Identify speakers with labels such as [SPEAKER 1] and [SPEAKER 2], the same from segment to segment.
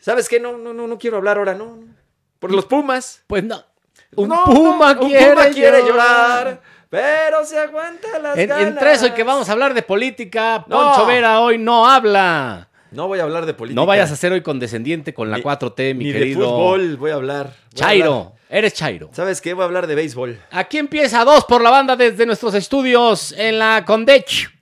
[SPEAKER 1] ¿Sabes qué? No, no, no, no quiero hablar ahora, no. no. Por los Pumas.
[SPEAKER 2] Pues no. Un
[SPEAKER 1] No,
[SPEAKER 2] puma,
[SPEAKER 1] no, un
[SPEAKER 2] quiere,
[SPEAKER 1] puma quiere
[SPEAKER 2] llorar.
[SPEAKER 1] llorar, pero se aguanta las
[SPEAKER 2] En-
[SPEAKER 1] ganas.
[SPEAKER 2] entre eso y que vamos a hablar de política,
[SPEAKER 1] No.
[SPEAKER 2] Poncho Vera hoy no habla.
[SPEAKER 1] No voy a hablar de política.
[SPEAKER 2] No vayas a ser hoy condescendiente con la
[SPEAKER 1] Ni-
[SPEAKER 2] 4T, mi
[SPEAKER 1] Ni
[SPEAKER 2] querido.
[SPEAKER 1] de fútbol voy a hablar. Voy a hablar.
[SPEAKER 2] Chairo, eres Chairo.
[SPEAKER 1] ¿Sabes qué? Voy a hablar de béisbol.
[SPEAKER 2] Aquí empieza dos por la banda desde nuestros estudios en la Condech.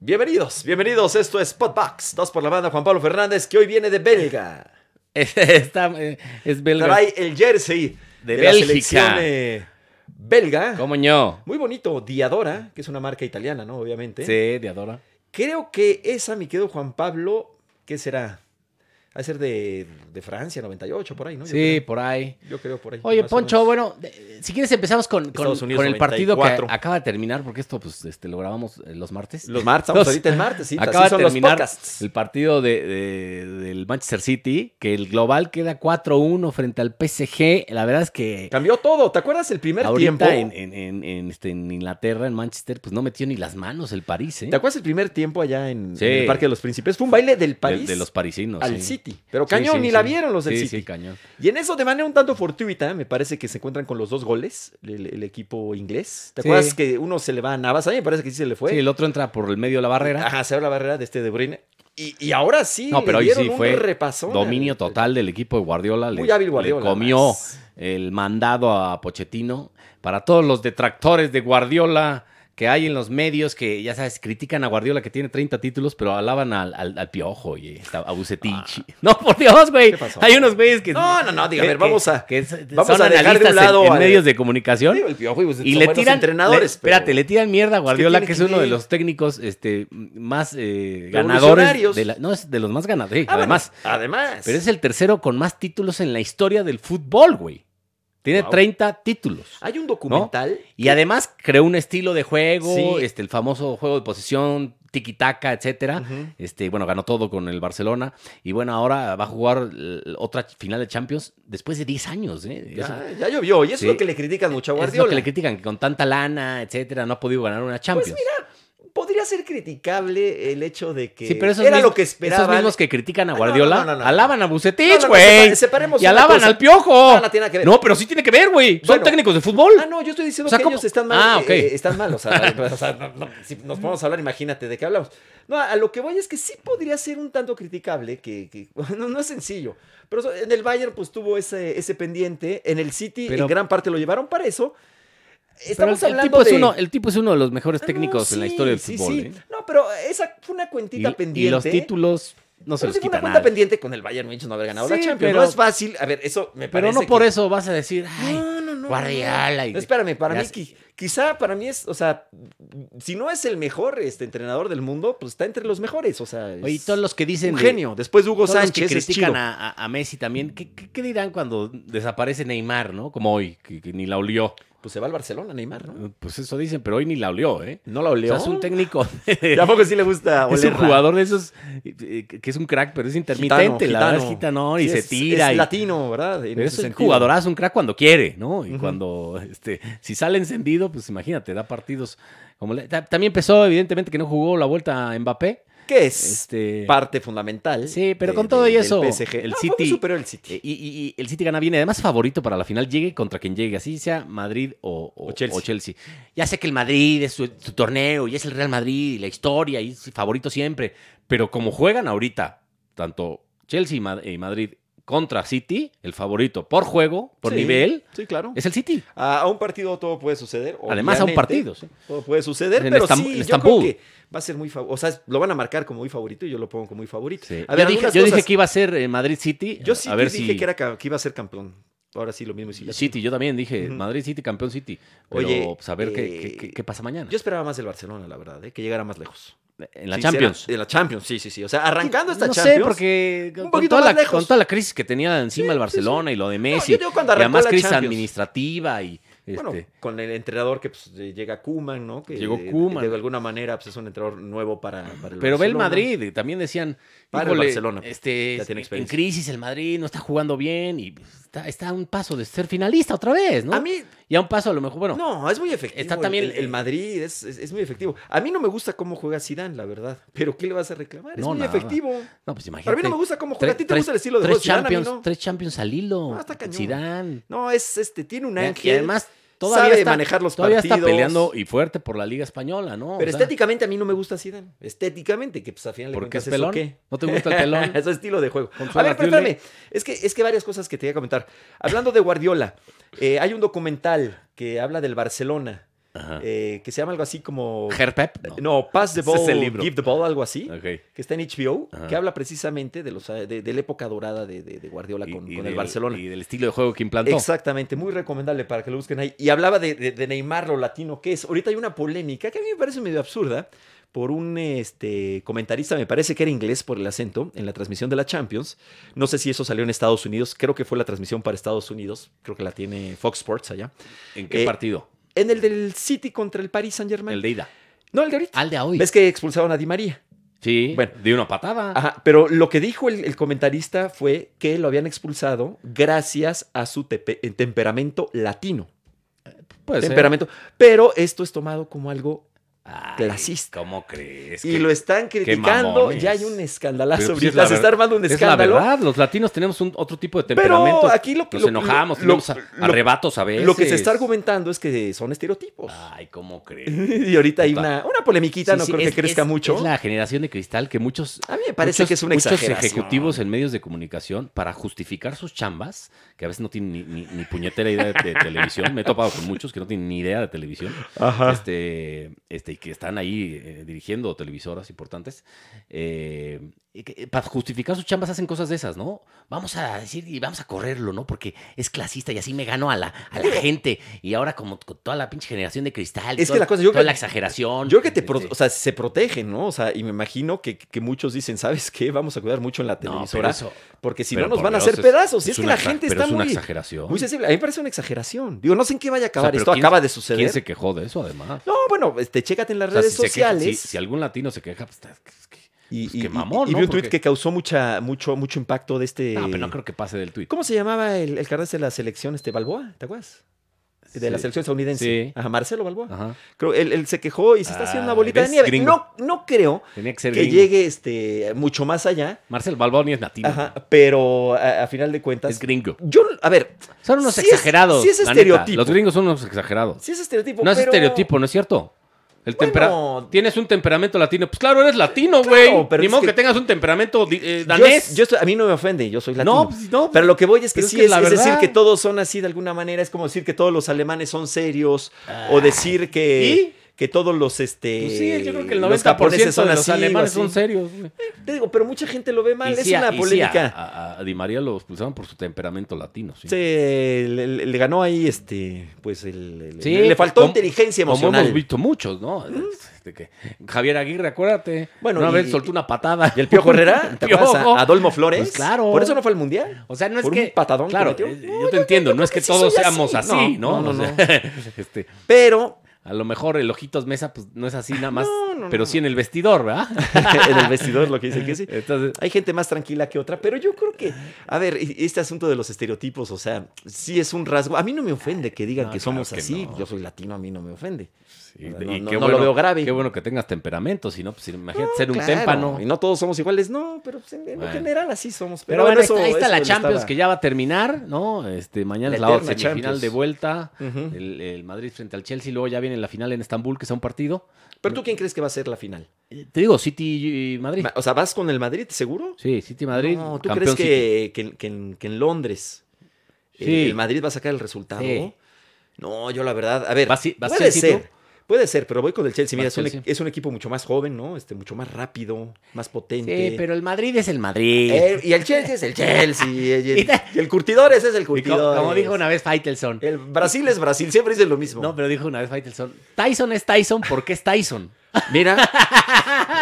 [SPEAKER 1] Bienvenidos, bienvenidos. Esto es Podbox. Dos por la banda, Juan Pablo Fernández, que hoy viene de Belga.
[SPEAKER 2] Está, eh, es belga.
[SPEAKER 1] Trae el jersey
[SPEAKER 2] De
[SPEAKER 1] de, la
[SPEAKER 2] Bélgica.
[SPEAKER 1] selección eh, belga.
[SPEAKER 2] ¿Cómo ño?
[SPEAKER 1] Muy bonito, Diadora, que es una marca italiana, ¿no? Obviamente.
[SPEAKER 2] Sí, de Adora.
[SPEAKER 1] Creo que esa, mi querido Juan Pablo, ¿qué será? Va a ser de, de Francia, 98, por ahí, ¿no? Yo
[SPEAKER 2] Sí,
[SPEAKER 1] creo.
[SPEAKER 2] por ahí.
[SPEAKER 1] Yo creo por ahí.
[SPEAKER 2] Oye,
[SPEAKER 1] más o
[SPEAKER 2] Poncho,
[SPEAKER 1] menos.
[SPEAKER 2] bueno, de- si quieres empezamos con, con,
[SPEAKER 1] Estados Unidos
[SPEAKER 2] con el partido que
[SPEAKER 1] 94.
[SPEAKER 2] acaba de terminar, porque esto pues este, lo grabamos eh, los martes.
[SPEAKER 1] Los martes, estamos
[SPEAKER 2] Los-
[SPEAKER 1] ahorita el martes, sí.
[SPEAKER 2] acaba
[SPEAKER 1] así
[SPEAKER 2] de
[SPEAKER 1] son
[SPEAKER 2] terminar
[SPEAKER 1] los podcasts.
[SPEAKER 2] el partido de, de- del Manchester City, que el global queda 4-1 frente al PSG. La verdad es que
[SPEAKER 1] Cambió todo, ¿te acuerdas el primer tiempo?
[SPEAKER 2] ahorita en, en- en- en, este, en Inglaterra, en Manchester, pues no metió ni las manos el París, ¿eh?
[SPEAKER 1] ¿Te acuerdas el primer tiempo allá en,
[SPEAKER 2] Sí.
[SPEAKER 1] en el Parque de los Príncipes? Fue un baile del
[SPEAKER 2] De,
[SPEAKER 1] París
[SPEAKER 2] de los parisinos.
[SPEAKER 1] al
[SPEAKER 2] sí.
[SPEAKER 1] City. Pero
[SPEAKER 2] Sí,
[SPEAKER 1] cañón,
[SPEAKER 2] sí,
[SPEAKER 1] ni
[SPEAKER 2] sí.
[SPEAKER 1] la vieron los del
[SPEAKER 2] Sí,
[SPEAKER 1] City.
[SPEAKER 2] sí, cañón.
[SPEAKER 1] y en eso, de manera un tanto fortuita, me parece que se encuentran con los dos goles el, el equipo inglés. ¿Te
[SPEAKER 2] Sí.
[SPEAKER 1] acuerdas que uno se le va a Navas? A mí me parece que sí se le fue.
[SPEAKER 2] Sí, el otro entra por el medio de la barrera.
[SPEAKER 1] Ajá, se abre la barrera de este De Bruyne. Y, y ahora sí,
[SPEAKER 2] No,
[SPEAKER 1] le
[SPEAKER 2] pero hoy
[SPEAKER 1] dieron
[SPEAKER 2] sí
[SPEAKER 1] un
[SPEAKER 2] fue
[SPEAKER 1] repasón
[SPEAKER 2] Dominio
[SPEAKER 1] al-
[SPEAKER 2] total del equipo de Guardiola. Le,
[SPEAKER 1] Muy hábil Guardiola.
[SPEAKER 2] le comió
[SPEAKER 1] además.
[SPEAKER 2] el mandado a Pochettino. Para todos los detractores de Guardiola que hay en los medios que, ya sabes, critican a Guardiola que tiene 30 títulos, pero alaban al, al- al Piojo y esta- a Bucetich. No, por Dios, güey.
[SPEAKER 1] Ah. ¿Qué pasó?
[SPEAKER 2] Hay unos güeyes que...
[SPEAKER 1] No, no, no, diga, a
[SPEAKER 2] que-
[SPEAKER 1] ver, vamos a-
[SPEAKER 2] Que, que
[SPEAKER 1] vamos
[SPEAKER 2] son
[SPEAKER 1] a dejar de
[SPEAKER 2] analistas
[SPEAKER 1] un lado
[SPEAKER 2] en, en
[SPEAKER 1] al-
[SPEAKER 2] medios de comunicación.
[SPEAKER 1] Digo, el Piojo y,
[SPEAKER 2] Y le tiran
[SPEAKER 1] entrenadores.
[SPEAKER 2] le- espérate, le tiran mierda a Guardiola,
[SPEAKER 1] tiene
[SPEAKER 2] que es
[SPEAKER 1] que
[SPEAKER 2] uno de
[SPEAKER 1] ver.
[SPEAKER 2] los técnicos este, más eh,
[SPEAKER 1] Revolucionarios. Ah,
[SPEAKER 2] ganadores. de la- no, es de los más ganadores. sí, además,
[SPEAKER 1] además.
[SPEAKER 2] pero es el tercero con más títulos en la historia del fútbol, güey. Tiene
[SPEAKER 1] Wow.
[SPEAKER 2] 30 títulos.
[SPEAKER 1] Hay un documental.
[SPEAKER 2] Y además creó un estilo de juego,
[SPEAKER 1] Sí.
[SPEAKER 2] este, el famoso juego de posición, tiki-taka, etcétera.
[SPEAKER 1] Ujú.
[SPEAKER 2] Este, bueno, ganó todo con el Barcelona. Y bueno, ahora va a jugar eh, otra final de Champions después de 10 años. ¿eh? Eso-
[SPEAKER 1] Ya, ya llovió. Y eso
[SPEAKER 2] Sí.
[SPEAKER 1] es lo que le critican mucho a
[SPEAKER 2] es lo
[SPEAKER 1] Guardiola. Pues
[SPEAKER 2] que le critican, que con tanta lana, etcétera, no ha podido ganar una Champions.
[SPEAKER 1] Podría ser criticable el hecho de que
[SPEAKER 2] Sí, pero esos,
[SPEAKER 1] era
[SPEAKER 2] mismos,
[SPEAKER 1] lo que esperaban.
[SPEAKER 2] esos mismos que critican a
[SPEAKER 1] no,
[SPEAKER 2] Guardiola
[SPEAKER 1] no, no, no, no.
[SPEAKER 2] alaban a
[SPEAKER 1] No,
[SPEAKER 2] Bucetich,
[SPEAKER 1] no, no,
[SPEAKER 2] güey.
[SPEAKER 1] separe- separemos
[SPEAKER 2] y
[SPEAKER 1] una
[SPEAKER 2] alaban
[SPEAKER 1] cosa.
[SPEAKER 2] al piojo.
[SPEAKER 1] No, no tiene nada que ver.
[SPEAKER 2] No, pero sí tiene que ver, güey. Son
[SPEAKER 1] Bueno.
[SPEAKER 2] técnicos de fútbol.
[SPEAKER 1] Ah, no, yo estoy diciendo
[SPEAKER 2] O sea,
[SPEAKER 1] que
[SPEAKER 2] ¿cómo?
[SPEAKER 1] ellos están mal.
[SPEAKER 2] Ah,
[SPEAKER 1] eh,
[SPEAKER 2] ok.
[SPEAKER 1] eh, están mal, o sea, o sea, no, no, si nos podemos hablar, imagínate de qué hablamos. No, a lo que voy es que sí podría ser un tanto criticable, que, que- no, no es sencillo. Pero so- en el Bayern pues tuvo ese, ese pendiente, en el City
[SPEAKER 2] Pero-
[SPEAKER 1] en gran parte lo llevaron para eso.
[SPEAKER 2] Pero
[SPEAKER 1] Estamos
[SPEAKER 2] el, el
[SPEAKER 1] hablando
[SPEAKER 2] tipo
[SPEAKER 1] de...
[SPEAKER 2] es uno, el tipo es uno de los mejores
[SPEAKER 1] Ah, no,
[SPEAKER 2] técnicos en la
[SPEAKER 1] sí,
[SPEAKER 2] historia del
[SPEAKER 1] sí,
[SPEAKER 2] fútbol.
[SPEAKER 1] sí.
[SPEAKER 2] ¿eh?
[SPEAKER 1] No, pero esa fue una cuentita
[SPEAKER 2] Y,
[SPEAKER 1] pendiente.
[SPEAKER 2] y los títulos no se
[SPEAKER 1] Pero
[SPEAKER 2] los
[SPEAKER 1] sí fue
[SPEAKER 2] quita
[SPEAKER 1] una cuenta
[SPEAKER 2] nadie.
[SPEAKER 1] pendiente con el Bayern Munich no haber ganado la
[SPEAKER 2] Sí,
[SPEAKER 1] Champions.
[SPEAKER 2] pero-
[SPEAKER 1] no es fácil. A ver, eso me
[SPEAKER 2] Pero
[SPEAKER 1] parece
[SPEAKER 2] no por
[SPEAKER 1] que- Ah,
[SPEAKER 2] eso vas a decir, ay,
[SPEAKER 1] No, no, no.
[SPEAKER 2] Guardiola. y-
[SPEAKER 1] No, espérame, para
[SPEAKER 2] Ya
[SPEAKER 1] mí,
[SPEAKER 2] sé.
[SPEAKER 1] qui- quizá para mí es, o sea, si no es el mejor este entrenador del mundo, pues está entre los mejores, o sea, es
[SPEAKER 2] Oye, y todos los que dicen.
[SPEAKER 1] un
[SPEAKER 2] de-
[SPEAKER 1] genio. Después Hugo
[SPEAKER 2] todos los que
[SPEAKER 1] Sánchez es
[SPEAKER 2] critican
[SPEAKER 1] chido.
[SPEAKER 2] a, a- a Messi también. ¿Qué, qué, qué dirán cuando desaparece Neymar, no? Como hoy, que, que ni la olió.
[SPEAKER 1] Pues se va al Barcelona, Neymar, ¿no?
[SPEAKER 2] Pues eso dicen, pero hoy ni la olió, ¿eh?
[SPEAKER 1] No la
[SPEAKER 2] O
[SPEAKER 1] oleó.
[SPEAKER 2] sea, es un técnico.
[SPEAKER 1] Tampoco sí le gusta
[SPEAKER 2] Es un
[SPEAKER 1] olerla.
[SPEAKER 2] jugador de esos eh, que es un crack, pero es
[SPEAKER 1] Gitano,
[SPEAKER 2] intermitente. la verdad es
[SPEAKER 1] gitano.
[SPEAKER 2] gitano y
[SPEAKER 1] Sí,
[SPEAKER 2] se
[SPEAKER 1] es-
[SPEAKER 2] tira.
[SPEAKER 1] Es,
[SPEAKER 2] y,
[SPEAKER 1] latino, ¿verdad? En
[SPEAKER 2] pero
[SPEAKER 1] ese
[SPEAKER 2] es un
[SPEAKER 1] sentido.
[SPEAKER 2] jugadorazo, un crack cuando quiere, ¿no? Y
[SPEAKER 1] Ujú.
[SPEAKER 2] cuando, este, si sale encendido, pues imagínate, da partidos. Como le- ta- también empezó, evidentemente, que no jugó la vuelta a Mbappé.
[SPEAKER 1] Que es
[SPEAKER 2] Este,
[SPEAKER 1] parte fundamental.
[SPEAKER 2] Sí, pero
[SPEAKER 1] de-
[SPEAKER 2] con todo
[SPEAKER 1] de-
[SPEAKER 2] y
[SPEAKER 1] del
[SPEAKER 2] eso,
[SPEAKER 1] PSG.
[SPEAKER 2] el
[SPEAKER 1] No,
[SPEAKER 2] City-
[SPEAKER 1] fue muy superior el
[SPEAKER 2] eh,
[SPEAKER 1] City.
[SPEAKER 2] y, y- y el City gana bien, y además favorito para la final, llegue contra quien llegue, así sea Madrid o, o-
[SPEAKER 1] O Chelsea.
[SPEAKER 2] o Chelsea. Ya sé que el Madrid es su, su torneo y es el Real Madrid y la historia y es favorito siempre, pero como juegan ahorita, tanto Chelsea y, Ma- y Madrid contra City, el favorito por juego, por
[SPEAKER 1] Sí,
[SPEAKER 2] nivel,
[SPEAKER 1] Sí, claro.
[SPEAKER 2] es el City.
[SPEAKER 1] A, a un partido todo puede suceder.
[SPEAKER 2] Además, a un
[SPEAKER 1] obviamente.
[SPEAKER 2] partido. sí.
[SPEAKER 1] Todo puede suceder,
[SPEAKER 2] En
[SPEAKER 1] pero
[SPEAKER 2] Estam-
[SPEAKER 1] sí,
[SPEAKER 2] en
[SPEAKER 1] yo creo
[SPEAKER 2] Estambul.
[SPEAKER 1] que va a ser muy favorito. O sea, es- lo van a marcar como muy favorito y yo lo pongo como muy favorito. A
[SPEAKER 2] yo
[SPEAKER 1] ver,
[SPEAKER 2] dije,
[SPEAKER 1] algunas
[SPEAKER 2] yo dije
[SPEAKER 1] cosas.
[SPEAKER 2] que iba a ser eh, Madrid City.
[SPEAKER 1] Yo sí
[SPEAKER 2] a ver
[SPEAKER 1] dije
[SPEAKER 2] si-
[SPEAKER 1] que, era, ca- que iba a ser campeón. Ahora sí, lo mismo. sí.
[SPEAKER 2] City, yo también dije
[SPEAKER 1] Ujú.
[SPEAKER 2] Madrid City, campeón City. Pero
[SPEAKER 1] Oye,
[SPEAKER 2] pues, a ver qué,
[SPEAKER 1] eh,
[SPEAKER 2] qué- qué- qué pasa mañana.
[SPEAKER 1] Yo esperaba más del Barcelona, la verdad, ¿eh? que llegara más lejos.
[SPEAKER 2] en la
[SPEAKER 1] Sincera-
[SPEAKER 2] Champions.
[SPEAKER 1] En la Champions, sí, sí, sí. O sea, arrancando esta
[SPEAKER 2] no
[SPEAKER 1] Champions.
[SPEAKER 2] sé, porque
[SPEAKER 1] un
[SPEAKER 2] con,
[SPEAKER 1] poquito
[SPEAKER 2] toda
[SPEAKER 1] más
[SPEAKER 2] la,
[SPEAKER 1] lejos.
[SPEAKER 2] con toda la crisis que tenía encima
[SPEAKER 1] Sí,
[SPEAKER 2] el
[SPEAKER 1] sí,
[SPEAKER 2] Barcelona y lo de
[SPEAKER 1] No,
[SPEAKER 2] Messi.
[SPEAKER 1] yo digo cuando
[SPEAKER 2] y
[SPEAKER 1] arrancó
[SPEAKER 2] además
[SPEAKER 1] la
[SPEAKER 2] crisis
[SPEAKER 1] Champions.
[SPEAKER 2] administrativa y este,
[SPEAKER 1] Bueno, con el entrenador que pues, eh, llega Kuman, ¿no? Que
[SPEAKER 2] Llegó
[SPEAKER 1] de-
[SPEAKER 2] Koeman.
[SPEAKER 1] De, alguna manera pues, es un entrenador nuevo para, para el
[SPEAKER 2] pero ve el
[SPEAKER 1] Barcelona.
[SPEAKER 2] Madrid, y también decían,
[SPEAKER 1] Para el
[SPEAKER 2] híjole,
[SPEAKER 1] Barcelona, pues,
[SPEAKER 2] este,
[SPEAKER 1] ya tiene
[SPEAKER 2] en
[SPEAKER 1] experiencia.
[SPEAKER 2] crisis el Madrid no está jugando bien y pues, está, está a un paso de ser finalista otra vez, ¿no?
[SPEAKER 1] A mí,
[SPEAKER 2] Y a un paso, a lo mejor, bueno,
[SPEAKER 1] No, es muy efectivo.
[SPEAKER 2] Está
[SPEAKER 1] el-
[SPEAKER 2] también- eh,
[SPEAKER 1] el, el Madrid, es, es- es muy efectivo. A mí no me gusta cómo juega Zidane, la verdad. Pero ¿qué le vas a reclamar? Es
[SPEAKER 2] No,
[SPEAKER 1] muy
[SPEAKER 2] nada.
[SPEAKER 1] efectivo.
[SPEAKER 2] no, pues imagínate.
[SPEAKER 1] Para mí no me gusta cómo juega. A ti te gusta el estilo de
[SPEAKER 2] tres
[SPEAKER 1] juego de Zidane, a mí
[SPEAKER 2] Champions,
[SPEAKER 1] no.
[SPEAKER 2] Tres Champions al hilo.
[SPEAKER 1] Ah, está cañón.
[SPEAKER 2] Zidane.
[SPEAKER 1] No, es este, tiene un ángel.
[SPEAKER 2] Y además, todavía
[SPEAKER 1] sabe
[SPEAKER 2] está,
[SPEAKER 1] manejar los
[SPEAKER 2] todavía está
[SPEAKER 1] partidos.
[SPEAKER 2] peleando y fuerte por la Liga Española, ¿no?
[SPEAKER 1] pero
[SPEAKER 2] O sea,
[SPEAKER 1] estéticamente a mí no me gusta Zidane. Estéticamente, que pues al final de
[SPEAKER 2] ¿Por qué es
[SPEAKER 1] cuentas,
[SPEAKER 2] pelón?
[SPEAKER 1] ¿eso qué?
[SPEAKER 2] ¿No te gusta el pelón?
[SPEAKER 1] es estilo de juego. A
[SPEAKER 2] Consuela,
[SPEAKER 1] ver, pero
[SPEAKER 2] Tiuli.
[SPEAKER 1] espérame. Es que, es que varias cosas que te voy a comentar. Hablando de Guardiola, eh, hay un documental que habla del Barcelona,
[SPEAKER 2] Ajá.
[SPEAKER 1] eh, que se llama algo así como...
[SPEAKER 2] Gerpep.
[SPEAKER 1] No, Pass the
[SPEAKER 2] Ah. Ese es
[SPEAKER 1] Ball,
[SPEAKER 2] el libro.
[SPEAKER 1] Give the Ball, algo así.
[SPEAKER 2] Ok.
[SPEAKER 1] Que está en HBO,
[SPEAKER 2] Ajá.
[SPEAKER 1] que habla precisamente de, los, eh, de, de la época dorada de, de- de Guardiola con, con el
[SPEAKER 2] del-
[SPEAKER 1] Barcelona.
[SPEAKER 2] Y del estilo de juego que implantó.
[SPEAKER 1] Exactamente, muy recomendable para que lo busquen ahí. Y hablaba de, de- de Neymar, lo latino que es. Ahorita hay una polémica que a mí me parece medio absurda por un este, comentarista, me parece que era inglés por el acento, en la transmisión de la Champions. No sé si eso salió en Estados Unidos, creo que fue la transmisión para Estados Unidos, creo que la tiene Fox Sports allá.
[SPEAKER 2] ¿En qué
[SPEAKER 1] Eh,
[SPEAKER 2] partido?
[SPEAKER 1] En el del City contra el Paris Saint Germain.
[SPEAKER 2] El Ah, de ida.
[SPEAKER 1] No, el de ahorita.
[SPEAKER 2] Al de hoy.
[SPEAKER 1] ¿Ves que expulsaron a Di María?
[SPEAKER 2] Sí.
[SPEAKER 1] Bueno.
[SPEAKER 2] de una patada.
[SPEAKER 1] Ajá, pero lo que dijo el, el comentarista fue que lo habían expulsado gracias a su tepe- eh, temperamento latino.
[SPEAKER 2] Puede ser.
[SPEAKER 1] temperamento. Pero esto es tomado como algo.
[SPEAKER 2] Ay,
[SPEAKER 1] clasista.
[SPEAKER 2] ¿Cómo crees?
[SPEAKER 1] y
[SPEAKER 2] que-
[SPEAKER 1] lo están criticando.
[SPEAKER 2] mamones.
[SPEAKER 1] Ya hay un escandalazo.
[SPEAKER 2] Pero, pues,
[SPEAKER 1] ahorita,
[SPEAKER 2] es la
[SPEAKER 1] se
[SPEAKER 2] ver-
[SPEAKER 1] está armando un
[SPEAKER 2] es la
[SPEAKER 1] escándalo.
[SPEAKER 2] verdad, los latinos tenemos un otro tipo de temperamento.
[SPEAKER 1] Pero aquí lo que.
[SPEAKER 2] Nos
[SPEAKER 1] lo-
[SPEAKER 2] enojamos,
[SPEAKER 1] lo-
[SPEAKER 2] tenemos a-
[SPEAKER 1] lo-
[SPEAKER 2] arrebatos a veces.
[SPEAKER 1] lo que se está argumentando es que son estereotipos.
[SPEAKER 2] Ay, ¿cómo crees?
[SPEAKER 1] y ahorita hay
[SPEAKER 2] Puta.
[SPEAKER 1] una, una polemiquita, Pues,
[SPEAKER 2] Sí,
[SPEAKER 1] no
[SPEAKER 2] sí,
[SPEAKER 1] creo
[SPEAKER 2] es-
[SPEAKER 1] que crezca
[SPEAKER 2] es-
[SPEAKER 1] mucho.
[SPEAKER 2] Es la generación de cristal que muchos
[SPEAKER 1] A mí me parece
[SPEAKER 2] muchos-
[SPEAKER 1] que es una
[SPEAKER 2] muchos
[SPEAKER 1] exageración.
[SPEAKER 2] ejecutivos en medios de comunicación para justificar sus chambas, que a veces no tienen ni, ni- ni puñetera idea de, te- televisión. Me he topado con muchos que no tienen ni idea de televisión.
[SPEAKER 1] Ajá.
[SPEAKER 2] Este, este, y que están ahí eh, dirigiendo televisoras importantes. eh, y que, eh, para justificar sus chambas hacen cosas de esas, ¿no? Vamos a decir y vamos a correrlo, ¿no? Porque es clasista y así me gano a la, a la gente. Y ahora como con toda la pinche generación de cristal. y
[SPEAKER 1] Es que
[SPEAKER 2] toda-
[SPEAKER 1] la cosa- yo
[SPEAKER 2] toda
[SPEAKER 1] creo-
[SPEAKER 2] la exageración.
[SPEAKER 1] Yo creo que te, pro-
[SPEAKER 2] este,
[SPEAKER 1] o sea, se protegen, ¿no? O sea, y me imagino que, que muchos dicen, ¿sabes qué? Vamos a cuidar mucho en la
[SPEAKER 2] no,
[SPEAKER 1] televisora,
[SPEAKER 2] pero eso-
[SPEAKER 1] porque si
[SPEAKER 2] pero
[SPEAKER 1] no nos
[SPEAKER 2] por
[SPEAKER 1] van a
[SPEAKER 2] Dios,
[SPEAKER 1] hacer pedazos. Y es, que
[SPEAKER 2] una
[SPEAKER 1] la
[SPEAKER 2] exa-
[SPEAKER 1] gente
[SPEAKER 2] pero
[SPEAKER 1] está
[SPEAKER 2] es una
[SPEAKER 1] muy,
[SPEAKER 2] exageración.
[SPEAKER 1] muy sensible. A mí me parece una exageración. Digo, no sé en qué vaya a acabar
[SPEAKER 2] pero
[SPEAKER 1] esto.
[SPEAKER 2] ¿quién-
[SPEAKER 1] Acaba de suceder.
[SPEAKER 2] ¿Quién se quejó de eso, además?
[SPEAKER 1] No, bueno, este, chécate en las
[SPEAKER 2] O sea,
[SPEAKER 1] redes
[SPEAKER 2] si se queja-
[SPEAKER 1] sociales.
[SPEAKER 2] si, si algún latino se queja, pues, está- es que-
[SPEAKER 1] y,
[SPEAKER 2] pues, qué
[SPEAKER 1] y-
[SPEAKER 2] mamón,
[SPEAKER 1] y- y
[SPEAKER 2] ¿no?
[SPEAKER 1] vi un tweet
[SPEAKER 2] Porque-
[SPEAKER 1] que causó mucha, mucho, mucho impacto de este.
[SPEAKER 2] No, pero no creo que pase del tuit.
[SPEAKER 1] ¿Cómo se llamaba el, el cardenal de la selección, este Balboa? ¿Te acuerdas? De la
[SPEAKER 2] Sí.
[SPEAKER 1] selección estadounidense.
[SPEAKER 2] Sí.
[SPEAKER 1] Ajá, Marcelo Balboa.
[SPEAKER 2] Ajá.
[SPEAKER 1] Creo, él, él se quejó y se está haciendo una
[SPEAKER 2] Ah,
[SPEAKER 1] bolita de
[SPEAKER 2] ¿ves?
[SPEAKER 1] nieve.
[SPEAKER 2] Gringo.
[SPEAKER 1] No, no creo
[SPEAKER 2] Tenía que ser
[SPEAKER 1] que
[SPEAKER 2] gringo.
[SPEAKER 1] llegue este, mucho más allá.
[SPEAKER 2] Marcel Balbao ni es nativo.
[SPEAKER 1] Ajá, pero a, a final de
[SPEAKER 2] Es
[SPEAKER 1] cuentas.
[SPEAKER 2] gringo.
[SPEAKER 1] Yo, a ver,
[SPEAKER 2] Son unos
[SPEAKER 1] Sí es-
[SPEAKER 2] exagerados.
[SPEAKER 1] sí es
[SPEAKER 2] la neta.
[SPEAKER 1] estereotipo.
[SPEAKER 2] Los gringos son unos exagerados.
[SPEAKER 1] si es estereotipo.
[SPEAKER 2] no es
[SPEAKER 1] pero-
[SPEAKER 2] estereotipo, ¿no es cierto? El
[SPEAKER 1] Bueno.
[SPEAKER 2] tempera- Tienes un temperamento latino. Pues claro, eres latino, güey.
[SPEAKER 1] pero
[SPEAKER 2] Ni
[SPEAKER 1] es
[SPEAKER 2] modo que...
[SPEAKER 1] que-
[SPEAKER 2] tengas un temperamento di- eh,
[SPEAKER 1] Yo-
[SPEAKER 2] danés.
[SPEAKER 1] Yo, estoy- a mí no me ofende, yo soy latino.
[SPEAKER 2] no, pues, no.
[SPEAKER 1] Pero lo que voy es que
[SPEAKER 2] Pero es
[SPEAKER 1] sí,
[SPEAKER 2] que
[SPEAKER 1] es,
[SPEAKER 2] la
[SPEAKER 1] es decir
[SPEAKER 2] verdad-
[SPEAKER 1] que todos son así de alguna manera. Es como decir que todos los alemanes son serios o decir que, que todos los este
[SPEAKER 2] Ah. Pues sí, yo creo que el
[SPEAKER 1] los
[SPEAKER 2] 90%
[SPEAKER 1] japoneses
[SPEAKER 2] de los
[SPEAKER 1] así o
[SPEAKER 2] alemanes
[SPEAKER 1] así.
[SPEAKER 2] son serios. güey.
[SPEAKER 1] Te digo, pero mucha gente lo ve mal.
[SPEAKER 2] Y
[SPEAKER 1] es
[SPEAKER 2] sí, a-
[SPEAKER 1] una
[SPEAKER 2] y sí,
[SPEAKER 1] polémica.
[SPEAKER 2] a, a- a Di María lo expulsaron por su temperamento latino. Sí,
[SPEAKER 1] Se- le, le- le ganó ahí este, pues el, el-
[SPEAKER 2] Sí,
[SPEAKER 1] le faltó
[SPEAKER 2] como-
[SPEAKER 1] inteligencia
[SPEAKER 2] Como
[SPEAKER 1] emocional.
[SPEAKER 2] hemos visto muchos, ¿no? De que Javier Aguirre, acuérdate.
[SPEAKER 1] Bueno,
[SPEAKER 2] una
[SPEAKER 1] y-
[SPEAKER 2] vez soltó una patada.
[SPEAKER 1] Y el Piojo Herrera, ¿te acuerdas?
[SPEAKER 2] Piojo.
[SPEAKER 1] A- Adolfo Flores.
[SPEAKER 2] Pues claro.
[SPEAKER 1] Por eso no fue al mundial.
[SPEAKER 2] O sea, no es
[SPEAKER 1] por
[SPEAKER 2] que.
[SPEAKER 1] un patadón que
[SPEAKER 2] Claro,
[SPEAKER 1] metió.
[SPEAKER 2] eh,
[SPEAKER 1] No,
[SPEAKER 2] yo te entiendo. No es que,
[SPEAKER 1] que sí
[SPEAKER 2] todos
[SPEAKER 1] soy
[SPEAKER 2] seamos
[SPEAKER 1] así.
[SPEAKER 2] así, ¿no?
[SPEAKER 1] No, no,
[SPEAKER 2] O sea,
[SPEAKER 1] no.
[SPEAKER 2] este,
[SPEAKER 1] Pero
[SPEAKER 2] a lo mejor el ojitos mesa, pues no es así nada más.
[SPEAKER 1] No, no,
[SPEAKER 2] pero
[SPEAKER 1] no.
[SPEAKER 2] sí en el vestidor, ¿verdad?
[SPEAKER 1] en el vestidor lo que dice que sí.
[SPEAKER 2] Entonces,
[SPEAKER 1] Hay gente más tranquila que otra, pero yo creo que, a ver, e- este asunto de los estereotipos, o sea, sí es un rasgo. A mí no me ofende que digan
[SPEAKER 2] No,
[SPEAKER 1] que
[SPEAKER 2] claro
[SPEAKER 1] somos
[SPEAKER 2] que
[SPEAKER 1] así.
[SPEAKER 2] no.
[SPEAKER 1] Yo soy latino, a mí no me ofende.
[SPEAKER 2] sí,
[SPEAKER 1] No,
[SPEAKER 2] y
[SPEAKER 1] no,
[SPEAKER 2] qué
[SPEAKER 1] no, no lo veo grave.
[SPEAKER 2] Qué bueno que tengas temperamento, si no, pues imagínate ser un
[SPEAKER 1] Claro,
[SPEAKER 2] témpano.
[SPEAKER 1] Y no todos somos iguales, no, pero pues, en, en
[SPEAKER 2] Bueno.
[SPEAKER 1] general así somos.
[SPEAKER 2] Pero, bueno,
[SPEAKER 1] eso-
[SPEAKER 2] ahí está, ahí está
[SPEAKER 1] eso
[SPEAKER 2] la
[SPEAKER 1] no
[SPEAKER 2] Champions
[SPEAKER 1] estaba-
[SPEAKER 2] que ya va a terminar, ¿no? Este, mañana
[SPEAKER 1] La
[SPEAKER 2] es la otra
[SPEAKER 1] eterna
[SPEAKER 2] semifinal
[SPEAKER 1] Champions.
[SPEAKER 2] de vuelta.
[SPEAKER 1] Ujú.
[SPEAKER 2] El, el Madrid frente al Chelsea, luego ya viene la final en Estambul, que es un partido.
[SPEAKER 1] Pero tú, ¿quién crees que va a ser la final?
[SPEAKER 2] Eh, Te digo, City y Madrid.
[SPEAKER 1] Ma- O sea, ¿vas con el Madrid, seguro?
[SPEAKER 2] sí, City Madrid.
[SPEAKER 1] no, ¿tú crees
[SPEAKER 2] campeón City.
[SPEAKER 1] que, que, que en, que en Londres el-
[SPEAKER 2] Sí.
[SPEAKER 1] el, Madrid va a sacar el resultado?
[SPEAKER 2] Sí.
[SPEAKER 1] No, yo la verdad, a ver,
[SPEAKER 2] ¿Va a si- va a
[SPEAKER 1] puede
[SPEAKER 2] Chelsea, tú?
[SPEAKER 1] ser. Puede ser, pero voy con el Chelsea. Mira,
[SPEAKER 2] ¿Vas
[SPEAKER 1] es un, e-
[SPEAKER 2] Chelsea?
[SPEAKER 1] es un equipo mucho más joven, ¿no? Este, mucho más rápido, más potente.
[SPEAKER 2] Sí, pero el Madrid es el Madrid.
[SPEAKER 1] Eh, y el Chelsea es el Chelsea. Y el,
[SPEAKER 2] Y ta-
[SPEAKER 1] y el curtidor ese es el
[SPEAKER 2] Y como,
[SPEAKER 1] curtidor.
[SPEAKER 2] como dijo una vez Faitelson.
[SPEAKER 1] El Brasil es Brasil, siempre dice lo mismo.
[SPEAKER 2] No, pero dijo una vez Faitelson. Tyson es Tyson porque es Tyson.
[SPEAKER 1] Mira,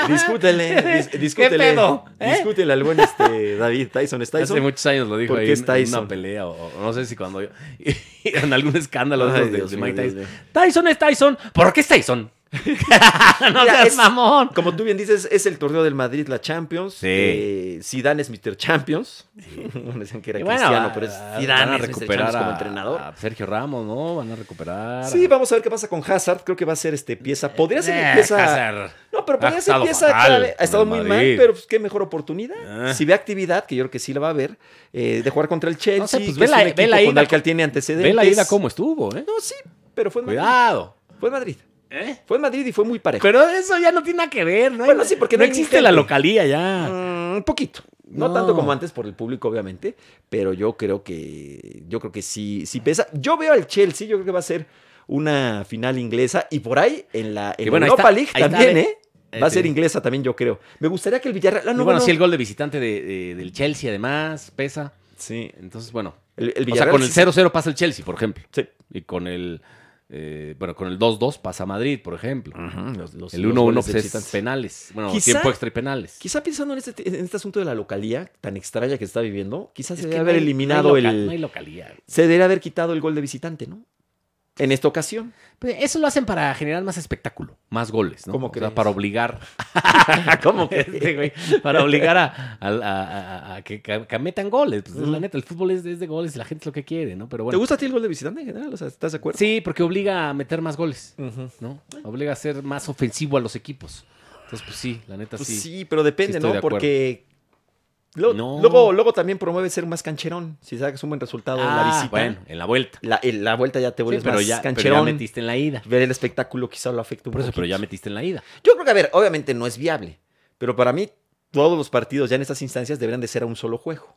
[SPEAKER 1] discútele, dis- discútele.
[SPEAKER 2] pedo, eh?
[SPEAKER 1] Discútele al buen este, David Tyson. ¿Es
[SPEAKER 2] Hace
[SPEAKER 1] Tyson?
[SPEAKER 2] muchos años lo dijo
[SPEAKER 1] ¿Por
[SPEAKER 2] ahí
[SPEAKER 1] qué
[SPEAKER 2] en,
[SPEAKER 1] es
[SPEAKER 2] en
[SPEAKER 1] Tyson?
[SPEAKER 2] una pelea o, o no sé si cuando yo- en algún escándalo
[SPEAKER 1] Ay,
[SPEAKER 2] de, esos de-
[SPEAKER 1] Dios
[SPEAKER 2] de
[SPEAKER 1] mío,
[SPEAKER 2] Mike
[SPEAKER 1] Dios
[SPEAKER 2] Tyson. Tyson es Tyson porque es Tyson. no
[SPEAKER 1] Mira,
[SPEAKER 2] seas
[SPEAKER 1] es-
[SPEAKER 2] mamón.
[SPEAKER 1] Como tú bien dices, es el torneo del Madrid, la Champions.
[SPEAKER 2] Sí.
[SPEAKER 1] Eh, Zidane es Mr. Champions. Decían que era
[SPEAKER 2] Y
[SPEAKER 1] cristiano,
[SPEAKER 2] va-
[SPEAKER 1] pero es
[SPEAKER 2] va-
[SPEAKER 1] Zidane
[SPEAKER 2] van a
[SPEAKER 1] es Mr.
[SPEAKER 2] recuperar
[SPEAKER 1] Champions como
[SPEAKER 2] a-
[SPEAKER 1] entrenador.
[SPEAKER 2] a Sergio Ramos, ¿no? Van a recuperar.
[SPEAKER 1] Sí,
[SPEAKER 2] a-
[SPEAKER 1] vamos a ver qué pasa con Hazard. Creo que va a ser este pieza. Podría ser
[SPEAKER 2] Eh,
[SPEAKER 1] pieza.
[SPEAKER 2] Hazard.
[SPEAKER 1] No, pero
[SPEAKER 2] Ha
[SPEAKER 1] podría ser
[SPEAKER 2] estado
[SPEAKER 1] pieza
[SPEAKER 2] fatal
[SPEAKER 1] clave. Ha
[SPEAKER 2] con
[SPEAKER 1] estado
[SPEAKER 2] el
[SPEAKER 1] muy mal,
[SPEAKER 2] Madrid.
[SPEAKER 1] pero pues, qué mejor oportunidad.
[SPEAKER 2] Ah.
[SPEAKER 1] Si ve actividad, que yo creo que sí la va a ver, eh, de jugar contra el Chelsea,
[SPEAKER 2] No sé, pues,
[SPEAKER 1] que
[SPEAKER 2] ve
[SPEAKER 1] es
[SPEAKER 2] la-
[SPEAKER 1] un
[SPEAKER 2] ve
[SPEAKER 1] equipo
[SPEAKER 2] la
[SPEAKER 1] con
[SPEAKER 2] ida
[SPEAKER 1] el que
[SPEAKER 2] co-
[SPEAKER 1] él tiene antecedentes.
[SPEAKER 2] Ve la ida cómo estuvo, ¿eh?
[SPEAKER 1] No, sí, pero fue en Madrid.
[SPEAKER 2] Cuidado.
[SPEAKER 1] Fue en Madrid.
[SPEAKER 2] ¿Eh?
[SPEAKER 1] Fue en Madrid y fue muy parejo.
[SPEAKER 2] Pero eso ya no tiene nada que ver, ¿no?
[SPEAKER 1] Bueno, sí, porque no
[SPEAKER 2] no
[SPEAKER 1] hay
[SPEAKER 2] existe
[SPEAKER 1] gente.
[SPEAKER 2] la localía ya.
[SPEAKER 1] Mm, un poquito. No,
[SPEAKER 2] No.
[SPEAKER 1] tanto como antes por el público, obviamente, pero yo creo que yo creo que sí, sí pesa. Yo veo al Chelsea, yo creo que va a ser una final inglesa y por ahí en la en
[SPEAKER 2] Y bueno, ahí
[SPEAKER 1] Europa
[SPEAKER 2] está-
[SPEAKER 1] League
[SPEAKER 2] ahí está,
[SPEAKER 1] también,
[SPEAKER 2] ¿eh?
[SPEAKER 1] ¿eh? Va a
[SPEAKER 2] Eh,
[SPEAKER 1] ser
[SPEAKER 2] sí.
[SPEAKER 1] inglesa también, yo creo. Me gustaría que el Villarreal. ah,
[SPEAKER 2] Y
[SPEAKER 1] no,
[SPEAKER 2] bueno,
[SPEAKER 1] no.
[SPEAKER 2] sí, el gol de visitante de- de- del Chelsea, además, pesa.
[SPEAKER 1] Sí,
[SPEAKER 2] Entonces, bueno.
[SPEAKER 1] el, el
[SPEAKER 2] O sea,
[SPEAKER 1] Villarreal.
[SPEAKER 2] con el
[SPEAKER 1] sí-
[SPEAKER 2] 0-0 pasa el Chelsea, por ejemplo.
[SPEAKER 1] sí.
[SPEAKER 2] Y con el. eh, bueno, con el 2-2 pasa Madrid, por ejemplo.
[SPEAKER 1] Ujú, los- los-
[SPEAKER 2] El
[SPEAKER 1] los
[SPEAKER 2] 1-1
[SPEAKER 1] goles de
[SPEAKER 2] pues, es
[SPEAKER 1] visitantes.
[SPEAKER 2] penales. Bueno,
[SPEAKER 1] Quizá-
[SPEAKER 2] tiempo extra y penales.
[SPEAKER 1] Quizá pensando en este, en este asunto de la localía tan extraña que está viviendo, quizás se
[SPEAKER 2] Es
[SPEAKER 1] debe
[SPEAKER 2] que no
[SPEAKER 1] haber
[SPEAKER 2] hay- no hay
[SPEAKER 1] eliminado
[SPEAKER 2] loca-
[SPEAKER 1] el.
[SPEAKER 2] No hay localía.
[SPEAKER 1] Se debería haber quitado el gol de visitante, ¿no? En esta ocasión.
[SPEAKER 2] Pero Pues, eso lo hacen para generar más espectáculo, más goles, ¿no?
[SPEAKER 1] ¿Cómo
[SPEAKER 2] o
[SPEAKER 1] crees?
[SPEAKER 2] sea, para obligar. ¿Cómo que este, güey? Para obligar a, al- a- a- a que, que- que metan goles. Pues es la
[SPEAKER 1] Ujú.
[SPEAKER 2] neta, el fútbol es, es de goles y la gente es lo que quiere, ¿no? Pero bueno.
[SPEAKER 1] ¿Te gusta a ti el gol de visitante en general? O sea, ¿estás de acuerdo?
[SPEAKER 2] Sí, porque obliga a meter más goles,
[SPEAKER 1] Ujú.
[SPEAKER 2] ¿no? Obliga a ser más ofensivo a los equipos. Entonces, pues sí, la neta
[SPEAKER 1] Pues
[SPEAKER 2] sí.
[SPEAKER 1] sí, pero
[SPEAKER 2] sí
[SPEAKER 1] depende,
[SPEAKER 2] estoy
[SPEAKER 1] ¿no?
[SPEAKER 2] de acuerdo.
[SPEAKER 1] Porque lo-
[SPEAKER 2] No.
[SPEAKER 1] Luego, luego también promueve ser más cancherón. Si sacas un buen resultado en la
[SPEAKER 2] Ah,
[SPEAKER 1] visita,
[SPEAKER 2] bueno, en la vuelta.
[SPEAKER 1] la, en la vuelta ya te
[SPEAKER 2] Sí,
[SPEAKER 1] vuelves
[SPEAKER 2] pero,
[SPEAKER 1] más
[SPEAKER 2] ya, pero ya
[SPEAKER 1] cancherón.
[SPEAKER 2] metiste en la ida.
[SPEAKER 1] Ver el espectáculo quizá lo afecta un
[SPEAKER 2] Por eso, pero
[SPEAKER 1] poquito.
[SPEAKER 2] ya metiste en la ida.
[SPEAKER 1] Yo creo que, a ver, obviamente no es viable. Pero para mí, todos los partidos ya en estas instancias deberían de ser a un solo juego.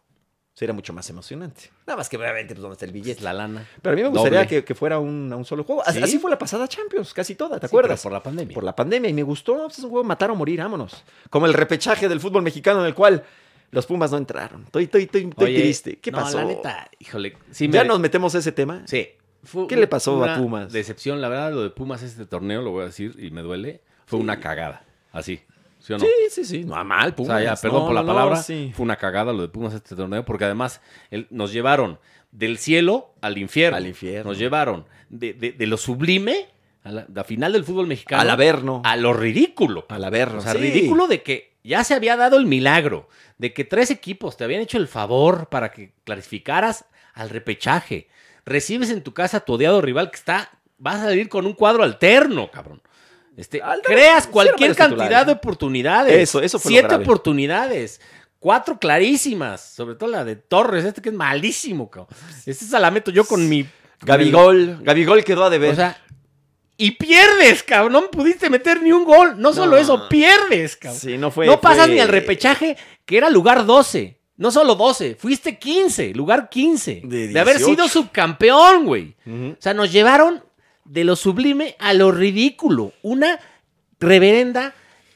[SPEAKER 1] Sería mucho más emocionante. Nada más que obviamente pues donde está el
[SPEAKER 2] Es
[SPEAKER 1] billete.
[SPEAKER 2] la lana.
[SPEAKER 1] Pero a mí me gustaría
[SPEAKER 2] Doble.
[SPEAKER 1] que, que fuera un, a un solo juego. Así,
[SPEAKER 2] ¿Sí?
[SPEAKER 1] así fue la pasada Champions, casi toda, ¿te
[SPEAKER 2] Sí, pero
[SPEAKER 1] acuerdas?
[SPEAKER 2] Por la pandemia.
[SPEAKER 1] por la pandemia y me gustó. pues, es un juego matar o morir, vámonos. Como el repechaje del fútbol mexicano en el cual los Pumas no entraron. Estoy, estoy, estoy, estoy
[SPEAKER 2] Oye,
[SPEAKER 1] triste. ¿Qué
[SPEAKER 2] no,
[SPEAKER 1] pasó?
[SPEAKER 2] la neta, híjole. Sí,
[SPEAKER 1] ya
[SPEAKER 2] me-
[SPEAKER 1] nos metemos a ese tema.
[SPEAKER 2] Sí. Fue
[SPEAKER 1] ¿Qué
[SPEAKER 2] un-
[SPEAKER 1] le pasó a
[SPEAKER 2] una
[SPEAKER 1] Pumas?
[SPEAKER 2] Decepción, la verdad, lo de Pumas este torneo, lo voy a decir y me duele, fue una cagada. Así. ¿Sí o no?
[SPEAKER 1] sí, sí, sí. No, mal,
[SPEAKER 2] O
[SPEAKER 1] Pumas.
[SPEAKER 2] sea, ya, perdón
[SPEAKER 1] No,
[SPEAKER 2] por la
[SPEAKER 1] no, no,
[SPEAKER 2] palabra.
[SPEAKER 1] sí.
[SPEAKER 2] Fue una cagada lo de Pumas este torneo, porque además el- nos llevaron del cielo al infierno.
[SPEAKER 1] Al infierno.
[SPEAKER 2] Nos llevaron de, de- de lo sublime a la, la final del fútbol mexicano
[SPEAKER 1] Al averno.
[SPEAKER 2] a lo ridículo.
[SPEAKER 1] Al averno.
[SPEAKER 2] O sea,
[SPEAKER 1] sí.
[SPEAKER 2] ridículo de que ya se había dado el milagro, de que tres equipos te habían hecho el favor para que clasificaras al repechaje. Recibes en tu casa a tu odiado rival que está, vas a salir con un cuadro alterno, cabrón. Este,
[SPEAKER 1] Alterno,
[SPEAKER 2] creas
[SPEAKER 1] sí,
[SPEAKER 2] cualquier
[SPEAKER 1] eran varios titulares,
[SPEAKER 2] cantidad de
[SPEAKER 1] ¿no?
[SPEAKER 2] oportunidades.
[SPEAKER 1] Eso, eso fue lo
[SPEAKER 2] Siete
[SPEAKER 1] grave.
[SPEAKER 2] oportunidades. Cuatro clarísimas, sobre todo la de Torres, este que es malísimo, cabrón. Este Salameto, yo con mi.
[SPEAKER 1] Gabigol. Gabigol quedó a deber.
[SPEAKER 2] O sea, y pierdes, cabrón. No pudiste meter ni un gol. No solo
[SPEAKER 1] No.
[SPEAKER 2] eso, pierdes, cabrón.
[SPEAKER 1] Sí, no fue.
[SPEAKER 2] no pasas
[SPEAKER 1] fue-
[SPEAKER 2] ni al repechaje, que era lugar 12. No solo 12, fuiste 15, lugar 15.
[SPEAKER 1] De
[SPEAKER 2] De, haber
[SPEAKER 1] 18.
[SPEAKER 2] sido subcampeón, güey.
[SPEAKER 1] Ujú.
[SPEAKER 2] O sea, nos llevaron de lo sublime a lo ridículo. Una reverenda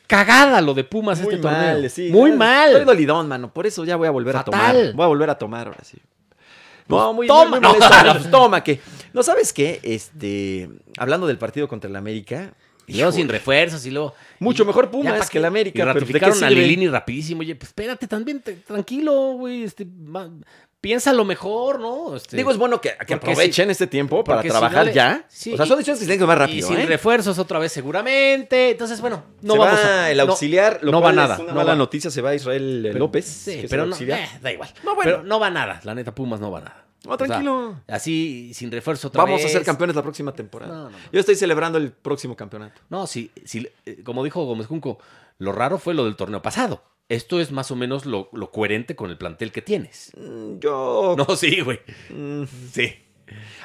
[SPEAKER 2] cagada lo de Pumas
[SPEAKER 1] Muy
[SPEAKER 2] este torneo.
[SPEAKER 1] mal, sí.
[SPEAKER 2] Muy
[SPEAKER 1] Ya Estoy
[SPEAKER 2] mal.
[SPEAKER 1] dolidón, mano. Por eso ya voy a volver a
[SPEAKER 2] Fatal. Pues
[SPEAKER 1] tomar. Voy a volver a tomar ahora sí. No, muy, muy,
[SPEAKER 2] toma,
[SPEAKER 1] muy
[SPEAKER 2] no.
[SPEAKER 1] molesto, pero, pues, toma, que. No, ¿sabes qué? Este. Hablando del partido contra el América.
[SPEAKER 2] Y luego
[SPEAKER 1] híjole,
[SPEAKER 2] sin refuerzos y luego.
[SPEAKER 1] Mucho
[SPEAKER 2] y-
[SPEAKER 1] mejor
[SPEAKER 2] ya
[SPEAKER 1] Pumas
[SPEAKER 2] pa'
[SPEAKER 1] que el América,
[SPEAKER 2] Y
[SPEAKER 1] pero ¿de qué
[SPEAKER 2] ratificaron a
[SPEAKER 1] sirve?
[SPEAKER 2] Lilini rapidísimo. Oye, pues espérate también, te- tranquilo, güey. Este, ma- piensa lo mejor, ¿no? Este,
[SPEAKER 1] Digo, es bueno que, que
[SPEAKER 2] Porque
[SPEAKER 1] aprovechen este tiempo para
[SPEAKER 2] porque si
[SPEAKER 1] trabajar
[SPEAKER 2] no le-
[SPEAKER 1] ya.
[SPEAKER 2] sí,
[SPEAKER 1] o sea, son decisiones que se tienen que tomar
[SPEAKER 2] y
[SPEAKER 1] rápido.
[SPEAKER 2] sin
[SPEAKER 1] ¿eh?
[SPEAKER 2] refuerzos otra vez seguramente. Entonces, bueno, no
[SPEAKER 1] Se
[SPEAKER 2] vamos
[SPEAKER 1] va
[SPEAKER 2] a...
[SPEAKER 1] el
[SPEAKER 2] no-
[SPEAKER 1] auxiliar, lo
[SPEAKER 2] no
[SPEAKER 1] cual
[SPEAKER 2] va
[SPEAKER 1] es
[SPEAKER 2] nada,
[SPEAKER 1] Una
[SPEAKER 2] no
[SPEAKER 1] mala
[SPEAKER 2] va-
[SPEAKER 1] notiz noticia se va Israel eh,
[SPEAKER 2] pero-
[SPEAKER 1] López.
[SPEAKER 2] Sí,
[SPEAKER 1] que es
[SPEAKER 2] pero
[SPEAKER 1] el
[SPEAKER 2] no,
[SPEAKER 1] auxiliar.
[SPEAKER 2] eh, da igual.
[SPEAKER 1] No, bueno.
[SPEAKER 2] Pero no va nada, la neta, Pumas no va nada.
[SPEAKER 1] No,
[SPEAKER 2] O sea,
[SPEAKER 1] tranquilo.
[SPEAKER 2] así, sin refuerzo otra
[SPEAKER 1] Vamos a
[SPEAKER 2] vez.
[SPEAKER 1] ser campeones la próxima temporada.
[SPEAKER 2] No, no, no.
[SPEAKER 1] Yo estoy celebrando el próximo campeonato.
[SPEAKER 2] No, sí, sí, eh, como dijo Gómez Junco, lo raro fue lo del torneo pasado. Esto es más o menos lo, lo coherente con el plantel que tienes.
[SPEAKER 1] Mm, Yo.
[SPEAKER 2] No, sí, güey.
[SPEAKER 1] Mm,
[SPEAKER 2] Sí.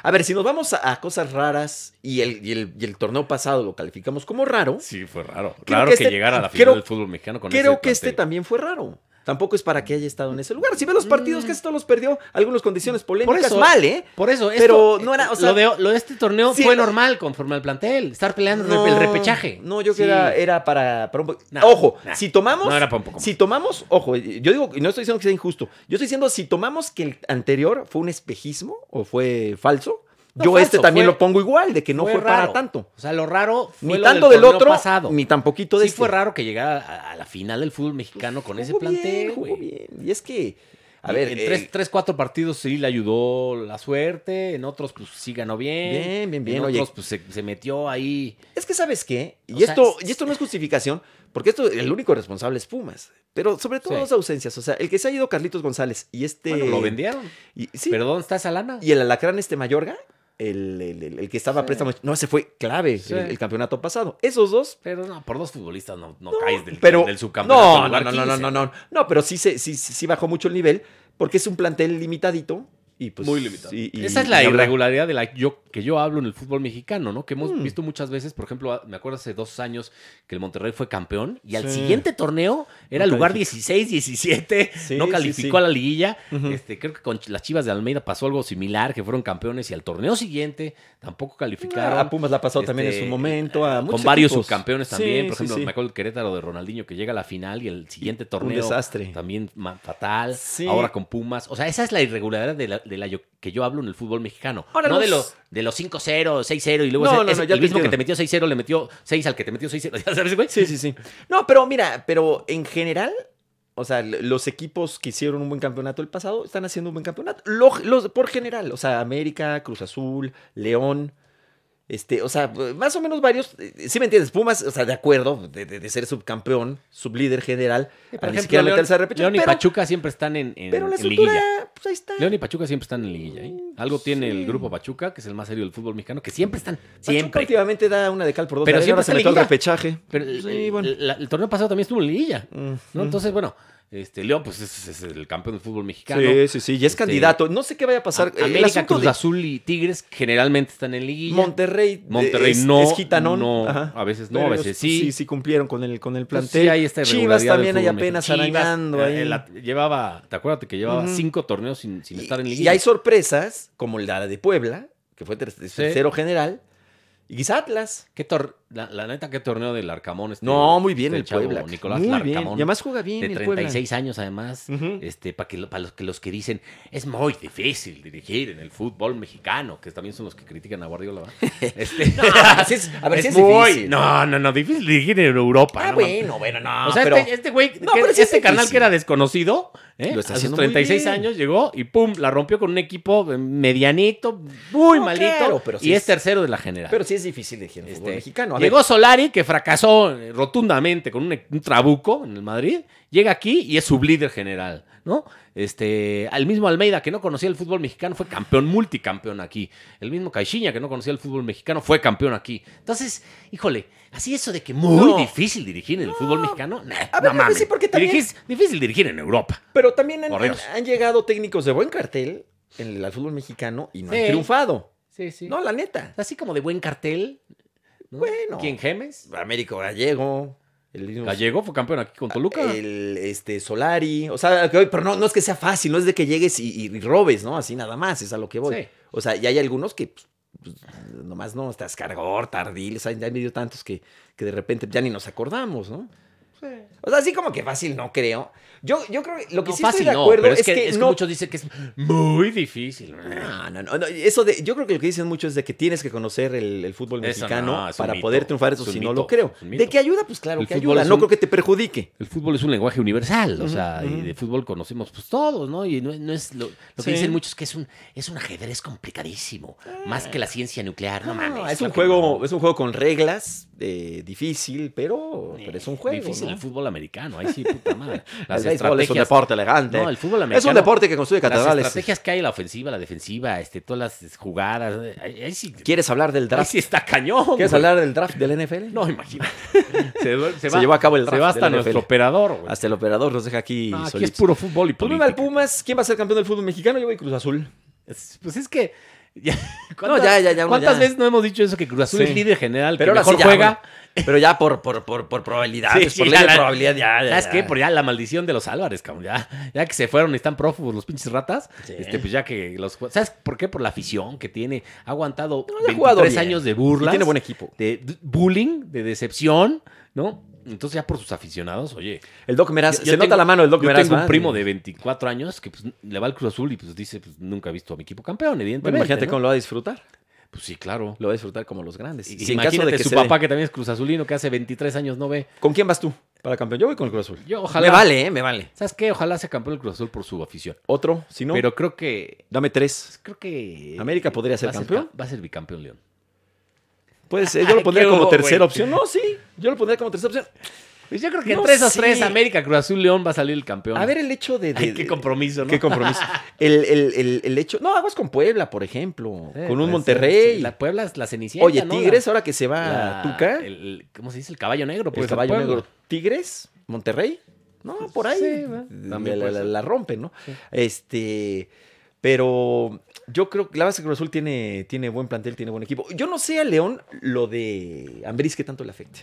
[SPEAKER 1] A ver, si nos vamos a, a cosas raras y el, y el- y el torneo pasado lo calificamos como raro,
[SPEAKER 2] Sí, fue raro.
[SPEAKER 1] Creo
[SPEAKER 2] raro
[SPEAKER 1] que
[SPEAKER 2] que,
[SPEAKER 1] este-
[SPEAKER 2] llegara a la
[SPEAKER 1] creo-
[SPEAKER 2] final del fútbol mexicano con
[SPEAKER 1] creo
[SPEAKER 2] ese
[SPEAKER 1] que este
[SPEAKER 2] plantel.
[SPEAKER 1] también fue raro. Tampoco es para que haya estado en ese lugar. Si ve los partidos, casi todos los perdió. Algunas condiciones polémicas.
[SPEAKER 2] Mm. eso-
[SPEAKER 1] mal, ¿eh?
[SPEAKER 2] Por eso,
[SPEAKER 1] Pero
[SPEAKER 2] esto-
[SPEAKER 1] no era, o sea-
[SPEAKER 2] lo, de, lo de este torneo
[SPEAKER 1] Sí,
[SPEAKER 2] fue
[SPEAKER 1] no-
[SPEAKER 2] normal conforme al plantel. Estar peleando el repechaje.
[SPEAKER 1] No, yo
[SPEAKER 2] Sí.
[SPEAKER 1] creo que era, eh, era para, para un po-
[SPEAKER 2] Nah,
[SPEAKER 1] ojo,
[SPEAKER 2] nah.
[SPEAKER 1] si tomamos.
[SPEAKER 2] No era para un poco más.
[SPEAKER 1] Si tomamos, ojo, yo digo, y no estoy diciendo que sea injusto. Yo estoy diciendo, si tomamos que el anterior fue un espejismo o fue falso,
[SPEAKER 2] No,
[SPEAKER 1] yo
[SPEAKER 2] falso,
[SPEAKER 1] este también
[SPEAKER 2] fue-
[SPEAKER 1] lo pongo igual, de que no fue, para
[SPEAKER 2] raro.
[SPEAKER 1] tanto.
[SPEAKER 2] O sea, lo raro fue
[SPEAKER 1] Ni
[SPEAKER 2] lo
[SPEAKER 1] tanto del,
[SPEAKER 2] torneo
[SPEAKER 1] otro,
[SPEAKER 2] pasado.
[SPEAKER 1] ni tan poquito de
[SPEAKER 2] sí
[SPEAKER 1] este. Pues,
[SPEAKER 2] fue raro que llegara a, a la final del fútbol mexicano con ese
[SPEAKER 1] Jugó bien,
[SPEAKER 2] plantel,
[SPEAKER 1] jugó
[SPEAKER 2] güey.
[SPEAKER 1] bien. Y es que, a A ver,
[SPEAKER 2] en
[SPEAKER 1] eh,
[SPEAKER 2] tres, tres, cuatro partidos sí le ayudó la suerte, en otros pues sí ganó bien.
[SPEAKER 1] eh, Bien, bien, bien,
[SPEAKER 2] En
[SPEAKER 1] oye.
[SPEAKER 2] otros pues se, se metió ahí.
[SPEAKER 1] Es que sabes qué,
[SPEAKER 2] O
[SPEAKER 1] y
[SPEAKER 2] sea,
[SPEAKER 1] esto,
[SPEAKER 2] es-
[SPEAKER 1] y esto no es justificación, porque esto el único responsable es Pumas, pero sobre todo
[SPEAKER 2] Sí.
[SPEAKER 1] las ausencias, o sea, el que se ha ido Carlitos González y este,
[SPEAKER 2] Bueno, lo vendieron.
[SPEAKER 1] y, sí,
[SPEAKER 2] Pero ¿dónde está esa lana?
[SPEAKER 1] y el alacrán este Mayorga, el, el- el- el que estaba a
[SPEAKER 2] Sí.
[SPEAKER 1] préstamo, no, ese fue clave
[SPEAKER 2] Sí.
[SPEAKER 1] el, el campeonato pasado. Esos dos,
[SPEAKER 2] Pero no, por dos futbolistas no, no caes del,
[SPEAKER 1] pero
[SPEAKER 2] del subcampeonato.
[SPEAKER 1] no, no,
[SPEAKER 2] lugar
[SPEAKER 1] no, no, no,
[SPEAKER 2] 15.
[SPEAKER 1] no, no, no, pero sí, se- sí, sí, sí bajó mucho el nivel porque es un plantel limitadito y pues
[SPEAKER 2] Muy limitado.
[SPEAKER 1] y- y-
[SPEAKER 2] Esa es la
[SPEAKER 1] y habrá-
[SPEAKER 2] irregularidad de la yo, que yo hablo en el fútbol mexicano, ¿no? Que hemos
[SPEAKER 1] Mm.
[SPEAKER 2] visto muchas veces, por ejemplo, a- me acuerdo hace dos años que el Monterrey fue campeón y al
[SPEAKER 1] Sí.
[SPEAKER 2] siguiente torneo era
[SPEAKER 1] No
[SPEAKER 2] lugar
[SPEAKER 1] calificó.
[SPEAKER 2] 16, 17,
[SPEAKER 1] Sí,
[SPEAKER 2] no
[SPEAKER 1] sí,
[SPEAKER 2] calificó
[SPEAKER 1] sí.
[SPEAKER 2] a la liguilla.
[SPEAKER 1] Ujú.
[SPEAKER 2] este, creo que con las Chivas de Almeida pasó algo similar, que fueron campeones y al torneo siguiente tampoco calificaron.
[SPEAKER 1] A Pumas la ha pasado también en
[SPEAKER 2] Este,
[SPEAKER 1] su momento. a
[SPEAKER 2] con
[SPEAKER 1] muchos
[SPEAKER 2] varios
[SPEAKER 1] equipos.
[SPEAKER 2] subcampeones
[SPEAKER 1] Sí,
[SPEAKER 2] también, por
[SPEAKER 1] sí,
[SPEAKER 2] ejemplo,
[SPEAKER 1] sí.
[SPEAKER 2] me acuerdo el Querétaro de Ronaldinho que llega a la final y el siguiente
[SPEAKER 1] un
[SPEAKER 2] torneo
[SPEAKER 1] desastre.
[SPEAKER 2] también ma- fatal.
[SPEAKER 1] Sí.
[SPEAKER 2] Ahora con Pumas. O sea, esa es la irregularidad de la, de la yo- que yo hablo en el fútbol mexicano.
[SPEAKER 1] Ahora
[SPEAKER 2] no de,
[SPEAKER 1] los-
[SPEAKER 2] los de los 5-0, 6-0 y luego
[SPEAKER 1] No,
[SPEAKER 2] ese-
[SPEAKER 1] no, no,
[SPEAKER 2] ese-
[SPEAKER 1] ya
[SPEAKER 2] el
[SPEAKER 1] te
[SPEAKER 2] mismo que te
[SPEAKER 1] entiendo.
[SPEAKER 2] metió 6-0 le metió 6 al que te metió 6-0. ¿Ya sabes, güey?
[SPEAKER 1] Sí, sí, sí. No, pero mira, pero en general, o sea, l- los equipos que hicieron un buen campeonato el pasado están haciendo un buen campeonato. Lo- los, por general, o sea, América, Cruz Azul, León. Este, o sea, más o menos varios, eh, sí me entiendes, Pumas, o sea, de acuerdo, de, de- de ser subcampeón, sublíder general,
[SPEAKER 2] Por
[SPEAKER 1] a ni
[SPEAKER 2] ejemplo,
[SPEAKER 1] siquiera
[SPEAKER 2] León-
[SPEAKER 1] meterse a repechaje,
[SPEAKER 2] León y
[SPEAKER 1] pero,
[SPEAKER 2] Pachuca siempre están en, en-
[SPEAKER 1] pero la
[SPEAKER 2] en
[SPEAKER 1] estructura,
[SPEAKER 2] liguilla.
[SPEAKER 1] pues ahí está.
[SPEAKER 2] León y Pachuca siempre están en liguilla. ¿eh? Algo tiene el
[SPEAKER 1] Sí.
[SPEAKER 2] grupo Pachuca, que es el más serio del fútbol mexicano, que siempre están.
[SPEAKER 1] Pachuca
[SPEAKER 2] Siempre.
[SPEAKER 1] últimamente da una de cal por dos.
[SPEAKER 2] Pero
[SPEAKER 1] de arena,
[SPEAKER 2] siempre
[SPEAKER 1] ahora se
[SPEAKER 2] está en
[SPEAKER 1] metió al
[SPEAKER 2] liguilla.
[SPEAKER 1] repechaje.
[SPEAKER 2] Pero el,
[SPEAKER 1] Sí, bueno.
[SPEAKER 2] el- la- el torneo pasado también estuvo en liguilla. ¿no?
[SPEAKER 1] Mm, mm.
[SPEAKER 2] Entonces, bueno, este León, pues es, es el campeón del fútbol mexicano.
[SPEAKER 1] Sí, sí, sí, y es
[SPEAKER 2] Este,
[SPEAKER 1] candidato. No sé qué vaya a pasar. eh,
[SPEAKER 2] A-
[SPEAKER 1] El
[SPEAKER 2] América,
[SPEAKER 1] asunto
[SPEAKER 2] Cruz
[SPEAKER 1] de-
[SPEAKER 2] Azul y Tigres generalmente están en liguilla.
[SPEAKER 1] Monterrey, de-
[SPEAKER 2] Monterrey
[SPEAKER 1] es,
[SPEAKER 2] no,
[SPEAKER 1] es gitanón.
[SPEAKER 2] no,
[SPEAKER 1] Ajá.
[SPEAKER 2] a veces no,
[SPEAKER 1] Pero
[SPEAKER 2] a veces
[SPEAKER 1] ellos,
[SPEAKER 2] sí.
[SPEAKER 1] sí, cumplieron con el, con el
[SPEAKER 2] Entonces,
[SPEAKER 1] plantel.
[SPEAKER 2] sí hay esta
[SPEAKER 1] Chivas
[SPEAKER 2] irregularidad
[SPEAKER 1] también
[SPEAKER 2] del
[SPEAKER 1] hay
[SPEAKER 2] fútbol
[SPEAKER 1] apenas
[SPEAKER 2] mexicano. Chivas,
[SPEAKER 1] arañando ahí.
[SPEAKER 2] eh, la- llevaba, te acuerdas que llevaba
[SPEAKER 1] Ujú.
[SPEAKER 2] cinco torneos sin, sin estar en
[SPEAKER 1] Y-
[SPEAKER 2] liguilla.
[SPEAKER 1] Y hay sorpresas, como la de Puebla, que fue ter- tercero general, y quizá Atlas.
[SPEAKER 2] ¿Qué tor- la, la neta, qué torneo del Arcamón. este-
[SPEAKER 1] No, muy bien
[SPEAKER 2] este
[SPEAKER 1] el
[SPEAKER 2] chavo,
[SPEAKER 1] Puebla.
[SPEAKER 2] Nicolás
[SPEAKER 1] muy bien. Y
[SPEAKER 2] Larcamón.
[SPEAKER 1] además juega bien
[SPEAKER 2] de
[SPEAKER 1] el Puebla.
[SPEAKER 2] 36 años además,
[SPEAKER 1] Ujú.
[SPEAKER 2] este, para que lo- para los que los que dicen es muy difícil dirigir en el fútbol mexicano, que también son los que critican a Guardiola. ¿verdad? Este,
[SPEAKER 1] Ah, sí es- a ver, sí es
[SPEAKER 2] muy-
[SPEAKER 1] difícil.
[SPEAKER 2] No, no, no, difícil dirigir en Europa.
[SPEAKER 1] Ah,
[SPEAKER 2] no mames.
[SPEAKER 1] bueno, bueno, no.
[SPEAKER 2] o sea,
[SPEAKER 1] pero,
[SPEAKER 2] este- este güey,
[SPEAKER 1] No,
[SPEAKER 2] que-
[SPEAKER 1] pero sí es
[SPEAKER 2] este canal
[SPEAKER 1] difícil.
[SPEAKER 2] que era desconocido, ¿eh?
[SPEAKER 1] Lo está
[SPEAKER 2] a sus
[SPEAKER 1] haciendo muy
[SPEAKER 2] 36
[SPEAKER 1] bien.
[SPEAKER 2] años llegó y pum, la rompió con un equipo eh, medianito, muy
[SPEAKER 1] No,
[SPEAKER 2] malito,
[SPEAKER 1] claro, pero sí
[SPEAKER 2] y es,
[SPEAKER 1] es-
[SPEAKER 2] tercero de la general.
[SPEAKER 1] pero sí es difícil dirigir el fútbol
[SPEAKER 2] Este,
[SPEAKER 1] mexicano. A ver,
[SPEAKER 2] Llegó Solari, que fracasó eh, rotundamente con un, un trabuco en el Madrid. Llega aquí y es sublíder general, ¿no? Este, al mismo Almeida, que no conocía el fútbol mexicano, fue campeón, multicampeón aquí. El mismo Caixinha, que no conocía el fútbol mexicano, fue campeón aquí. Entonces, híjole, así eso de que muy
[SPEAKER 1] No.
[SPEAKER 2] difícil dirigir en el fútbol mexicano, nah,
[SPEAKER 1] A ver, pues
[SPEAKER 2] no mames.
[SPEAKER 1] sí, porque también-
[SPEAKER 2] Dirigir- difícil dirigir en Europa.
[SPEAKER 1] pero también han,
[SPEAKER 2] Por
[SPEAKER 1] han-
[SPEAKER 2] Dios.
[SPEAKER 1] han llegado técnicos de buen cartel en el al fútbol mexicano y no
[SPEAKER 2] Sí.
[SPEAKER 1] han triunfado.
[SPEAKER 2] Sí, sí.
[SPEAKER 1] No, la neta.
[SPEAKER 2] Así como de buen cartel. ¿no?
[SPEAKER 1] Bueno.
[SPEAKER 2] ¿Quién Gemes?
[SPEAKER 1] Américo Gallego. El mismo
[SPEAKER 2] Gallego fue campeón aquí con Toluca.
[SPEAKER 1] El este, Solari. O sea, que hoy- pero no, no es que sea fácil, no es de que llegues y, y robes, ¿no? Así nada más, es a lo que voy.
[SPEAKER 2] Sí.
[SPEAKER 1] O sea, y hay algunos que pues, pues, nomás no, estás cargor, tardil, o sea, ya hay medio tantos que, que de repente ya ni nos acordamos, ¿no? O sea, así como que fácil no creo. Yo, yo creo que lo que
[SPEAKER 2] No,
[SPEAKER 1] sí
[SPEAKER 2] fácil
[SPEAKER 1] estoy de
[SPEAKER 2] no,
[SPEAKER 1] acuerdo
[SPEAKER 2] pero
[SPEAKER 1] es, que,
[SPEAKER 2] es que
[SPEAKER 1] no. Ah,
[SPEAKER 2] muchos dicen que es muy difícil.
[SPEAKER 1] No, no, no, no, Eso de, yo creo que lo que dicen muchos es de que tienes que conocer el, el fútbol
[SPEAKER 2] Eso
[SPEAKER 1] mexicano
[SPEAKER 2] no, es un
[SPEAKER 1] para
[SPEAKER 2] mito,
[SPEAKER 1] poder triunfar, eso
[SPEAKER 2] es un
[SPEAKER 1] sí no
[SPEAKER 2] mito,
[SPEAKER 1] lo creo.
[SPEAKER 2] es un mito.
[SPEAKER 1] De que ayuda, pues claro
[SPEAKER 2] El
[SPEAKER 1] que
[SPEAKER 2] fútbol
[SPEAKER 1] ayuda.
[SPEAKER 2] es
[SPEAKER 1] No
[SPEAKER 2] un-
[SPEAKER 1] creo que te perjudique.
[SPEAKER 2] El fútbol es un lenguaje universal, o
[SPEAKER 1] Ujú,
[SPEAKER 2] sea, y
[SPEAKER 1] ujú.
[SPEAKER 2] de fútbol conocemos pues todos, ¿no? Y no, no es lo, lo
[SPEAKER 1] Sí.
[SPEAKER 2] que dicen muchos que es un es un ajedrez complicadísimo, más que la ciencia nuclear, no,
[SPEAKER 1] No,
[SPEAKER 2] mames.
[SPEAKER 1] Eh. Ah, es un
[SPEAKER 2] claro que
[SPEAKER 1] juego,
[SPEAKER 2] no.
[SPEAKER 1] es un juego con reglas, eh, difícil, pero, pero es un juego.
[SPEAKER 2] Eh, Difícil
[SPEAKER 1] ¿no?
[SPEAKER 2] el fútbol americano, ahí sí, puta madre. Las
[SPEAKER 1] el béisbol es un
[SPEAKER 2] estrategias-
[SPEAKER 1] deporte elegante.
[SPEAKER 2] No, el fútbol americano.
[SPEAKER 1] es un deporte que construye
[SPEAKER 2] Las
[SPEAKER 1] catedrales.
[SPEAKER 2] estrategias que hay, la ofensiva, la defensiva, este, todas las jugadas, eh, ahí, ahí sí,
[SPEAKER 1] ¿Quieres hablar del
[SPEAKER 2] ahí
[SPEAKER 1] draft?
[SPEAKER 2] sí está cañón.
[SPEAKER 1] ¿Quieres
[SPEAKER 2] güey.
[SPEAKER 1] hablar del draft del NFL?
[SPEAKER 2] No, imagínate. se,
[SPEAKER 1] Se llevó a cabo el
[SPEAKER 2] se
[SPEAKER 1] draft
[SPEAKER 2] va
[SPEAKER 1] de la
[SPEAKER 2] hasta nuestro
[SPEAKER 1] NFL.
[SPEAKER 2] operador, güey.
[SPEAKER 1] Hasta el operador nos deja aquí
[SPEAKER 2] Ah, aquí es
[SPEAKER 1] solitos.
[SPEAKER 2] puro fútbol y
[SPEAKER 1] Pues viva el
[SPEAKER 2] política.
[SPEAKER 1] Pumas. ¿Quién va a ser campeón del fútbol mexicano? Yo voy Cruz Azul.
[SPEAKER 2] Es- Pues es que. ya-
[SPEAKER 1] No, ya, ya, ya, uno
[SPEAKER 2] ¿Cuántas
[SPEAKER 1] ya.
[SPEAKER 2] veces no hemos dicho eso que Cruz Azul
[SPEAKER 1] Sí.
[SPEAKER 2] es líder general?
[SPEAKER 1] Pero
[SPEAKER 2] que
[SPEAKER 1] ahora
[SPEAKER 2] mejor
[SPEAKER 1] sí ya,
[SPEAKER 2] juega.
[SPEAKER 1] Pero ya por, por, por, por probabilidad.
[SPEAKER 2] Sí,
[SPEAKER 1] por
[SPEAKER 2] sí,
[SPEAKER 1] ley
[SPEAKER 2] ya
[SPEAKER 1] de
[SPEAKER 2] la-
[SPEAKER 1] probabilidad, ya, ya,
[SPEAKER 2] ¿Sabes
[SPEAKER 1] ya.
[SPEAKER 2] qué? Por ya la maldición de los Álvarez, cabrón. Ya, ya que se fueron y están prófugos los pinches ratas.
[SPEAKER 1] Sí.
[SPEAKER 2] Este, pues ya que los. ju- ¿Sabes por qué? Por la afición que tiene. Ha aguantado
[SPEAKER 1] ha jugado
[SPEAKER 2] 23
[SPEAKER 1] bien.
[SPEAKER 2] años de
[SPEAKER 1] Y
[SPEAKER 2] burlas.
[SPEAKER 1] tiene buen equipo.
[SPEAKER 2] De d- bullying, de decepción, ¿no? Entonces ya por sus aficionados, oye.
[SPEAKER 1] El Doc Meraz.
[SPEAKER 2] Yo-
[SPEAKER 1] se
[SPEAKER 2] yo
[SPEAKER 1] nota
[SPEAKER 2] tengo-
[SPEAKER 1] la mano del Doc
[SPEAKER 2] Yo
[SPEAKER 1] Meraz.
[SPEAKER 2] tengo un
[SPEAKER 1] ¿verdad?
[SPEAKER 2] primo de 24 años que pues, le va al Cruz Azul y pues dice, pues nunca he visto a mi equipo campeón, evidentemente.
[SPEAKER 1] Bueno, imagínate
[SPEAKER 2] ¿no?
[SPEAKER 1] cómo lo va a disfrutar.
[SPEAKER 2] Pues sí, claro.
[SPEAKER 1] Lo va a disfrutar como los grandes.
[SPEAKER 2] Y
[SPEAKER 1] si en caso
[SPEAKER 2] imagínate
[SPEAKER 1] de que
[SPEAKER 2] su
[SPEAKER 1] se dé-
[SPEAKER 2] papá que también es cruzazulino que hace 23 años no ve.
[SPEAKER 1] ¿Con quién vas tú? Para campeón. Yo voy con el Cruz Azul.
[SPEAKER 2] Yo
[SPEAKER 3] Me
[SPEAKER 2] ojalá.
[SPEAKER 3] vale, ¿eh? Me vale.
[SPEAKER 2] ¿Sabes qué? Ojalá sea campeón el Cruz Azul por su afición.
[SPEAKER 1] Otro, si no,
[SPEAKER 2] Pero creo que. pues,
[SPEAKER 1] dame tres.
[SPEAKER 2] Creo que.
[SPEAKER 1] América podría ser
[SPEAKER 2] va a
[SPEAKER 1] campeón.
[SPEAKER 2] ca- va a ser bicampeón, León.
[SPEAKER 1] Pues eh, yo lo
[SPEAKER 3] Ay,
[SPEAKER 1] pondría
[SPEAKER 3] qué
[SPEAKER 1] como
[SPEAKER 3] hubo,
[SPEAKER 1] tercera
[SPEAKER 3] güey.
[SPEAKER 1] opción. No, sí. Yo lo pondría como tercera opción.
[SPEAKER 2] Pues yo creo que
[SPEAKER 1] No
[SPEAKER 2] entre esos
[SPEAKER 1] sé.
[SPEAKER 2] tres, América, Cruz Azul, León va a salir el campeón.
[SPEAKER 1] A ver eh, el hecho de... de-
[SPEAKER 2] Ay, qué compromiso, ¿no?
[SPEAKER 1] Qué compromiso. El, el- el- el hecho... No, aguas con Puebla, por ejemplo.
[SPEAKER 2] Sí,
[SPEAKER 1] con
[SPEAKER 2] puede
[SPEAKER 1] un
[SPEAKER 2] ser,
[SPEAKER 1] Monterrey.
[SPEAKER 2] sí. La Puebla es la cenicienta.
[SPEAKER 1] Oye,
[SPEAKER 2] ¿no?
[SPEAKER 1] Tigres,
[SPEAKER 2] La-
[SPEAKER 1] ahora que se va
[SPEAKER 2] la-
[SPEAKER 1] a Tuca.
[SPEAKER 2] ah, el-
[SPEAKER 1] El,
[SPEAKER 2] el- ¿Cómo se dice? El caballo negro. pues,
[SPEAKER 1] caballo
[SPEAKER 2] Puebla.
[SPEAKER 1] negro. Tigres, Monterrey. No, por ahí.
[SPEAKER 2] Sí, va. También
[SPEAKER 1] la,
[SPEAKER 2] puede
[SPEAKER 1] la-
[SPEAKER 2] ser.
[SPEAKER 1] la rompen, ¿no?
[SPEAKER 2] Sí.
[SPEAKER 1] Este... Pero yo creo que la base Cruz Azul tiene, tiene buen plantel, tiene buen equipo. Yo no sé a León lo de Ambriz que tanto le afecte.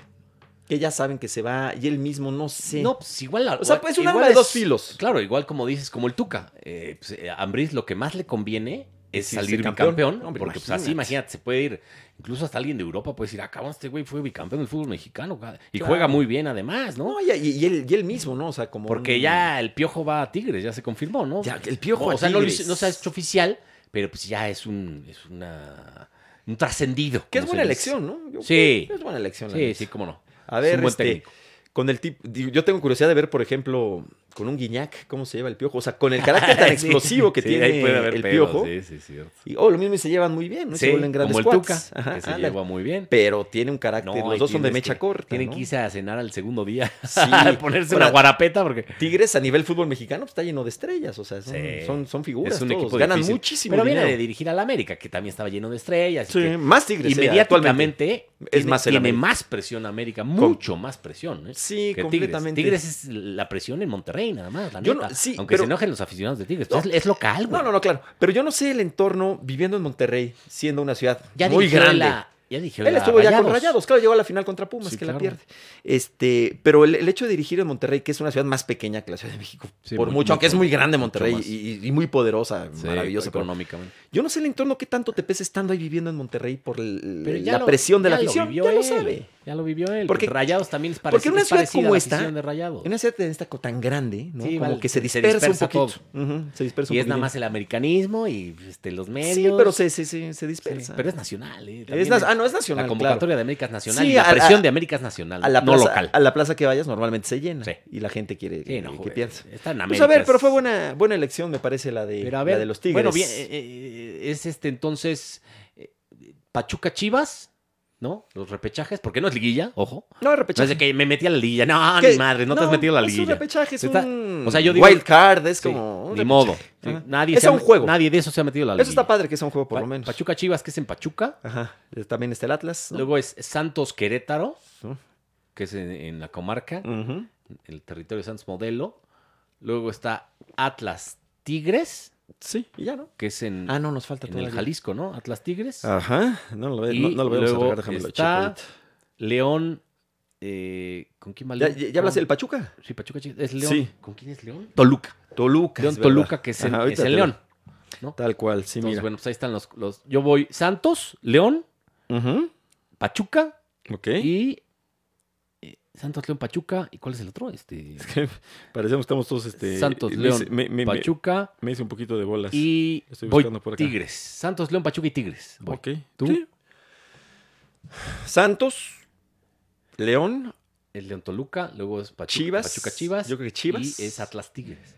[SPEAKER 1] Que ya saben que se va y él mismo no sé.
[SPEAKER 2] No, pues igual.
[SPEAKER 1] O sea, pues, un
[SPEAKER 2] igual
[SPEAKER 1] arma de dos filos.
[SPEAKER 2] Claro, igual como dices, como el Tuca. Eh, pues, eh, a Ambriz lo que más le conviene es
[SPEAKER 1] Sí,
[SPEAKER 2] salir
[SPEAKER 1] ser
[SPEAKER 2] bicampeón.
[SPEAKER 1] campeón. Hombre,
[SPEAKER 2] porque pues,
[SPEAKER 1] imagínate.
[SPEAKER 2] así, imagínate, se puede ir. Incluso hasta alguien de Europa puede decir, ah, cabrón, este güey fue bicampeón del fútbol mexicano. ca- Y
[SPEAKER 1] Claro.
[SPEAKER 2] juega muy bien además, ¿no?
[SPEAKER 1] No, y, y- y él, y él mismo, ¿no? O sea, como.
[SPEAKER 2] Porque
[SPEAKER 1] un-
[SPEAKER 2] ya el piojo va a Tigres, ya se confirmó, ¿no?
[SPEAKER 1] Mm. Ya, el Piojo
[SPEAKER 2] O
[SPEAKER 1] a
[SPEAKER 2] sea, no, lo
[SPEAKER 1] Tigres.
[SPEAKER 2] hizo- no se ha hecho oficial, pero pues ya es un, es una, un trascendido.
[SPEAKER 1] Que es
[SPEAKER 2] como
[SPEAKER 1] buena
[SPEAKER 2] se dice.
[SPEAKER 1] elección, ¿no? Yo-
[SPEAKER 2] Sí.
[SPEAKER 1] Es buena elección. la
[SPEAKER 2] Sí,
[SPEAKER 1] neta.
[SPEAKER 2] sí, cómo no.
[SPEAKER 1] A
[SPEAKER 2] Es
[SPEAKER 1] ver,
[SPEAKER 2] un buen
[SPEAKER 1] este,
[SPEAKER 2] técnico.
[SPEAKER 1] con el tipo. Yo tengo curiosidad de ver, por ejemplo, con un Guiñac, cómo se lleva el piojo. O sea, con el carácter tan explosivo que
[SPEAKER 2] Sí,
[SPEAKER 1] tiene
[SPEAKER 2] ahí puede haber
[SPEAKER 1] el
[SPEAKER 2] pedos,
[SPEAKER 1] piojo.
[SPEAKER 2] Sí, sí, cierto.
[SPEAKER 1] Y, oh, lo mismo y se llevan muy bien, ¿no? Y se
[SPEAKER 2] Sí,
[SPEAKER 1] vuelven grandes
[SPEAKER 2] como el Tuca,
[SPEAKER 1] cuates. Ajá,
[SPEAKER 2] que se
[SPEAKER 1] ándale.
[SPEAKER 2] lleva muy bien.
[SPEAKER 1] Pero tiene un carácter.
[SPEAKER 2] No,
[SPEAKER 1] los
[SPEAKER 2] ahí
[SPEAKER 1] dos son de
[SPEAKER 2] tienes
[SPEAKER 1] mecha
[SPEAKER 2] que-
[SPEAKER 1] corta.
[SPEAKER 2] Tienen
[SPEAKER 1] ¿no?
[SPEAKER 2] que irse a cenar al segundo día.
[SPEAKER 1] Sí.
[SPEAKER 2] Ponerse
[SPEAKER 1] Ahora,
[SPEAKER 2] una guarapeta porque...
[SPEAKER 1] Tigres a nivel fútbol mexicano pues, está lleno de estrellas. O sea, son,
[SPEAKER 2] Sí.
[SPEAKER 1] son, son figuras.
[SPEAKER 2] Es un
[SPEAKER 1] todos.
[SPEAKER 2] equipo
[SPEAKER 1] Ganan
[SPEAKER 2] difícil.
[SPEAKER 1] muchísimo
[SPEAKER 2] Pero
[SPEAKER 1] dinero.
[SPEAKER 2] viene de dirigir al América, que también estaba lleno de estrellas. y
[SPEAKER 1] Sí,
[SPEAKER 2] que-
[SPEAKER 1] más Tigres. eh, actualmente.
[SPEAKER 2] inmediatamente
[SPEAKER 1] es
[SPEAKER 2] tiene,
[SPEAKER 1] más el
[SPEAKER 2] tiene
[SPEAKER 1] América.
[SPEAKER 2] más presión América, mucho más presión. ¿eh?
[SPEAKER 1] Sí,
[SPEAKER 2] que Tigres.
[SPEAKER 1] completamente.
[SPEAKER 2] Tigres. es la presión en Monterrey, nada más. la
[SPEAKER 1] Yo
[SPEAKER 2] neta.
[SPEAKER 1] no- sí,
[SPEAKER 2] Aunque
[SPEAKER 1] pero-
[SPEAKER 2] se enojen los aficionados de Tigres.
[SPEAKER 1] No.
[SPEAKER 2] es, es local, güey.
[SPEAKER 1] No, no, no, claro. Pero yo no sé el entorno viviendo en Monterrey, siendo una ciudad
[SPEAKER 2] Ya
[SPEAKER 1] muy
[SPEAKER 2] dirigió
[SPEAKER 1] grande.
[SPEAKER 2] la- ya dirigió
[SPEAKER 1] Él
[SPEAKER 2] la
[SPEAKER 1] estuvo ya con Rayados, claro, llegó a la final contra Pumas,
[SPEAKER 2] Sí,
[SPEAKER 1] que la
[SPEAKER 2] claro.
[SPEAKER 1] pierde. Este, pero el, el hecho de dirigir en Monterrey, que es una ciudad más pequeña que la Ciudad de México,
[SPEAKER 2] Sí,
[SPEAKER 1] por
[SPEAKER 2] muy-
[SPEAKER 1] mucho, aunque es
[SPEAKER 2] mucho,
[SPEAKER 1] muy grande
[SPEAKER 2] mucho
[SPEAKER 1] Monterrey
[SPEAKER 2] más.
[SPEAKER 1] y, y muy poderosa,
[SPEAKER 2] Sí,
[SPEAKER 1] maravillosa. pero
[SPEAKER 2] económicamente.
[SPEAKER 1] yo no sé el entorno que tanto te pesa estando ahí viviendo en Monterrey por el-
[SPEAKER 2] Pero ya
[SPEAKER 1] la
[SPEAKER 2] lo-
[SPEAKER 1] presión de la
[SPEAKER 2] ya lo
[SPEAKER 1] afición.
[SPEAKER 2] vivió
[SPEAKER 1] ya lo
[SPEAKER 2] él,
[SPEAKER 1] sabe.
[SPEAKER 2] Ya lo vivió él.
[SPEAKER 1] Porque-
[SPEAKER 2] Porque Rayados también es
[SPEAKER 1] porque
[SPEAKER 2] parecido.
[SPEAKER 1] una ciudad como esta-
[SPEAKER 2] de Rayados.
[SPEAKER 1] En una ciudad de esta co- tan grande, ¿no?
[SPEAKER 2] Sí,
[SPEAKER 1] como
[SPEAKER 2] vale,
[SPEAKER 1] que se
[SPEAKER 2] se
[SPEAKER 1] dispersa,
[SPEAKER 2] dispersa
[SPEAKER 1] un poquito. Ujú, se dispersa
[SPEAKER 2] Y
[SPEAKER 1] un
[SPEAKER 2] es nada
[SPEAKER 1] poquitín.
[SPEAKER 2] más el americanismo y este, los medios.
[SPEAKER 1] Sí, pero se, se, se- se
[SPEAKER 2] Sí,
[SPEAKER 1] dispersa.
[SPEAKER 2] pero es nacional. ¿eh?
[SPEAKER 1] Es
[SPEAKER 2] También
[SPEAKER 1] na- ah, no, es nacional.
[SPEAKER 2] La
[SPEAKER 1] claro.
[SPEAKER 2] convocatoria de América es nacional
[SPEAKER 1] Sí,
[SPEAKER 2] y la
[SPEAKER 1] a- a-
[SPEAKER 2] presión de América es nacional,
[SPEAKER 1] a la,
[SPEAKER 2] no
[SPEAKER 1] plaza,
[SPEAKER 2] local.
[SPEAKER 1] a la plaza que vayas normalmente se llena.
[SPEAKER 2] Sí.
[SPEAKER 1] Y la gente quiere
[SPEAKER 2] Sí,
[SPEAKER 1] eh,
[SPEAKER 2] no,
[SPEAKER 1] que
[SPEAKER 2] joder,
[SPEAKER 1] piensa.
[SPEAKER 2] está en
[SPEAKER 1] Pues
[SPEAKER 2] América,
[SPEAKER 1] a ver, pero
[SPEAKER 2] es-
[SPEAKER 1] fue buena, buena elección, me parece, la de,
[SPEAKER 2] Pero a
[SPEAKER 1] la
[SPEAKER 2] ver,
[SPEAKER 1] de los Tigres.
[SPEAKER 2] Bueno, bien, eh, eh, es este entonces eh, Pachuca Chivas, ¿no? Los repechajes, porque no es liguilla, ojo.
[SPEAKER 1] no,
[SPEAKER 2] No
[SPEAKER 1] repechaje.
[SPEAKER 2] es de que me metí a la liguilla. No,
[SPEAKER 1] ¿Qué?
[SPEAKER 2] ni madre, no, te has metido a la
[SPEAKER 1] es un
[SPEAKER 2] liguilla.
[SPEAKER 1] repechaje, es
[SPEAKER 2] Está-
[SPEAKER 1] un
[SPEAKER 2] o sea, yo digo-
[SPEAKER 1] wild card, es
[SPEAKER 2] Sí,
[SPEAKER 1] como... un
[SPEAKER 2] ni
[SPEAKER 1] repechaje.
[SPEAKER 2] modo. Sí,
[SPEAKER 1] Ajá.
[SPEAKER 2] Nadie,
[SPEAKER 1] Es
[SPEAKER 2] se ha-
[SPEAKER 1] un juego.
[SPEAKER 2] nadie de eso se ha metido a la liguilla.
[SPEAKER 1] Eso está padre que sea un juego, por
[SPEAKER 2] Pa-
[SPEAKER 1] lo menos.
[SPEAKER 2] Pachuca Chivas, que es en Pachuca.
[SPEAKER 1] Ajá. También está el Atlas. ¿no?
[SPEAKER 2] Luego es Santos Querétaro,
[SPEAKER 1] Ujú.
[SPEAKER 2] que es en, en la comarca,
[SPEAKER 1] Ujú.
[SPEAKER 2] el territorio de Santos Modelo. Luego está Atlas Tigres,
[SPEAKER 1] Sí, y ya, ¿no?
[SPEAKER 2] que es en,
[SPEAKER 1] Ah, no, nos falta
[SPEAKER 2] en el
[SPEAKER 1] todavía. Ah.
[SPEAKER 2] Jalisco, ¿no? Atlas Tigres.
[SPEAKER 1] Ajá. No lo, ve-
[SPEAKER 2] Y
[SPEAKER 1] no, no lo veo.
[SPEAKER 2] luego
[SPEAKER 1] déjame lo checo
[SPEAKER 2] está-
[SPEAKER 1] ahorita.
[SPEAKER 2] León. eh, ¿Con quién va
[SPEAKER 1] ¿Ya,
[SPEAKER 2] León?
[SPEAKER 1] ya, ya hablas
[SPEAKER 2] Con-
[SPEAKER 1] del Pachuca?
[SPEAKER 2] Sí, Pachuca Chivas. Es León.
[SPEAKER 1] Sí.
[SPEAKER 2] ¿Con quién es León?
[SPEAKER 1] Toluca. Toluca.
[SPEAKER 2] León
[SPEAKER 1] es verdad.
[SPEAKER 2] Toluca, que es en,
[SPEAKER 1] Ajá,
[SPEAKER 2] es
[SPEAKER 1] ahorita
[SPEAKER 2] en
[SPEAKER 1] te lo-
[SPEAKER 2] León.
[SPEAKER 1] Tal cual, sí,
[SPEAKER 2] Entonces,
[SPEAKER 1] mira.
[SPEAKER 2] bueno, pues ahí están los, los- Yo voy Santos, León,
[SPEAKER 1] Ujú.
[SPEAKER 2] Pachuca
[SPEAKER 1] Ok.
[SPEAKER 2] y. eh, Santos, León, Pachuca. ¿Y cuál es el otro? Este.
[SPEAKER 1] Parecemos que estamos todos este.
[SPEAKER 2] Santos,
[SPEAKER 1] me
[SPEAKER 2] León,
[SPEAKER 1] hice- me, me- me-
[SPEAKER 2] Pachuca
[SPEAKER 1] me hice un poquito de bolas.
[SPEAKER 2] y.
[SPEAKER 1] estoy
[SPEAKER 2] voy
[SPEAKER 1] buscando por acá.
[SPEAKER 2] Tigres. Santos, León, Pachuca y Tigres. Voy.
[SPEAKER 1] Ok.
[SPEAKER 2] ¿Tú?
[SPEAKER 1] Sí. Santos, León,
[SPEAKER 2] Es León, Toluca. Luego es Pachuca,
[SPEAKER 1] Chivas.
[SPEAKER 2] Pachuca, Chivas.
[SPEAKER 1] Yo creo que Chivas.
[SPEAKER 2] Y es Atlas, Tigres.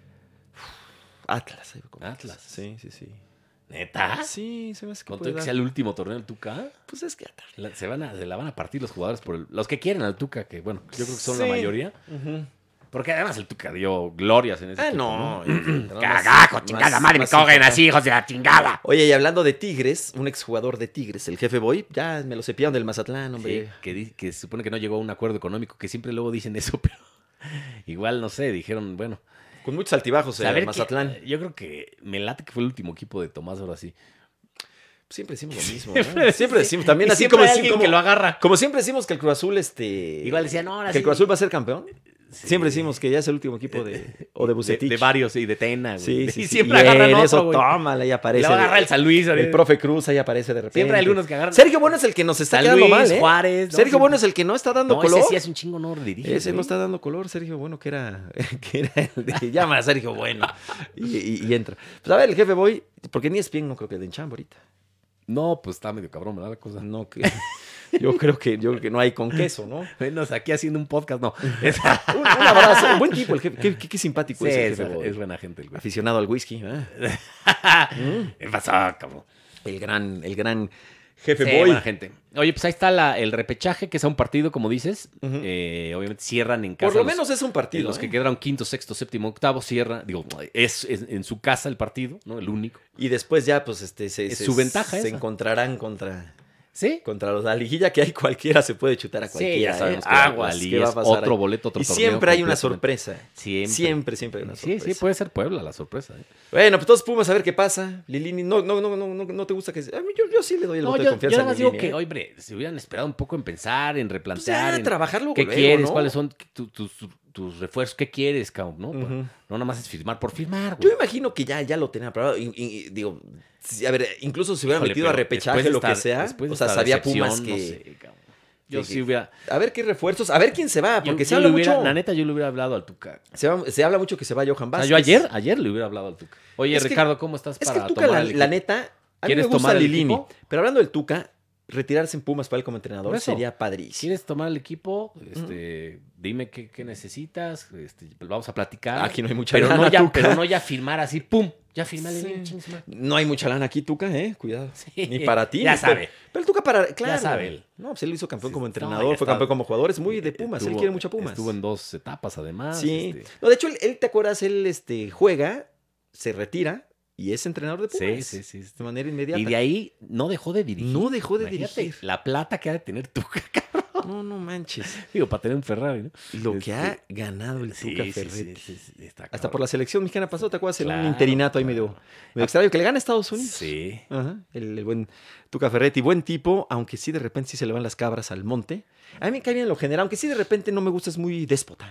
[SPEAKER 1] Atlas. ahí voy con
[SPEAKER 2] Atlas.
[SPEAKER 1] Sí, sí, sí.
[SPEAKER 2] Neta.
[SPEAKER 1] Sí, se me hace que
[SPEAKER 2] Con
[SPEAKER 1] puede
[SPEAKER 2] todo que
[SPEAKER 1] dar.
[SPEAKER 2] sea el último torneo del Tuca.
[SPEAKER 1] Pues es que Atlas.
[SPEAKER 2] La- se, van a, se la van a partir los jugadores por el- los que quieren al Tuca, que bueno, yo creo que son la
[SPEAKER 1] Sí.
[SPEAKER 2] mayoría. Porque además el Tuca dio glorias en ese
[SPEAKER 1] Ah,
[SPEAKER 2] equipo,
[SPEAKER 1] no.
[SPEAKER 2] Cagajo, chingada madre, me cogen así, hijos de la chingada.
[SPEAKER 1] Oye, y hablando de Tigres, un exjugador de Tigres, el jefe Boy, ya me lo cepillaron del Mazatlán, hombre.
[SPEAKER 2] Sí, que, di- que se supone que no llegó a un acuerdo económico, que siempre luego dicen eso, pero igual no sé, dijeron, bueno.
[SPEAKER 1] Con muchos altibajos, eh,
[SPEAKER 2] saber que-
[SPEAKER 1] Mazatlán.
[SPEAKER 2] yo creo que me late que fue el último equipo de Tomás ahora sí.
[SPEAKER 1] Siempre decimos lo mismo. ¿no? Siempre, decimos. También
[SPEAKER 2] Y
[SPEAKER 1] así
[SPEAKER 2] siempre
[SPEAKER 1] como,
[SPEAKER 2] hay alguien
[SPEAKER 1] como-
[SPEAKER 2] que lo agarra.
[SPEAKER 1] como siempre decimos que el Cruz Azul, este.
[SPEAKER 2] Igual decían, no, ahora
[SPEAKER 1] que
[SPEAKER 2] sí.
[SPEAKER 1] el Cruz Azul va a ser campeón.
[SPEAKER 2] Sí.
[SPEAKER 1] Siempre decimos que ya es el último equipo de. O de
[SPEAKER 2] de,
[SPEAKER 1] Bucetich.
[SPEAKER 2] de varios y de Tena, güey.
[SPEAKER 1] Sí, sí,
[SPEAKER 2] Y
[SPEAKER 1] sí.
[SPEAKER 2] siempre
[SPEAKER 1] Y
[SPEAKER 2] agarran
[SPEAKER 1] en
[SPEAKER 2] otro,
[SPEAKER 1] eso,
[SPEAKER 2] güey.
[SPEAKER 1] tómala, ahí
[SPEAKER 2] Y
[SPEAKER 1] aparece.
[SPEAKER 2] la va a agarrar el San Luis
[SPEAKER 1] el
[SPEAKER 2] ahorita.
[SPEAKER 1] profe Cruz ahí aparece de repente.
[SPEAKER 2] Siempre hay algunos que agarran.
[SPEAKER 1] Sergio Bueno es el que nos está
[SPEAKER 2] San
[SPEAKER 1] quedando
[SPEAKER 2] Luis,
[SPEAKER 1] mal, ¿eh?
[SPEAKER 2] Juárez, ¿no?
[SPEAKER 1] Sergio
[SPEAKER 2] Siempre-
[SPEAKER 1] Bueno es el que no está dando
[SPEAKER 2] No,
[SPEAKER 1] color.
[SPEAKER 2] ese sí hace un ¿eh? chingo no dirige.
[SPEAKER 1] Ese no
[SPEAKER 2] güey.
[SPEAKER 1] está dando color, Sergio Bueno, que era, que era el de llama a Sergio Bueno. Y, y- y entra. Pues a ver, el jefe Boy, porque ni es no creo que den chamba ahorita.
[SPEAKER 2] No, pues está medio cabrón, ¿verdad? La cosa.
[SPEAKER 1] No, que... yo creo que, yo creo que no hay con queso, ¿no?
[SPEAKER 2] Menos aquí haciendo un podcast, no. Es,
[SPEAKER 1] Un, un abrazo, buen tipo, el jefe, qué, qué- qué simpático
[SPEAKER 2] Sí,
[SPEAKER 1] es el
[SPEAKER 2] Pues, es,
[SPEAKER 1] jefe
[SPEAKER 2] buena-
[SPEAKER 1] Godoy.
[SPEAKER 2] es buena gente el güey.
[SPEAKER 1] Aficionado al whisky, ¿eh?
[SPEAKER 2] ¿Qué pasa, cabrón?
[SPEAKER 1] El gran, el gran jefe
[SPEAKER 2] Sí,
[SPEAKER 1] boy.
[SPEAKER 2] buena gente. Oye, pues ahí está la- el repechaje, que es a un partido, como dices.
[SPEAKER 1] Ujú.
[SPEAKER 2] Eh, obviamente cierran en casa.
[SPEAKER 1] Por lo
[SPEAKER 2] los-
[SPEAKER 1] menos es un
[SPEAKER 2] Y
[SPEAKER 1] partido.
[SPEAKER 2] los que
[SPEAKER 1] ¿eh?
[SPEAKER 2] quedaron quinto, sexto, séptimo, octavo cierran. Digo, es, es en su casa el partido, ¿no? El único.
[SPEAKER 1] Y después ya, pues, este, se,
[SPEAKER 2] Es
[SPEAKER 1] se-
[SPEAKER 2] su ventaja
[SPEAKER 1] se
[SPEAKER 2] esa.
[SPEAKER 1] encontrarán contra,
[SPEAKER 2] ¿Sí?
[SPEAKER 1] contra los, la liguilla que hay, cualquiera se puede chutar a
[SPEAKER 2] Sí,
[SPEAKER 1] cualquiera.
[SPEAKER 2] ya
[SPEAKER 1] ¿eh?
[SPEAKER 2] sabemos que
[SPEAKER 1] Aguas,
[SPEAKER 2] la
[SPEAKER 1] ¿qué
[SPEAKER 2] liga
[SPEAKER 1] va a
[SPEAKER 2] es
[SPEAKER 1] pasar
[SPEAKER 2] otro
[SPEAKER 1] ahí?
[SPEAKER 2] boleto, otro
[SPEAKER 1] Y
[SPEAKER 2] torneo
[SPEAKER 1] siempre hay una
[SPEAKER 2] completamente.
[SPEAKER 1] sorpresa.
[SPEAKER 2] Siempre.
[SPEAKER 1] Siempre, siempre hay una
[SPEAKER 2] Sí, pues.
[SPEAKER 1] sorpresa.
[SPEAKER 2] sí, puede ser Puebla la sorpresa. ¿eh?
[SPEAKER 1] Bueno, pues todos Pumas, a ver qué pasa. Lilini, no, no, no, no, no, no te gusta que... A mí, yo, yo sí le doy el
[SPEAKER 2] No,
[SPEAKER 1] voto
[SPEAKER 2] yo,
[SPEAKER 1] de
[SPEAKER 2] yo
[SPEAKER 1] confianza
[SPEAKER 2] nada
[SPEAKER 1] a
[SPEAKER 2] más digo
[SPEAKER 1] Lilini,
[SPEAKER 2] que,
[SPEAKER 1] ¿eh?
[SPEAKER 2] oye, hombre, se hubieran esperado un poco en pensar, en
[SPEAKER 1] Pues ya,
[SPEAKER 2] replantear. en
[SPEAKER 1] trabajarlo
[SPEAKER 2] ¿Qué
[SPEAKER 1] luego,
[SPEAKER 2] quieres?
[SPEAKER 1] ¿no?
[SPEAKER 2] ¿Cuáles son tu- tus, tus refuerzos? ¿Qué quieres, cabrón? ¿no?
[SPEAKER 1] Ujú.
[SPEAKER 2] no nada más es firmar por firmar,
[SPEAKER 1] Yo
[SPEAKER 2] güey.
[SPEAKER 1] imagino que ya, ya lo tenían aprobado. Y, y- y digo, sí, a ver, incluso si hubiera
[SPEAKER 2] Híjole,
[SPEAKER 1] metido a
[SPEAKER 2] pero después
[SPEAKER 1] repechaje
[SPEAKER 2] de
[SPEAKER 1] lo
[SPEAKER 2] esta-
[SPEAKER 1] que sea.
[SPEAKER 2] después de
[SPEAKER 1] O sea,
[SPEAKER 2] esta
[SPEAKER 1] sabía
[SPEAKER 2] decepción,
[SPEAKER 1] Pumas que.
[SPEAKER 2] no sé, cabrón. yo
[SPEAKER 1] que-
[SPEAKER 2] sí hubiera...
[SPEAKER 1] A ver qué refuerzos, a ver quién se va,
[SPEAKER 2] yo-
[SPEAKER 1] porque se
[SPEAKER 2] yo
[SPEAKER 1] habla
[SPEAKER 2] le hubiera-
[SPEAKER 1] mucho.
[SPEAKER 2] La neta, yo le hubiera hablado al Tuca.
[SPEAKER 1] Se, va- se habla mucho que se va Johan
[SPEAKER 2] O sea,
[SPEAKER 1] Vázquez.
[SPEAKER 2] yo ayer, ayer le hubiera hablado al Tuca. Oye,
[SPEAKER 1] Es que-
[SPEAKER 2] Ricardo, ¿cómo estás
[SPEAKER 1] Es que
[SPEAKER 2] para
[SPEAKER 1] el Tuca,
[SPEAKER 2] tomar
[SPEAKER 1] la,
[SPEAKER 2] el
[SPEAKER 1] la
[SPEAKER 2] equipo?
[SPEAKER 1] neta, a mí me
[SPEAKER 2] ¿Quieres
[SPEAKER 1] gusta
[SPEAKER 2] tomar el
[SPEAKER 1] Lilini.
[SPEAKER 2] equipo?
[SPEAKER 1] Pero hablando del Tuca, retirarse en Pumas para él como entrenador
[SPEAKER 2] Por eso.
[SPEAKER 1] sería padrísimo.
[SPEAKER 2] ¿Quieres tomar el equipo? Este, Dime qué, qué necesitas. Este, vamos a platicar.
[SPEAKER 1] Aquí no hay mucha
[SPEAKER 2] pero,
[SPEAKER 1] lana,
[SPEAKER 2] no ya,
[SPEAKER 1] Tuca.
[SPEAKER 2] pero no ya firmar así, ¡pum! Ya firmale
[SPEAKER 1] Sí.
[SPEAKER 2] bien, chingue su madre.
[SPEAKER 1] No hay mucha lana aquí, Tuca, eh. Cuidado.
[SPEAKER 2] Sí.
[SPEAKER 1] Ni para ti.
[SPEAKER 2] Ya
[SPEAKER 1] ni-
[SPEAKER 2] sabe.
[SPEAKER 1] Pero, pero el Tuca para. Claro.
[SPEAKER 2] sabe él.
[SPEAKER 1] No, pues él lo hizo campeón
[SPEAKER 2] Sí,
[SPEAKER 1] como
[SPEAKER 2] no,
[SPEAKER 1] entrenador,
[SPEAKER 2] ya
[SPEAKER 1] fue
[SPEAKER 2] está.
[SPEAKER 1] campeón como jugador. Es muy de Pumas. él
[SPEAKER 2] Estuvo-
[SPEAKER 1] quiere mucho a Pumas.
[SPEAKER 2] Estuvo en dos etapas, además.
[SPEAKER 1] Sí.
[SPEAKER 2] este.
[SPEAKER 1] No, de hecho, él, él, ¿te acuerdas? Él este, juega, se retira y es entrenador de
[SPEAKER 2] Sí,
[SPEAKER 1] Pumas.
[SPEAKER 2] sí, sí.
[SPEAKER 1] De manera inmediata.
[SPEAKER 2] Y de ahí no dejó de dirigir.
[SPEAKER 1] no dejó de
[SPEAKER 2] Imagínate Oh.
[SPEAKER 1] dirigir.
[SPEAKER 2] La plata que ha de tener Tuca,
[SPEAKER 1] No, no manches.
[SPEAKER 2] digo, para tener un Ferrari, ¿no?
[SPEAKER 1] Lo que
[SPEAKER 2] Este,
[SPEAKER 1] ha ganado el Tuca Ferretti. Hasta por la selección mexicana pasó, ¿te acuerdas? En un
[SPEAKER 2] Claro,
[SPEAKER 1] interinato ahí
[SPEAKER 2] claro.
[SPEAKER 1] medio, medio extraño que le gana a Estados Unidos.
[SPEAKER 2] Sí.
[SPEAKER 1] Ajá, el, el buen Tuca Ferretti, buen tipo, aunque sí de repente sí se le van las cabras al monte. A mí me cae bien en lo general, aunque sí de repente no me gusta, es muy déspota,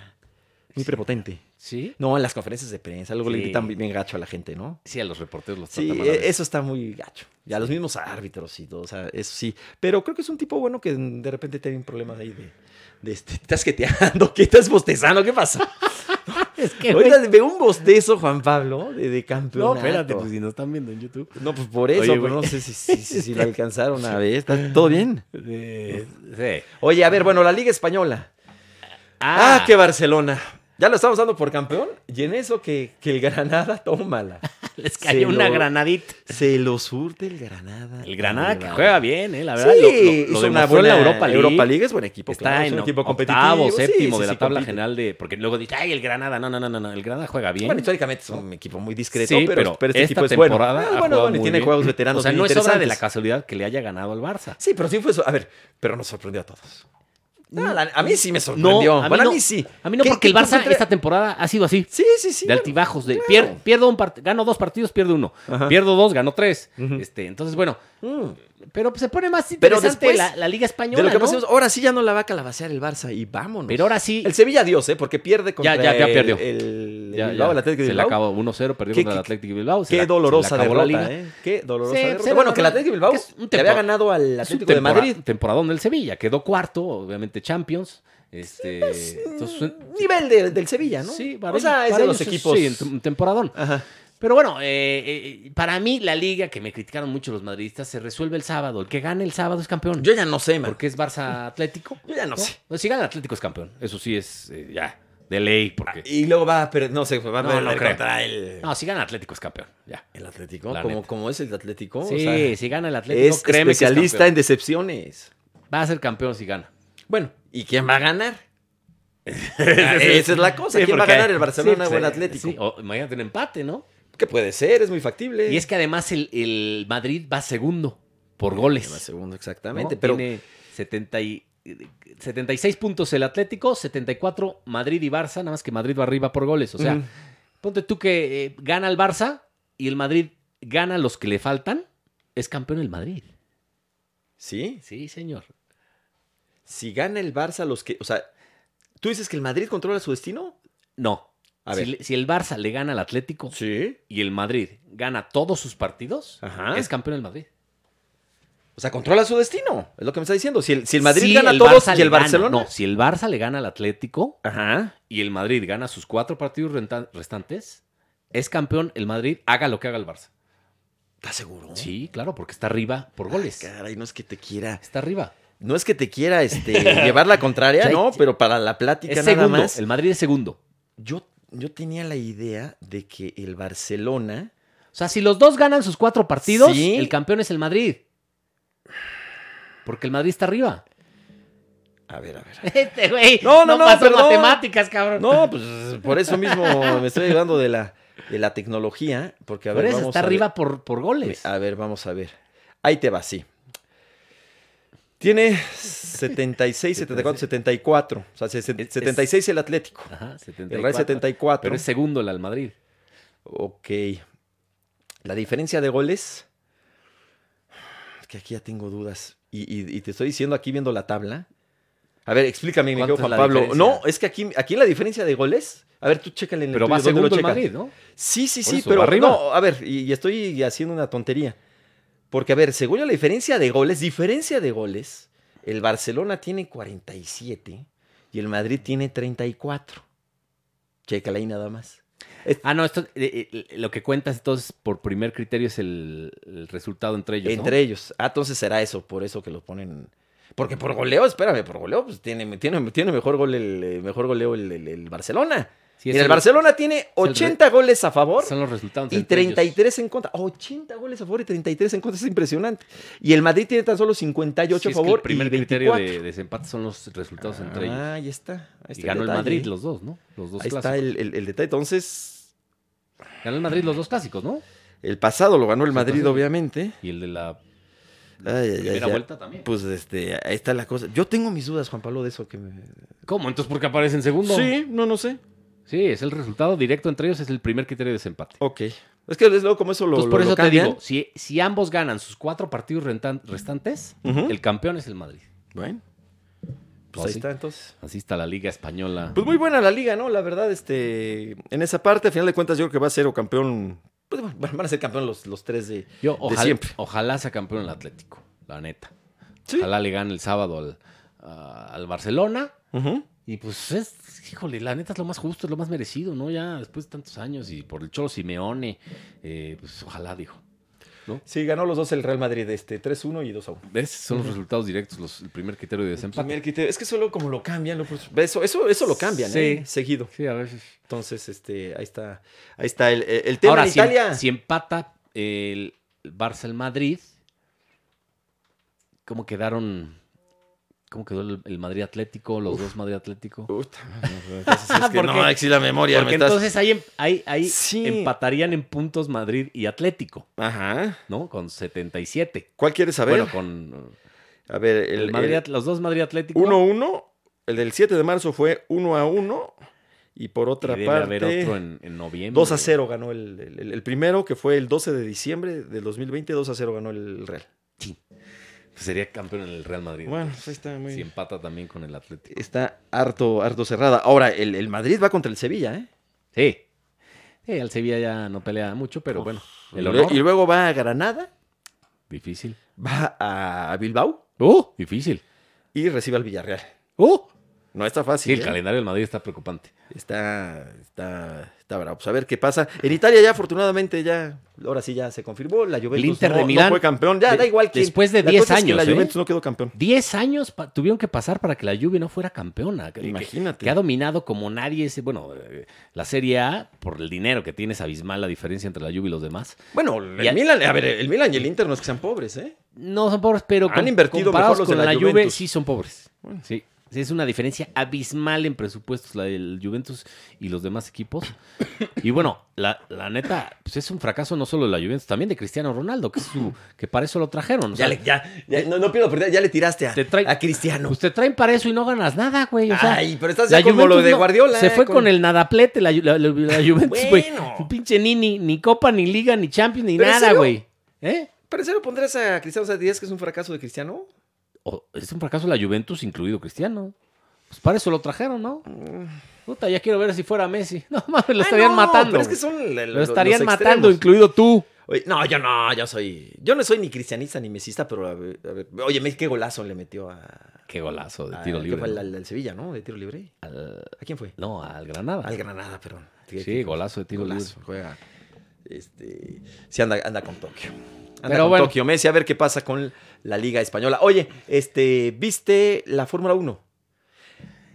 [SPEAKER 1] muy
[SPEAKER 2] Sí.
[SPEAKER 1] prepotente.
[SPEAKER 2] Sí.
[SPEAKER 1] No, en las conferencias de prensa, luego le
[SPEAKER 2] Sí.
[SPEAKER 1] gritan bien gacho a la gente, ¿no?
[SPEAKER 2] Sí, a los reporteros los
[SPEAKER 1] Sí,
[SPEAKER 2] tratan mal a
[SPEAKER 1] e-
[SPEAKER 2] veces.
[SPEAKER 1] eso está muy gacho. Y a los mismos árbitros y todo, o sea, eso sí. Pero creo que es un tipo bueno que de repente tiene un problema ahí de, de este, estás jeteando, que estás bostezando, ¿qué pasa?
[SPEAKER 2] Es que, güey,
[SPEAKER 1] Ahorita veo un bostezo, Juan Pablo, de, de campeonato.
[SPEAKER 2] No, espérate, pues si nos están viendo en YouTube.
[SPEAKER 1] No, pues por eso,
[SPEAKER 2] Oye,
[SPEAKER 1] pero
[SPEAKER 2] güey.
[SPEAKER 1] no sé si, si, si- si lo alcanzaron a ver. ¿Está todo bien?
[SPEAKER 2] Eh, sí.
[SPEAKER 1] Oye, a ver, bueno, la Liga Española. Ah, que Barcelona. Ya lo estamos dando por campeón. Y en eso que, que el Granada, tómala.
[SPEAKER 2] les
[SPEAKER 1] se
[SPEAKER 2] cayó una
[SPEAKER 1] lo-
[SPEAKER 2] granadita.
[SPEAKER 1] Se lo surte el Granada.
[SPEAKER 2] El Granada que
[SPEAKER 1] Vale,
[SPEAKER 2] juega bien, ¿eh? La verdad, lo- lo, lo
[SPEAKER 1] hizo una
[SPEAKER 2] demostró en la
[SPEAKER 1] buena-
[SPEAKER 2] Europa League. pues
[SPEAKER 1] Europa League es buen equipo.
[SPEAKER 2] Está
[SPEAKER 1] claro, es
[SPEAKER 2] en
[SPEAKER 1] un equipo competitivo. sí,
[SPEAKER 2] octavo, séptimo
[SPEAKER 1] sí,
[SPEAKER 2] de la
[SPEAKER 1] sí,
[SPEAKER 2] tabla
[SPEAKER 1] compite.
[SPEAKER 2] general de... Porque luego dice, ay, el Granada. No, no, no, no, no, el Granada juega bien.
[SPEAKER 1] Bueno, históricamente es un equipo muy discreto,
[SPEAKER 2] Sí,
[SPEAKER 1] pero, pero este
[SPEAKER 2] esta
[SPEAKER 1] equipo es bueno. Ah,
[SPEAKER 2] temporada ha
[SPEAKER 1] bueno,
[SPEAKER 2] jugado
[SPEAKER 1] bueno, y
[SPEAKER 2] muy
[SPEAKER 1] tiene
[SPEAKER 2] bien.
[SPEAKER 1] juegos veteranos
[SPEAKER 2] O sea,
[SPEAKER 1] bien
[SPEAKER 2] no es obra de la
[SPEAKER 1] interesantes.
[SPEAKER 2] casualidad que le haya ganado al Barça.
[SPEAKER 1] Sí, pero sí fue eso. A ver, pero nos sorprendió a todos. No, la- a mí sí me
[SPEAKER 2] No,
[SPEAKER 1] sorprendió.
[SPEAKER 2] a mí
[SPEAKER 1] bueno,
[SPEAKER 2] no,
[SPEAKER 1] a mí sí.
[SPEAKER 2] A mí no,
[SPEAKER 1] ¿Qué-
[SPEAKER 2] porque el
[SPEAKER 1] qué
[SPEAKER 2] Barça
[SPEAKER 1] concentra-
[SPEAKER 2] esta temporada ha sido así.
[SPEAKER 1] Sí, sí, sí.
[SPEAKER 2] de
[SPEAKER 1] bueno.
[SPEAKER 2] altibajos, de
[SPEAKER 1] claro.
[SPEAKER 2] pier- pierdo un partido, gano dos partidos, pierdo uno,
[SPEAKER 1] Ajá.
[SPEAKER 2] pierdo dos, gano tres.
[SPEAKER 1] Ujú.
[SPEAKER 2] este, entonces, bueno,
[SPEAKER 1] Mm.
[SPEAKER 2] pero se pone más
[SPEAKER 1] Pero
[SPEAKER 2] interesante
[SPEAKER 1] después
[SPEAKER 2] la, la Liga
[SPEAKER 1] De
[SPEAKER 2] Española.
[SPEAKER 1] lo que
[SPEAKER 2] ¿no?
[SPEAKER 1] pasemos, ahora sí ya no la va a calabacear el Barça y vámonos.
[SPEAKER 2] Pero ahora sí,
[SPEAKER 1] El Sevilla, Dios, ¿eh? Porque pierde contra
[SPEAKER 2] ya, ya perdió.
[SPEAKER 1] el, el
[SPEAKER 2] ya,
[SPEAKER 1] Bilbao,
[SPEAKER 2] ya,
[SPEAKER 1] el Atlético de
[SPEAKER 2] se le
[SPEAKER 1] Bilbao.
[SPEAKER 2] acabó 1-0, perdió
[SPEAKER 1] Qué-
[SPEAKER 2] contra el
[SPEAKER 1] qué-
[SPEAKER 2] Atlético de Bilbao. se
[SPEAKER 1] Qué
[SPEAKER 2] la- se le
[SPEAKER 1] dolorosa
[SPEAKER 2] acabó
[SPEAKER 1] derrota,
[SPEAKER 2] la liga.
[SPEAKER 1] ¿eh? Qué dolorosa
[SPEAKER 2] Sí,
[SPEAKER 1] derrota.
[SPEAKER 2] se le
[SPEAKER 1] bueno,
[SPEAKER 2] ganó,
[SPEAKER 1] que el Atlético de Bilbao
[SPEAKER 2] que es un
[SPEAKER 1] le había
[SPEAKER 2] tempor-
[SPEAKER 1] ganado al
[SPEAKER 2] Es un
[SPEAKER 1] Atlético de
[SPEAKER 2] tempora-
[SPEAKER 1] Madrid.
[SPEAKER 2] Temporadón del Sevilla, quedó cuarto, obviamente Champions. Este,
[SPEAKER 1] Pues,
[SPEAKER 2] entonces,
[SPEAKER 1] Mm, Nivel de- del Sevilla, ¿no?
[SPEAKER 2] Sí,
[SPEAKER 1] O sea, es de los equipos.
[SPEAKER 2] Sí, un temporadón.
[SPEAKER 1] Ajá.
[SPEAKER 2] Pero bueno, eh, eh, para mí la liga que me criticaron mucho los madridistas se resuelve el sábado. El que gane el sábado es campeón.
[SPEAKER 1] Yo ya no sé, man.
[SPEAKER 2] Porque es Barça Atlético.
[SPEAKER 1] Yo ya no sé.
[SPEAKER 2] Pues si gana el Atlético es campeón. Eso sí es eh, ya de ley. Porque...
[SPEAKER 1] Y luego va a perder, no sé, va a
[SPEAKER 2] No,
[SPEAKER 1] perder
[SPEAKER 2] no creo.
[SPEAKER 1] contra el,
[SPEAKER 2] No, si gana el Atlético es campeón. Ya.
[SPEAKER 1] el Atlético.
[SPEAKER 2] La
[SPEAKER 1] Como,
[SPEAKER 2] neta.
[SPEAKER 1] como es el Atlético. Oh, o
[SPEAKER 2] Sí,
[SPEAKER 1] sea,
[SPEAKER 2] si gana el Atlético,
[SPEAKER 1] es
[SPEAKER 2] créeme que es
[SPEAKER 1] especialista en
[SPEAKER 2] campeón.
[SPEAKER 1] decepciones.
[SPEAKER 2] Va a ser campeón si gana.
[SPEAKER 1] Bueno, ¿y quién va a ganar? Ah, Esa es la cosa.
[SPEAKER 2] Sí,
[SPEAKER 1] ¿Quién va a
[SPEAKER 2] porque-
[SPEAKER 1] ganar, el Barcelona
[SPEAKER 2] sí,
[SPEAKER 1] o el
[SPEAKER 2] sí,
[SPEAKER 1] Atlético?
[SPEAKER 2] sí, o imagínate un empate, ¿no?
[SPEAKER 1] Que puede ser, es muy factible.
[SPEAKER 2] Y es que además el, el Madrid va segundo por
[SPEAKER 1] Además,
[SPEAKER 2] goles.
[SPEAKER 1] Segundo,
[SPEAKER 2] ¿no?
[SPEAKER 1] exactamente. Pero
[SPEAKER 2] Tiene 70 y- 76 puntos el Atlético, 74 Madrid y Barça, nada más que Madrid va arriba por goles. O sea,
[SPEAKER 1] Ujú.
[SPEAKER 2] ponte tú que eh, gana el Barça y el Madrid gana los que le faltan, es campeón el Madrid.
[SPEAKER 1] sí,
[SPEAKER 2] Sí, señor.
[SPEAKER 1] si gana el Barça, los que. O sea, ¿tú dices que el Madrid controla su destino?
[SPEAKER 2] No.
[SPEAKER 1] A
[SPEAKER 2] si,
[SPEAKER 1] ver.
[SPEAKER 2] le- si el Barça le gana al Atlético
[SPEAKER 1] Sí.
[SPEAKER 2] y el Madrid gana todos sus partidos,
[SPEAKER 1] Ajá.
[SPEAKER 2] es campeón el Madrid.
[SPEAKER 1] O sea, controla su destino. Es lo que me está diciendo. Si el, si el Madrid
[SPEAKER 2] Si
[SPEAKER 1] gana
[SPEAKER 2] el
[SPEAKER 1] todos
[SPEAKER 2] Barça
[SPEAKER 1] y
[SPEAKER 2] le
[SPEAKER 1] el
[SPEAKER 2] gana-
[SPEAKER 1] Barcelona.
[SPEAKER 2] no, si el Barça le gana al Atlético
[SPEAKER 1] Ajá.
[SPEAKER 2] y el Madrid gana sus cuatro partidos renta- restantes, es campeón el Madrid, haga lo que haga el Barça.
[SPEAKER 1] ¿Estás seguro?
[SPEAKER 2] Sí, claro, porque está arriba por goles.
[SPEAKER 1] Caray, no es que te quiera.
[SPEAKER 2] Está arriba.
[SPEAKER 1] No es que te quiera este, llevar la contraria,
[SPEAKER 2] Sí,
[SPEAKER 1] no,
[SPEAKER 2] sí.
[SPEAKER 1] pero para la plática
[SPEAKER 2] Es
[SPEAKER 1] nada
[SPEAKER 2] segundo.
[SPEAKER 1] más.
[SPEAKER 2] El Madrid es segundo.
[SPEAKER 1] Yo, yo tenía la idea de que el Barcelona.
[SPEAKER 2] O sea, si los dos ganan sus cuatro partidos,
[SPEAKER 1] Sí.
[SPEAKER 2] el campeón es el Madrid. Porque el Madrid está arriba.
[SPEAKER 1] A ver, a ver.
[SPEAKER 2] Este güey
[SPEAKER 1] No, no, no,
[SPEAKER 2] pasó
[SPEAKER 1] perdón.
[SPEAKER 2] matemáticas, cabrón.
[SPEAKER 1] No, pues por eso mismo me estoy ayudando de la, de la tecnología, porque a
[SPEAKER 2] Por
[SPEAKER 1] ver,
[SPEAKER 2] eso
[SPEAKER 1] vamos
[SPEAKER 2] está
[SPEAKER 1] a ver.
[SPEAKER 2] arriba por, por goles.
[SPEAKER 1] A ver, vamos a ver. Ahí te va, sí. Tiene 76, 74, 74. O sea, se- se-
[SPEAKER 2] Es-
[SPEAKER 1] 76 el Atlético.
[SPEAKER 2] Ajá, 74.
[SPEAKER 1] El Real 74.
[SPEAKER 2] Pero es segundo el al Madrid.
[SPEAKER 1] Ok. La diferencia de goles. Es que aquí ya tengo dudas. Y, y- y te estoy diciendo aquí viendo la tabla. A ver, explícame, mi querido
[SPEAKER 2] ¿Cuánto es
[SPEAKER 1] Juan
[SPEAKER 2] la
[SPEAKER 1] Pablo.
[SPEAKER 2] diferencia?
[SPEAKER 1] No, es que aquí, aquí la diferencia de goles. A ver, tú chécale en el
[SPEAKER 2] Pero
[SPEAKER 1] tuyo,
[SPEAKER 2] va
[SPEAKER 1] ¿dónde lo
[SPEAKER 2] segundo el
[SPEAKER 1] checas?
[SPEAKER 2] Madrid, ¿no?
[SPEAKER 1] Sí, sí,
[SPEAKER 2] Por
[SPEAKER 1] sí,
[SPEAKER 2] eso,
[SPEAKER 1] pero
[SPEAKER 2] va arriba.
[SPEAKER 1] no, a ver, y, y estoy haciendo una tontería. Porque, a ver, según yo, la diferencia de goles, diferencia de goles, el Barcelona tiene 47 y el Madrid tiene 34. Chécala ahí nada más.
[SPEAKER 2] Ah, no, esto, eh, eh, lo que cuentas entonces por primer criterio es el, el resultado entre ellos. ¿no?
[SPEAKER 1] Entre ellos. Ah, entonces será eso, por eso que lo ponen. Porque por goleo, espérame, por goleo, pues tiene, tiene, tiene mejor, gol el, eh, mejor goleo el, el- el Barcelona.
[SPEAKER 2] Sí, es
[SPEAKER 1] Mira, el,
[SPEAKER 2] el-
[SPEAKER 1] Barcelona tiene
[SPEAKER 2] el re-
[SPEAKER 1] 80 goles a favor.
[SPEAKER 2] Son los resultados.
[SPEAKER 1] Y
[SPEAKER 2] entre ellos.
[SPEAKER 1] 33 en contra. 80 goles a favor y 33 en contra. Es impresionante. Y el Madrid tiene tan solo 58
[SPEAKER 2] Sí,
[SPEAKER 1] a
[SPEAKER 2] es que
[SPEAKER 1] favor.
[SPEAKER 2] El primer
[SPEAKER 1] y
[SPEAKER 2] criterio
[SPEAKER 1] 24.
[SPEAKER 2] de desempate son los resultados entre ellos.
[SPEAKER 1] Ah, ahí está. Ahí
[SPEAKER 2] Y
[SPEAKER 1] está
[SPEAKER 2] ganó el
[SPEAKER 1] detalle. ¿eh?
[SPEAKER 2] Madrid los dos, ¿no? Los dos
[SPEAKER 1] Ahí
[SPEAKER 2] clásicos.
[SPEAKER 1] está el, el- el detalle. Entonces,
[SPEAKER 2] Ganó el Madrid los dos clásicos, ¿no?
[SPEAKER 1] el pasado lo ganó el
[SPEAKER 2] Sí,
[SPEAKER 1] Madrid,
[SPEAKER 2] entonces-
[SPEAKER 1] obviamente.
[SPEAKER 2] Y el de la
[SPEAKER 1] Ay, ay, ay,
[SPEAKER 2] primera
[SPEAKER 1] ya.
[SPEAKER 2] vuelta también.
[SPEAKER 1] Pues este, ahí está la cosa. Yo tengo mis dudas, Juan Pablo, de eso que me.
[SPEAKER 2] ¿Cómo? Entonces, ¿por qué aparece en segundo?
[SPEAKER 1] Sí, no, no sé.
[SPEAKER 2] Sí, es el resultado directo entre ellos, es el primer criterio de desempate.
[SPEAKER 1] Ok. Es que es luego como eso lo.
[SPEAKER 2] Entonces, por
[SPEAKER 1] lo- lo
[SPEAKER 2] eso te
[SPEAKER 1] cambian.
[SPEAKER 2] digo, si, si ambos ganan sus cuatro partidos rentan- restantes,
[SPEAKER 1] Ujú.
[SPEAKER 2] el campeón es el Madrid.
[SPEAKER 1] Bueno. Pues
[SPEAKER 2] Pues
[SPEAKER 1] ahí
[SPEAKER 2] sí.
[SPEAKER 1] está, entonces.
[SPEAKER 2] Así está la Liga Española.
[SPEAKER 1] Pues muy buena la liga, ¿no? La verdad, este, en esa parte, a final de cuentas, yo creo que va a ser o campeón. pues, bueno, van a ser campeón los, los tres de.
[SPEAKER 2] Yo, ojalá,
[SPEAKER 1] siempre.
[SPEAKER 2] ojalá sea campeón el Atlético, la neta.
[SPEAKER 1] Sí.
[SPEAKER 2] Ojalá le gane el sábado al, a- al Barcelona.
[SPEAKER 1] Ujú.
[SPEAKER 2] Y pues es, híjole, la neta es lo más justo, es lo más merecido, ¿no? Ya después de tantos años y por el Cholo Simeone, eh, pues ojalá, dijo.
[SPEAKER 1] Sí, ganó los dos el Real Madrid, este, 3-1 y 2-1.
[SPEAKER 2] ¿Ves? Son los resultados directos, los- el primer criterio de desempate.
[SPEAKER 1] Primer criterio. Es que solo como lo cambian, lo- eso, eso, eso lo cambian,
[SPEAKER 2] Sí.
[SPEAKER 1] ¿eh? Seguido.
[SPEAKER 2] Sí, a veces.
[SPEAKER 1] Entonces, este, ahí está, ahí está el, el tema
[SPEAKER 2] Ahora,
[SPEAKER 1] en
[SPEAKER 2] si,
[SPEAKER 1] Italia.
[SPEAKER 2] si empata el Barça al Madrid, ¿cómo quedaron? ¿Cómo quedó el, el Madrid Atlético, los dos Madrid Atlético?
[SPEAKER 1] Puta, no, entonces es que
[SPEAKER 2] ¿Por
[SPEAKER 1] no,
[SPEAKER 2] qué?
[SPEAKER 1] exi la memoria.
[SPEAKER 2] Ah, Porque
[SPEAKER 1] me estás-
[SPEAKER 2] entonces ahí, em- ahí, ahí
[SPEAKER 1] Sí.
[SPEAKER 2] empatarían en puntos Madrid y Atlético,
[SPEAKER 1] Ajá.
[SPEAKER 2] ¿no? Con 77.
[SPEAKER 1] ¿Cuál quieres saber?
[SPEAKER 2] Bueno, con
[SPEAKER 1] a ver,
[SPEAKER 2] el
[SPEAKER 1] el,
[SPEAKER 2] Madrid,
[SPEAKER 1] el-
[SPEAKER 2] At- los dos Madrid Atlético.
[SPEAKER 1] 1-1. El del 7 de marzo fue 1-1. Y por
[SPEAKER 2] y
[SPEAKER 1] otra
[SPEAKER 2] debe
[SPEAKER 1] parte.
[SPEAKER 2] haber otro en, en noviembre.
[SPEAKER 1] 2 a 0 ganó el, el- el- el primero, que fue el 12 de diciembre del 2020. 2 a 0 ganó el Real.
[SPEAKER 2] Pues sería campeón en el Real Madrid.
[SPEAKER 1] Bueno, pues ahí está muy
[SPEAKER 2] si empata también con el Atlético.
[SPEAKER 1] Está harto, harto cerrada. Ahora, el, el Madrid va contra el Sevilla, ¿eh?
[SPEAKER 2] Sí. Sí, el Sevilla ya no pelea mucho, pero bueno. El
[SPEAKER 1] Y
[SPEAKER 2] honor.
[SPEAKER 1] lue- Y luego va a Granada,
[SPEAKER 2] Difícil.
[SPEAKER 1] va a Bilbao
[SPEAKER 2] ¡Oh! Difícil.
[SPEAKER 1] y recibe al Villarreal.
[SPEAKER 2] ¡Oh!
[SPEAKER 1] No está
[SPEAKER 2] Sí,
[SPEAKER 1] fácil.
[SPEAKER 2] el
[SPEAKER 1] ¿eh?
[SPEAKER 2] calendario del Madrid está preocupante.
[SPEAKER 1] Está, está, está bravo. Pues a ver qué pasa. En Italia ya afortunadamente ya, ahora sí ya se confirmó. La Juventus
[SPEAKER 2] Inter
[SPEAKER 1] no,
[SPEAKER 2] de
[SPEAKER 1] no
[SPEAKER 2] Milán,
[SPEAKER 1] fue campeón. Ya
[SPEAKER 2] de-
[SPEAKER 1] da igual que
[SPEAKER 2] después de 10
[SPEAKER 1] la
[SPEAKER 2] años, ¿eh?
[SPEAKER 1] Juventus no quedó campeón.
[SPEAKER 2] Diez años pa- tuvieron que pasar para que la Juve no fuera campeona. Que- que-
[SPEAKER 1] Imagínate.
[SPEAKER 2] Que ha dominado como nadie ese, bueno, eh, la Serie A, por el dinero que tiene es abismal la diferencia entre la Juve y los demás.
[SPEAKER 1] Bueno, el
[SPEAKER 2] Ya-
[SPEAKER 1] Milan, a ver, el Milan y el Inter no es que sean pobres, ¿eh?
[SPEAKER 2] No son pobres, pero
[SPEAKER 1] Han invertido mejor
[SPEAKER 2] comparados
[SPEAKER 1] los
[SPEAKER 2] con
[SPEAKER 1] de la
[SPEAKER 2] la, Juve
[SPEAKER 1] Juventus.
[SPEAKER 2] sí son pobres. Sí. Sí, es una diferencia abismal en presupuestos la del Juventus y los demás equipos. Y bueno, la, la neta, pues es un fracaso no solo de la Juventus, también de Cristiano Ronaldo, que, es su, que para eso lo trajeron. O
[SPEAKER 1] Ya,
[SPEAKER 2] sea,
[SPEAKER 1] le, ya, ya- no, no pierdo oportunidad, ya le tiraste a,
[SPEAKER 2] Te trae-
[SPEAKER 1] a Cristiano.
[SPEAKER 2] Pues te traen para eso y no ganas nada, güey. O sea,
[SPEAKER 1] Ay, pero estás ya como lo
[SPEAKER 2] Juventus
[SPEAKER 1] de
[SPEAKER 2] no-
[SPEAKER 1] Guardiola.
[SPEAKER 2] Se fue con, el nadaplete, la, la- la- la Juventus, güey.
[SPEAKER 1] Bueno.
[SPEAKER 2] Un Pinche ni, ni, ni Copa, ni Liga, ni Champions, ni
[SPEAKER 1] ¿Pero en
[SPEAKER 2] nada,
[SPEAKER 1] serio?
[SPEAKER 2] güey. ¿Eh?
[SPEAKER 1] ¿Pero en serio pondrías a Cristiano Díaz que es un fracaso de Cristiano?
[SPEAKER 2] O- es un fracaso la Juventus, incluido Cristiano. Pues para eso lo trajeron, ¿no? Puta, ya quiero ver si fuera Messi. No mames, lo
[SPEAKER 1] Ah,
[SPEAKER 2] estarían
[SPEAKER 1] no,
[SPEAKER 2] matando.
[SPEAKER 1] Pero es que
[SPEAKER 2] güey.
[SPEAKER 1] son le-
[SPEAKER 2] lo
[SPEAKER 1] los-
[SPEAKER 2] estarían
[SPEAKER 1] los
[SPEAKER 2] matando,
[SPEAKER 1] extremos.
[SPEAKER 2] incluido tú.
[SPEAKER 1] Oye, no, yo no, yo soy. Yo no soy ni cristianista ni mesista, pero a ver, a ver, oye, me- qué golazo le metió a.
[SPEAKER 2] Qué golazo de
[SPEAKER 1] a-
[SPEAKER 2] tiro
[SPEAKER 1] Ah, ¿qué
[SPEAKER 2] libre.
[SPEAKER 1] fue
[SPEAKER 2] ¿no?
[SPEAKER 1] al, al Sevilla, ¿no? De tiro libre.
[SPEAKER 2] Al-
[SPEAKER 1] ¿A quién fue?
[SPEAKER 2] no, al Granada.
[SPEAKER 1] Al Granada, perdón.
[SPEAKER 2] sí, golazo de tiro
[SPEAKER 1] Golazo,
[SPEAKER 2] libre.
[SPEAKER 1] Juega. Este, sí, anda, anda con Tokio. Anda
[SPEAKER 2] Pero
[SPEAKER 1] con
[SPEAKER 2] bueno.
[SPEAKER 1] Tokio Messi, a ver qué pasa con la Liga Española. Oye, este, ¿viste la Fórmula 1?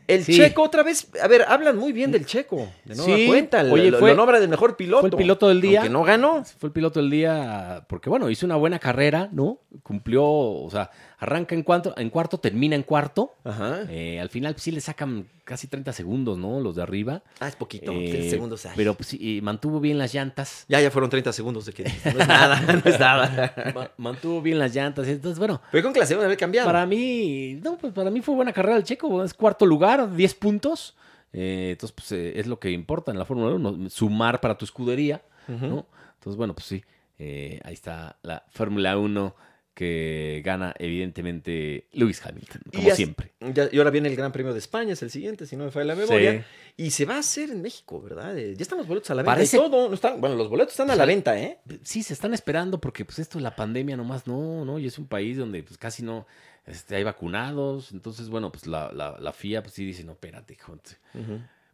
[SPEAKER 1] El
[SPEAKER 2] Sí.
[SPEAKER 1] Checo otra vez, a ver, hablan muy bien del Checo, de nueva
[SPEAKER 2] Sí.
[SPEAKER 1] cuenta, lo-
[SPEAKER 2] Oye,
[SPEAKER 1] lo,
[SPEAKER 2] fue-
[SPEAKER 1] lo nombran el mejor piloto.
[SPEAKER 2] fue el piloto del día.
[SPEAKER 1] Aunque no ganó.
[SPEAKER 2] Fue el piloto del día porque, bueno, hizo una buena carrera, ¿no? Cumplió, o sea, arranca en, cuanto, en cuarto, termina en cuarto.
[SPEAKER 1] Ajá.
[SPEAKER 2] Eh, al final pues, sí le sacan casi 30 segundos, ¿no? Los de arriba.
[SPEAKER 1] Ah, es poquito,
[SPEAKER 2] Eh,
[SPEAKER 1] 30 segundos. ay.
[SPEAKER 2] Pero pues, sí, eh, mantuvo bien las llantas.
[SPEAKER 1] Ya, ya fueron 30 segundos de que no es nada, no es nada.
[SPEAKER 2] Ma- mantuvo bien las llantas. Entonces, bueno,
[SPEAKER 1] Pero con que la se van a haber cambiado.
[SPEAKER 2] para mí, no, pues para mí fue buena carrera el checo. Es cuarto lugar, 10 puntos. Eh, entonces, pues eh, es lo que importa en la Fórmula 1, sumar para tu escudería,
[SPEAKER 1] Ujú.
[SPEAKER 2] ¿no? Entonces, bueno, pues sí, eh, ahí está la Fórmula 1 que gana evidentemente Lewis Hamilton,
[SPEAKER 1] Y
[SPEAKER 2] como
[SPEAKER 1] as-
[SPEAKER 2] siempre.
[SPEAKER 1] ya- y ahora viene el Gran Premio de España, es el siguiente, si no me falla la memoria. Y se va a hacer en México, ¿verdad? Eh, Ya están los boletos a la venta.
[SPEAKER 2] Parece-
[SPEAKER 1] Y todo, no están, bueno, los boletos están a la
[SPEAKER 2] Sí.
[SPEAKER 1] venta, ¿eh?
[SPEAKER 2] sí, se están esperando porque pues esto de la pandemia nomás no, ¿no? Y es un país donde pues casi no este, hay vacunados. Entonces, bueno, pues la, la, la FIA pues sí dice, no, espérate, hijo, te-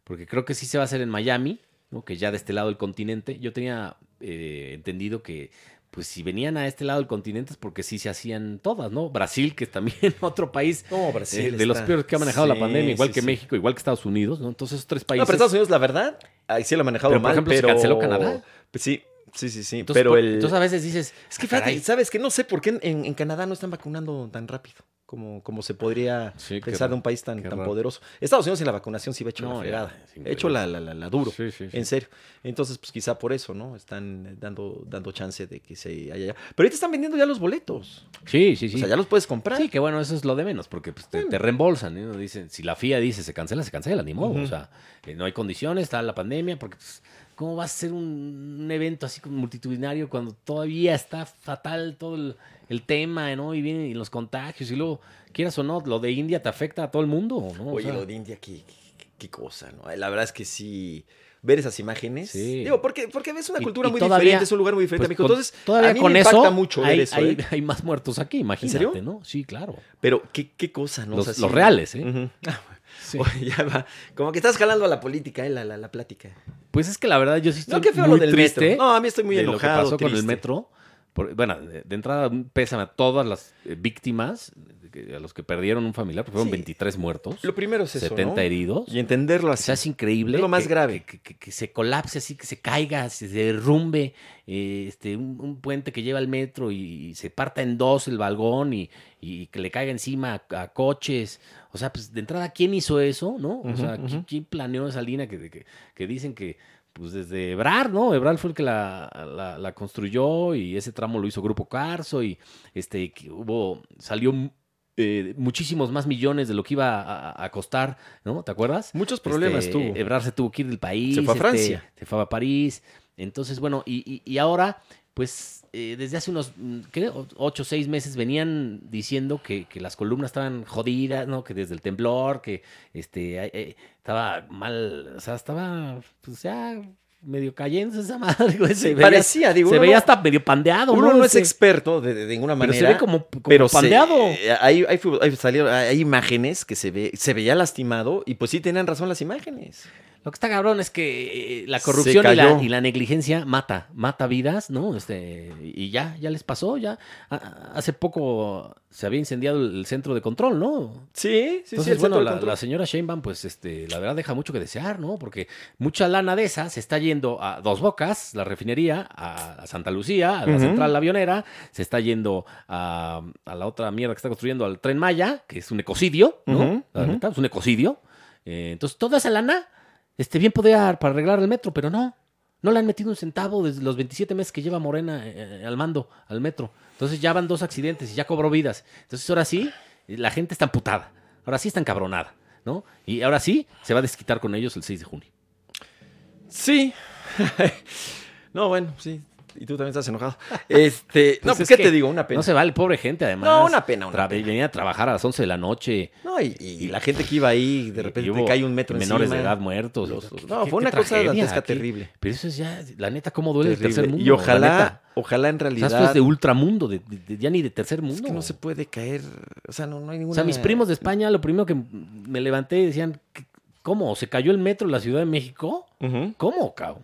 [SPEAKER 2] porque creo que sí se va a hacer en Miami, ¿no? Que ya de este lado del continente. Yo tenía eh, entendido que pues si venían a este lado del continente es porque sí se hacían todas, ¿no? Brasil, que es también otro país
[SPEAKER 1] No,
[SPEAKER 2] eh,
[SPEAKER 1] Brasil.
[SPEAKER 2] de los
[SPEAKER 1] está-
[SPEAKER 2] peores que ha manejado la
[SPEAKER 1] Sí,
[SPEAKER 2] pandemia, igual
[SPEAKER 1] sí,
[SPEAKER 2] que
[SPEAKER 1] sí.
[SPEAKER 2] México, igual que Estados Unidos, ¿no? Entonces, esos tres
[SPEAKER 1] No,
[SPEAKER 2] países...
[SPEAKER 1] pero Estados Unidos, la verdad, ahí sí lo ha manejado
[SPEAKER 2] Pero, por
[SPEAKER 1] mal,
[SPEAKER 2] ejemplo, se
[SPEAKER 1] pero-
[SPEAKER 2] canceló Canadá.
[SPEAKER 1] Pues sí, sí, sí, sí.
[SPEAKER 2] entonces,
[SPEAKER 1] pero
[SPEAKER 2] por-
[SPEAKER 1] el...
[SPEAKER 2] entonces a veces dices,
[SPEAKER 1] es que fíjate,
[SPEAKER 2] Ah, "Caray".
[SPEAKER 1] ¿sabes que No sé por qué en, en- en Canadá no están vacunando tan rápido como, como se podría
[SPEAKER 2] Sí, qué
[SPEAKER 1] pensar de un país tan,
[SPEAKER 2] qué
[SPEAKER 1] tan
[SPEAKER 2] raro.
[SPEAKER 1] poderoso. Estados Unidos en la vacunación sí va hecho
[SPEAKER 2] No,
[SPEAKER 1] la
[SPEAKER 2] ya,
[SPEAKER 1] fregada.
[SPEAKER 2] es
[SPEAKER 1] Ha hecho la, la, la, la duro.
[SPEAKER 2] Sí, sí, sí.
[SPEAKER 1] En serio. Entonces, pues quizá por eso, ¿no? Están eh, dando, dando chance de que se haya. Pero ahorita están vendiendo ya los boletos.
[SPEAKER 2] Sí, sí, sí.
[SPEAKER 1] O sea, ya los puedes comprar. Mm.
[SPEAKER 2] Sí, que bueno, eso es lo de menos, porque pues, te, te reembolsan. ¿no? Dicen, si la FIA dice se cancela, se cancela, ni modo.
[SPEAKER 1] Ujú.
[SPEAKER 2] O sea, eh, no hay condiciones, está la pandemia, porque pues, ¿cómo va a ser un, un evento así como multitudinario cuando todavía está fatal todo el, el tema, ¿no? Y vienen y los contagios, y luego, quieras o no, lo de India te afecta a todo el mundo, ¿no? O
[SPEAKER 1] Oye,
[SPEAKER 2] sea,
[SPEAKER 1] lo de India, qué, qué- qué cosa, ¿no? Eh, La verdad es que sí. Ver esas imágenes.
[SPEAKER 2] Sí.
[SPEAKER 1] Digo, porque, porque ves una
[SPEAKER 2] Y-
[SPEAKER 1] cultura
[SPEAKER 2] y
[SPEAKER 1] muy
[SPEAKER 2] todavía-
[SPEAKER 1] diferente, es un lugar muy
[SPEAKER 2] pues,
[SPEAKER 1] diferente. a México.
[SPEAKER 2] con-
[SPEAKER 1] Entonces,
[SPEAKER 2] todavía
[SPEAKER 1] a mí
[SPEAKER 2] con
[SPEAKER 1] me
[SPEAKER 2] eso,
[SPEAKER 1] impacta mucho ver
[SPEAKER 2] hay,
[SPEAKER 1] eso.
[SPEAKER 2] hay-
[SPEAKER 1] ¿eh?
[SPEAKER 2] hay más muertos aquí, imagínate,
[SPEAKER 1] serio?
[SPEAKER 2] ¿no? Sí, claro.
[SPEAKER 1] Pero, ¿qué, qué cosa, ¿no? O
[SPEAKER 2] Los,
[SPEAKER 1] sea, sí.
[SPEAKER 2] los reales, ¿eh?
[SPEAKER 1] Ujú. Ah,
[SPEAKER 2] Sí.
[SPEAKER 1] oye, ya va. Como que estás jalando a la política, ¿eh? La, la, la plática.
[SPEAKER 2] Pues es que la verdad yo sí estoy
[SPEAKER 1] No, qué feo lo
[SPEAKER 2] muy
[SPEAKER 1] del
[SPEAKER 2] triste.
[SPEAKER 1] metro. No, a mí estoy muy
[SPEAKER 2] de
[SPEAKER 1] enojado.
[SPEAKER 2] lo que pasó con el
[SPEAKER 1] triste.
[SPEAKER 2] metro. Por- bueno, de, de entrada pesan a todas las eh, víctimas, que- a los que perdieron un familiar, porque fueron
[SPEAKER 1] Sí.
[SPEAKER 2] 23 muertos,
[SPEAKER 1] Lo primero es eso.
[SPEAKER 2] 70
[SPEAKER 1] ¿no?
[SPEAKER 2] heridos.
[SPEAKER 1] Y entenderlo
[SPEAKER 2] O
[SPEAKER 1] así.
[SPEAKER 2] sea, es increíble.
[SPEAKER 1] Es lo más
[SPEAKER 2] que-
[SPEAKER 1] grave.
[SPEAKER 2] Que, que- que se colapse así, que se caiga, se derrumbe eh, este, un, un puente que lleva el metro y, y se parta en dos el balcón y, y que le caiga encima a, a coches. O sea, pues de entrada, ¿quién hizo eso? ¿No? O
[SPEAKER 1] Ujú,
[SPEAKER 2] sea, ¿qui- ¿quién,
[SPEAKER 1] ujú.
[SPEAKER 2] planeó esa línea que, que- que dicen que, pues desde Ebrar, ¿no? Ebrar fue el que la, la- la construyó y ese tramo lo hizo Grupo Carso y este, que hubo, salió... eh, muchísimos más millones de lo que iba a- a- a costar, ¿no? ¿Te acuerdas?
[SPEAKER 1] Muchos problemas
[SPEAKER 2] Este,
[SPEAKER 1] tuvo.
[SPEAKER 2] Ebrard se tuvo que ir del país.
[SPEAKER 1] Se fue a
[SPEAKER 2] este,
[SPEAKER 1] Francia.
[SPEAKER 2] Se fue a París. Entonces, bueno, y, y- y ahora, pues, eh, desde hace unos, mm, ¿qué? O- Ocho, seis meses venían diciendo que, que las columnas estaban jodidas, ¿no? Que desde el temblor, que este, eh, eh, estaba mal, o sea, estaba, pues ya, medio cayendo esa madre. güey, Se
[SPEAKER 1] Sí,
[SPEAKER 2] veía,
[SPEAKER 1] parecía, digo.
[SPEAKER 2] se
[SPEAKER 1] uno
[SPEAKER 2] veía
[SPEAKER 1] no-
[SPEAKER 2] hasta medio pandeado,
[SPEAKER 1] Uno
[SPEAKER 2] ¿no?
[SPEAKER 1] no es
[SPEAKER 2] Ese-
[SPEAKER 1] experto de, de ninguna
[SPEAKER 2] pero
[SPEAKER 1] manera.
[SPEAKER 2] se ve como, como
[SPEAKER 1] pero se-
[SPEAKER 2] pandeado.
[SPEAKER 1] eh, hay, hay fut- hay salieron- hay imágenes que se ve, se veía lastimado y pues sí tenían razón las imágenes.
[SPEAKER 2] Lo que está cabrón es que eh, la
[SPEAKER 1] Se
[SPEAKER 2] corrupción y la,
[SPEAKER 1] cayó.
[SPEAKER 2] y la negligencia mata, mata vidas, ¿no? Este, y ya, ya les pasó, ya. A- hace poco se había incendiado el centro de control, ¿no?
[SPEAKER 1] Sí, sí,
[SPEAKER 2] Entonces, bueno, la, la señora Sheinbaum, pues, este, la verdad deja mucho que desear, ¿no? Porque mucha lana de esa se está yendo a Dos Bocas, la refinería, a, a Santa Lucía, a la
[SPEAKER 1] Ujú.
[SPEAKER 2] central avionera, se está yendo a, a la otra mierda que está construyendo al Tren Maya, que es un ecocidio, ¿no?
[SPEAKER 1] Ujú,
[SPEAKER 2] La
[SPEAKER 1] ujú.
[SPEAKER 2] neta, es un ecocidio. Eh, entonces, toda esa lana, este, bien podría para arreglar el metro, pero no. No le han metido un centavo desde los 27 meses que lleva Morena eh, al mando, al metro. Entonces ya van dos accidentes y ya cobró vidas. Entonces ahora sí, la gente está amputada. Ahora sí está encabronada, ¿no? Y ahora sí se va a desquitar con ellos el 6 de junio.
[SPEAKER 1] Sí. no, bueno, sí. Y tú también estás enojado. Este, no,
[SPEAKER 2] Pues
[SPEAKER 1] pues
[SPEAKER 2] es
[SPEAKER 1] qué
[SPEAKER 2] que
[SPEAKER 1] te digo, una pena.
[SPEAKER 2] No se vale, pobre gente, además.
[SPEAKER 1] No, una pena, una
[SPEAKER 2] Tra-
[SPEAKER 1] pena.
[SPEAKER 2] Venía a trabajar a las 11 de la noche.
[SPEAKER 1] No, y, y la gente que iba ahí, de
[SPEAKER 2] Y
[SPEAKER 1] repente
[SPEAKER 2] hubo
[SPEAKER 1] cae un metro
[SPEAKER 2] Menores
[SPEAKER 1] encima.
[SPEAKER 2] de edad muertos.
[SPEAKER 1] Los-
[SPEAKER 2] O sea,
[SPEAKER 1] no,
[SPEAKER 2] qué-
[SPEAKER 1] fue
[SPEAKER 2] qué
[SPEAKER 1] una cosa
[SPEAKER 2] tragedia,
[SPEAKER 1] dantesca
[SPEAKER 2] qué-
[SPEAKER 1] terrible.
[SPEAKER 2] Pero eso es ya, la neta, cómo duele el tercer
[SPEAKER 1] terrible.
[SPEAKER 2] mundo.
[SPEAKER 1] y
[SPEAKER 2] la
[SPEAKER 1] ojalá,
[SPEAKER 2] neta.
[SPEAKER 1] ojalá en
[SPEAKER 2] O
[SPEAKER 1] realidad.
[SPEAKER 2] sea, esto es de ultramundo, de, de- de- ya ni de tercer mundo.
[SPEAKER 1] es que no se puede caer. O sea, no, no hay ninguna.
[SPEAKER 2] O sea, mis primos de España, lo primero que me levanté decían, "¿Qué- ¿cómo? ¿Se cayó el metro en la Ciudad de México?
[SPEAKER 1] Ujú.
[SPEAKER 2] ¿Cómo, cabrón?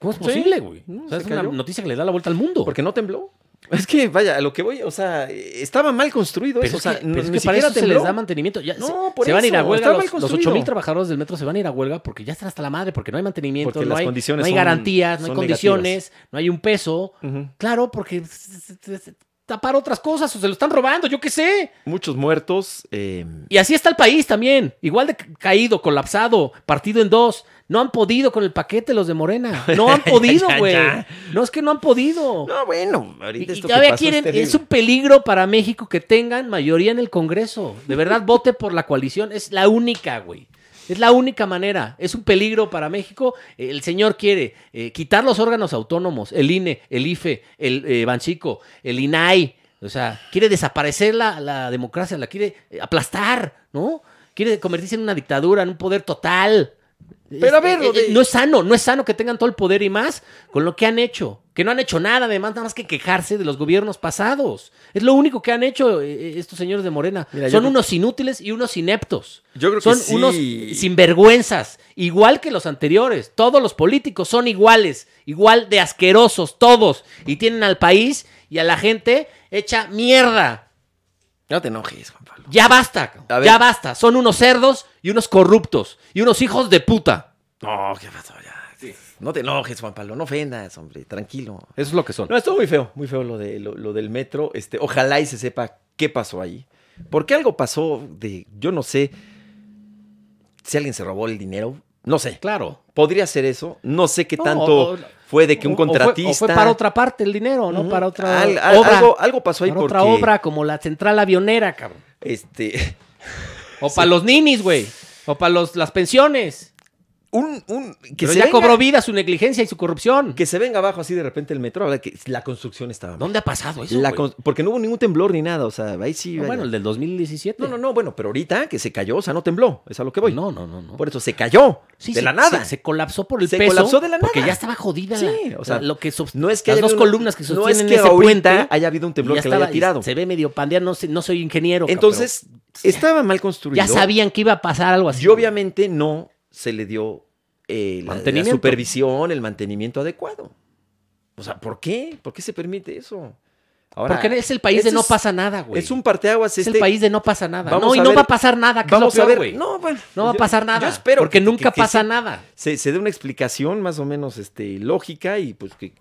[SPEAKER 2] ¿Cómo es
[SPEAKER 1] Sí.
[SPEAKER 2] posible, güey?
[SPEAKER 1] No,
[SPEAKER 2] o sea,
[SPEAKER 1] se
[SPEAKER 2] es una
[SPEAKER 1] cayó.
[SPEAKER 2] noticia que le da la vuelta al mundo.
[SPEAKER 1] Porque no tembló. Es que, vaya, a lo que voy, o sea, estaba mal construido
[SPEAKER 2] Pero
[SPEAKER 1] eso.
[SPEAKER 2] es
[SPEAKER 1] o
[SPEAKER 2] que,
[SPEAKER 1] sea,
[SPEAKER 2] pero
[SPEAKER 1] ni
[SPEAKER 2] es que para
[SPEAKER 1] siquiera
[SPEAKER 2] eso se
[SPEAKER 1] tembló.
[SPEAKER 2] les da mantenimiento. Ya, se-
[SPEAKER 1] No, por
[SPEAKER 2] se van a ir a
[SPEAKER 1] eso,
[SPEAKER 2] huelga
[SPEAKER 1] está
[SPEAKER 2] los,
[SPEAKER 1] mal
[SPEAKER 2] los
[SPEAKER 1] construido.
[SPEAKER 2] 8.000 trabajadores del metro se van a ir a huelga porque ya está hasta la madre, porque no hay mantenimiento,
[SPEAKER 1] Porque
[SPEAKER 2] no,
[SPEAKER 1] las
[SPEAKER 2] hay,
[SPEAKER 1] condiciones
[SPEAKER 2] no hay
[SPEAKER 1] son-
[SPEAKER 2] garantías, no hay
[SPEAKER 1] son
[SPEAKER 2] condiciones,
[SPEAKER 1] negativas.
[SPEAKER 2] no hay un peso.
[SPEAKER 1] Ujú.
[SPEAKER 2] Claro, porque s- s- s- s- tapar otras cosas o se lo están robando, yo qué sé.
[SPEAKER 1] Muchos muertos. eh,
[SPEAKER 2] Y así está el país también, igual de ca- caído, colapsado, partido en dos. No han podido con el paquete los de Morena. No han podido,
[SPEAKER 1] ya,
[SPEAKER 2] güey.
[SPEAKER 1] ya.
[SPEAKER 2] No es que no han podido.
[SPEAKER 1] No, bueno,
[SPEAKER 2] Y,
[SPEAKER 1] ahorita
[SPEAKER 2] y
[SPEAKER 1] esto que
[SPEAKER 2] todavía
[SPEAKER 1] pasó este
[SPEAKER 2] quieren,
[SPEAKER 1] es,
[SPEAKER 2] es, un peligro para México que tengan mayoría en el Congreso. De verdad, vote por la coalición. Es la única, güey. Es la única manera. Es un peligro para México. Eh, El señor quiere eh, quitar los órganos autónomos, el INE, el IFE, el eh, Banchico, el INAI. O sea, quiere desaparecer la, la democracia, la quiere eh, aplastar, ¿no? Quiere convertirse en una dictadura, en un poder total.
[SPEAKER 1] Pero a ver, lo
[SPEAKER 2] Eh, eh,
[SPEAKER 1] de-
[SPEAKER 2] no es sano, no es sano que tengan todo el poder y más con lo que han hecho, que no han hecho nada, además nada más que quejarse de los gobiernos pasados. Es lo único que han hecho eh, eh, estos señores de Morena.
[SPEAKER 1] Mira, yo
[SPEAKER 2] Son
[SPEAKER 1] creo-
[SPEAKER 2] unos inútiles y unos ineptos.
[SPEAKER 1] Yo creo que
[SPEAKER 2] Son
[SPEAKER 1] sí.
[SPEAKER 2] unos sinvergüenzas, igual que los anteriores. Todos los políticos son iguales, igual de asquerosos todos y tienen al país y a la gente hecha mierda.
[SPEAKER 1] No te enojes, Juan Pablo.
[SPEAKER 2] Ya basta,
[SPEAKER 1] A ver.
[SPEAKER 2] ya basta. Son unos cerdos y unos corruptos y unos hijos de puta.
[SPEAKER 1] No, ¿qué pasó ya? No te enojes, Juan Pablo. No ofendas, hombre. Tranquilo.
[SPEAKER 2] Eso es lo que son.
[SPEAKER 1] No, estuvo muy feo, muy feo lo, de, lo, lo del metro. Este, ojalá y se sepa qué pasó ahí. Porque algo pasó de, yo no sé, si alguien se robó el dinero, no sé.
[SPEAKER 2] Claro.
[SPEAKER 1] Podría ser eso. No sé qué
[SPEAKER 2] No,
[SPEAKER 1] tanto
[SPEAKER 2] o- o-
[SPEAKER 1] fue de que un
[SPEAKER 2] O- o fue-
[SPEAKER 1] contratista...
[SPEAKER 2] O fue, para otra parte el dinero, ¿no?
[SPEAKER 1] Ujú.
[SPEAKER 2] Para otra
[SPEAKER 1] Al- al-
[SPEAKER 2] obra.
[SPEAKER 1] Algo, algo pasó ahí
[SPEAKER 2] para
[SPEAKER 1] porque...
[SPEAKER 2] otra obra, como la central avionera, cabrón.
[SPEAKER 1] Este,
[SPEAKER 2] O para los ninis, güey. O para los, las pensiones.
[SPEAKER 1] un, un, que
[SPEAKER 2] Pero
[SPEAKER 1] se
[SPEAKER 2] ya
[SPEAKER 1] venga-
[SPEAKER 2] cobró vida su negligencia y su corrupción.
[SPEAKER 1] Que se venga abajo así de repente el metro, ahora que la construcción estaba mal.
[SPEAKER 2] ¿Dónde ha pasado eso?
[SPEAKER 1] La
[SPEAKER 2] güey?
[SPEAKER 1] cons- porque no hubo ningún temblor ni nada, o sea, ahí sí...
[SPEAKER 2] No,
[SPEAKER 1] vaya.
[SPEAKER 2] bueno, el del 2017.
[SPEAKER 1] no, no, no, bueno, pero ahorita que se cayó, o sea, no tembló, es a lo que voy.
[SPEAKER 2] No, no, no. no.
[SPEAKER 1] Por eso se cayó
[SPEAKER 2] Sí,
[SPEAKER 1] de
[SPEAKER 2] se-
[SPEAKER 1] la nada.
[SPEAKER 2] Se, se colapsó por el
[SPEAKER 1] Se
[SPEAKER 2] peso.
[SPEAKER 1] colapsó de la nada.
[SPEAKER 2] Porque ya estaba jodida. la-
[SPEAKER 1] Sí, o sea,
[SPEAKER 2] la- lo que sost-
[SPEAKER 1] no es que
[SPEAKER 2] las
[SPEAKER 1] haya
[SPEAKER 2] dos
[SPEAKER 1] habido-
[SPEAKER 2] columnas que
[SPEAKER 1] no
[SPEAKER 2] sostienen
[SPEAKER 1] es que
[SPEAKER 2] ese
[SPEAKER 1] ahorita
[SPEAKER 2] puente.
[SPEAKER 1] haya habido un temblor
[SPEAKER 2] ya
[SPEAKER 1] que la
[SPEAKER 2] estaba-
[SPEAKER 1] haya tirado.
[SPEAKER 2] Se ve medio pandeada. No, sé- no soy ingeniero. cabrón,
[SPEAKER 1] Entonces,
[SPEAKER 2] pero
[SPEAKER 1] estaba mal construido.
[SPEAKER 2] ya sabían que iba a pasar algo así.
[SPEAKER 1] Y obviamente no se le dio eh, la- la,
[SPEAKER 2] Mantenimiento.
[SPEAKER 1] supervisión, el mantenimiento adecuado. O sea, ¿por qué? ¿Por qué se permite eso? Ahora,
[SPEAKER 2] Porque es el país de
[SPEAKER 1] ese
[SPEAKER 2] no
[SPEAKER 1] es-
[SPEAKER 2] pasa nada, güey.
[SPEAKER 1] Es un parteaguas
[SPEAKER 2] Es
[SPEAKER 1] este.
[SPEAKER 2] el país de no pasa nada.
[SPEAKER 1] vamos
[SPEAKER 2] No, y
[SPEAKER 1] a
[SPEAKER 2] no
[SPEAKER 1] ver-
[SPEAKER 2] va a pasar nada, Ah, que
[SPEAKER 1] Vamos
[SPEAKER 2] es lo
[SPEAKER 1] a
[SPEAKER 2] peor,
[SPEAKER 1] ver.
[SPEAKER 2] güey. No,
[SPEAKER 1] No, bueno,
[SPEAKER 2] va a
[SPEAKER 1] yo-
[SPEAKER 2] pasar nada.
[SPEAKER 1] Yo espero
[SPEAKER 2] porque
[SPEAKER 1] que-
[SPEAKER 2] nunca
[SPEAKER 1] que
[SPEAKER 2] pasa
[SPEAKER 1] se-
[SPEAKER 2] nada.
[SPEAKER 1] Se, se dé una explicación más o menos este, lógica y pues que,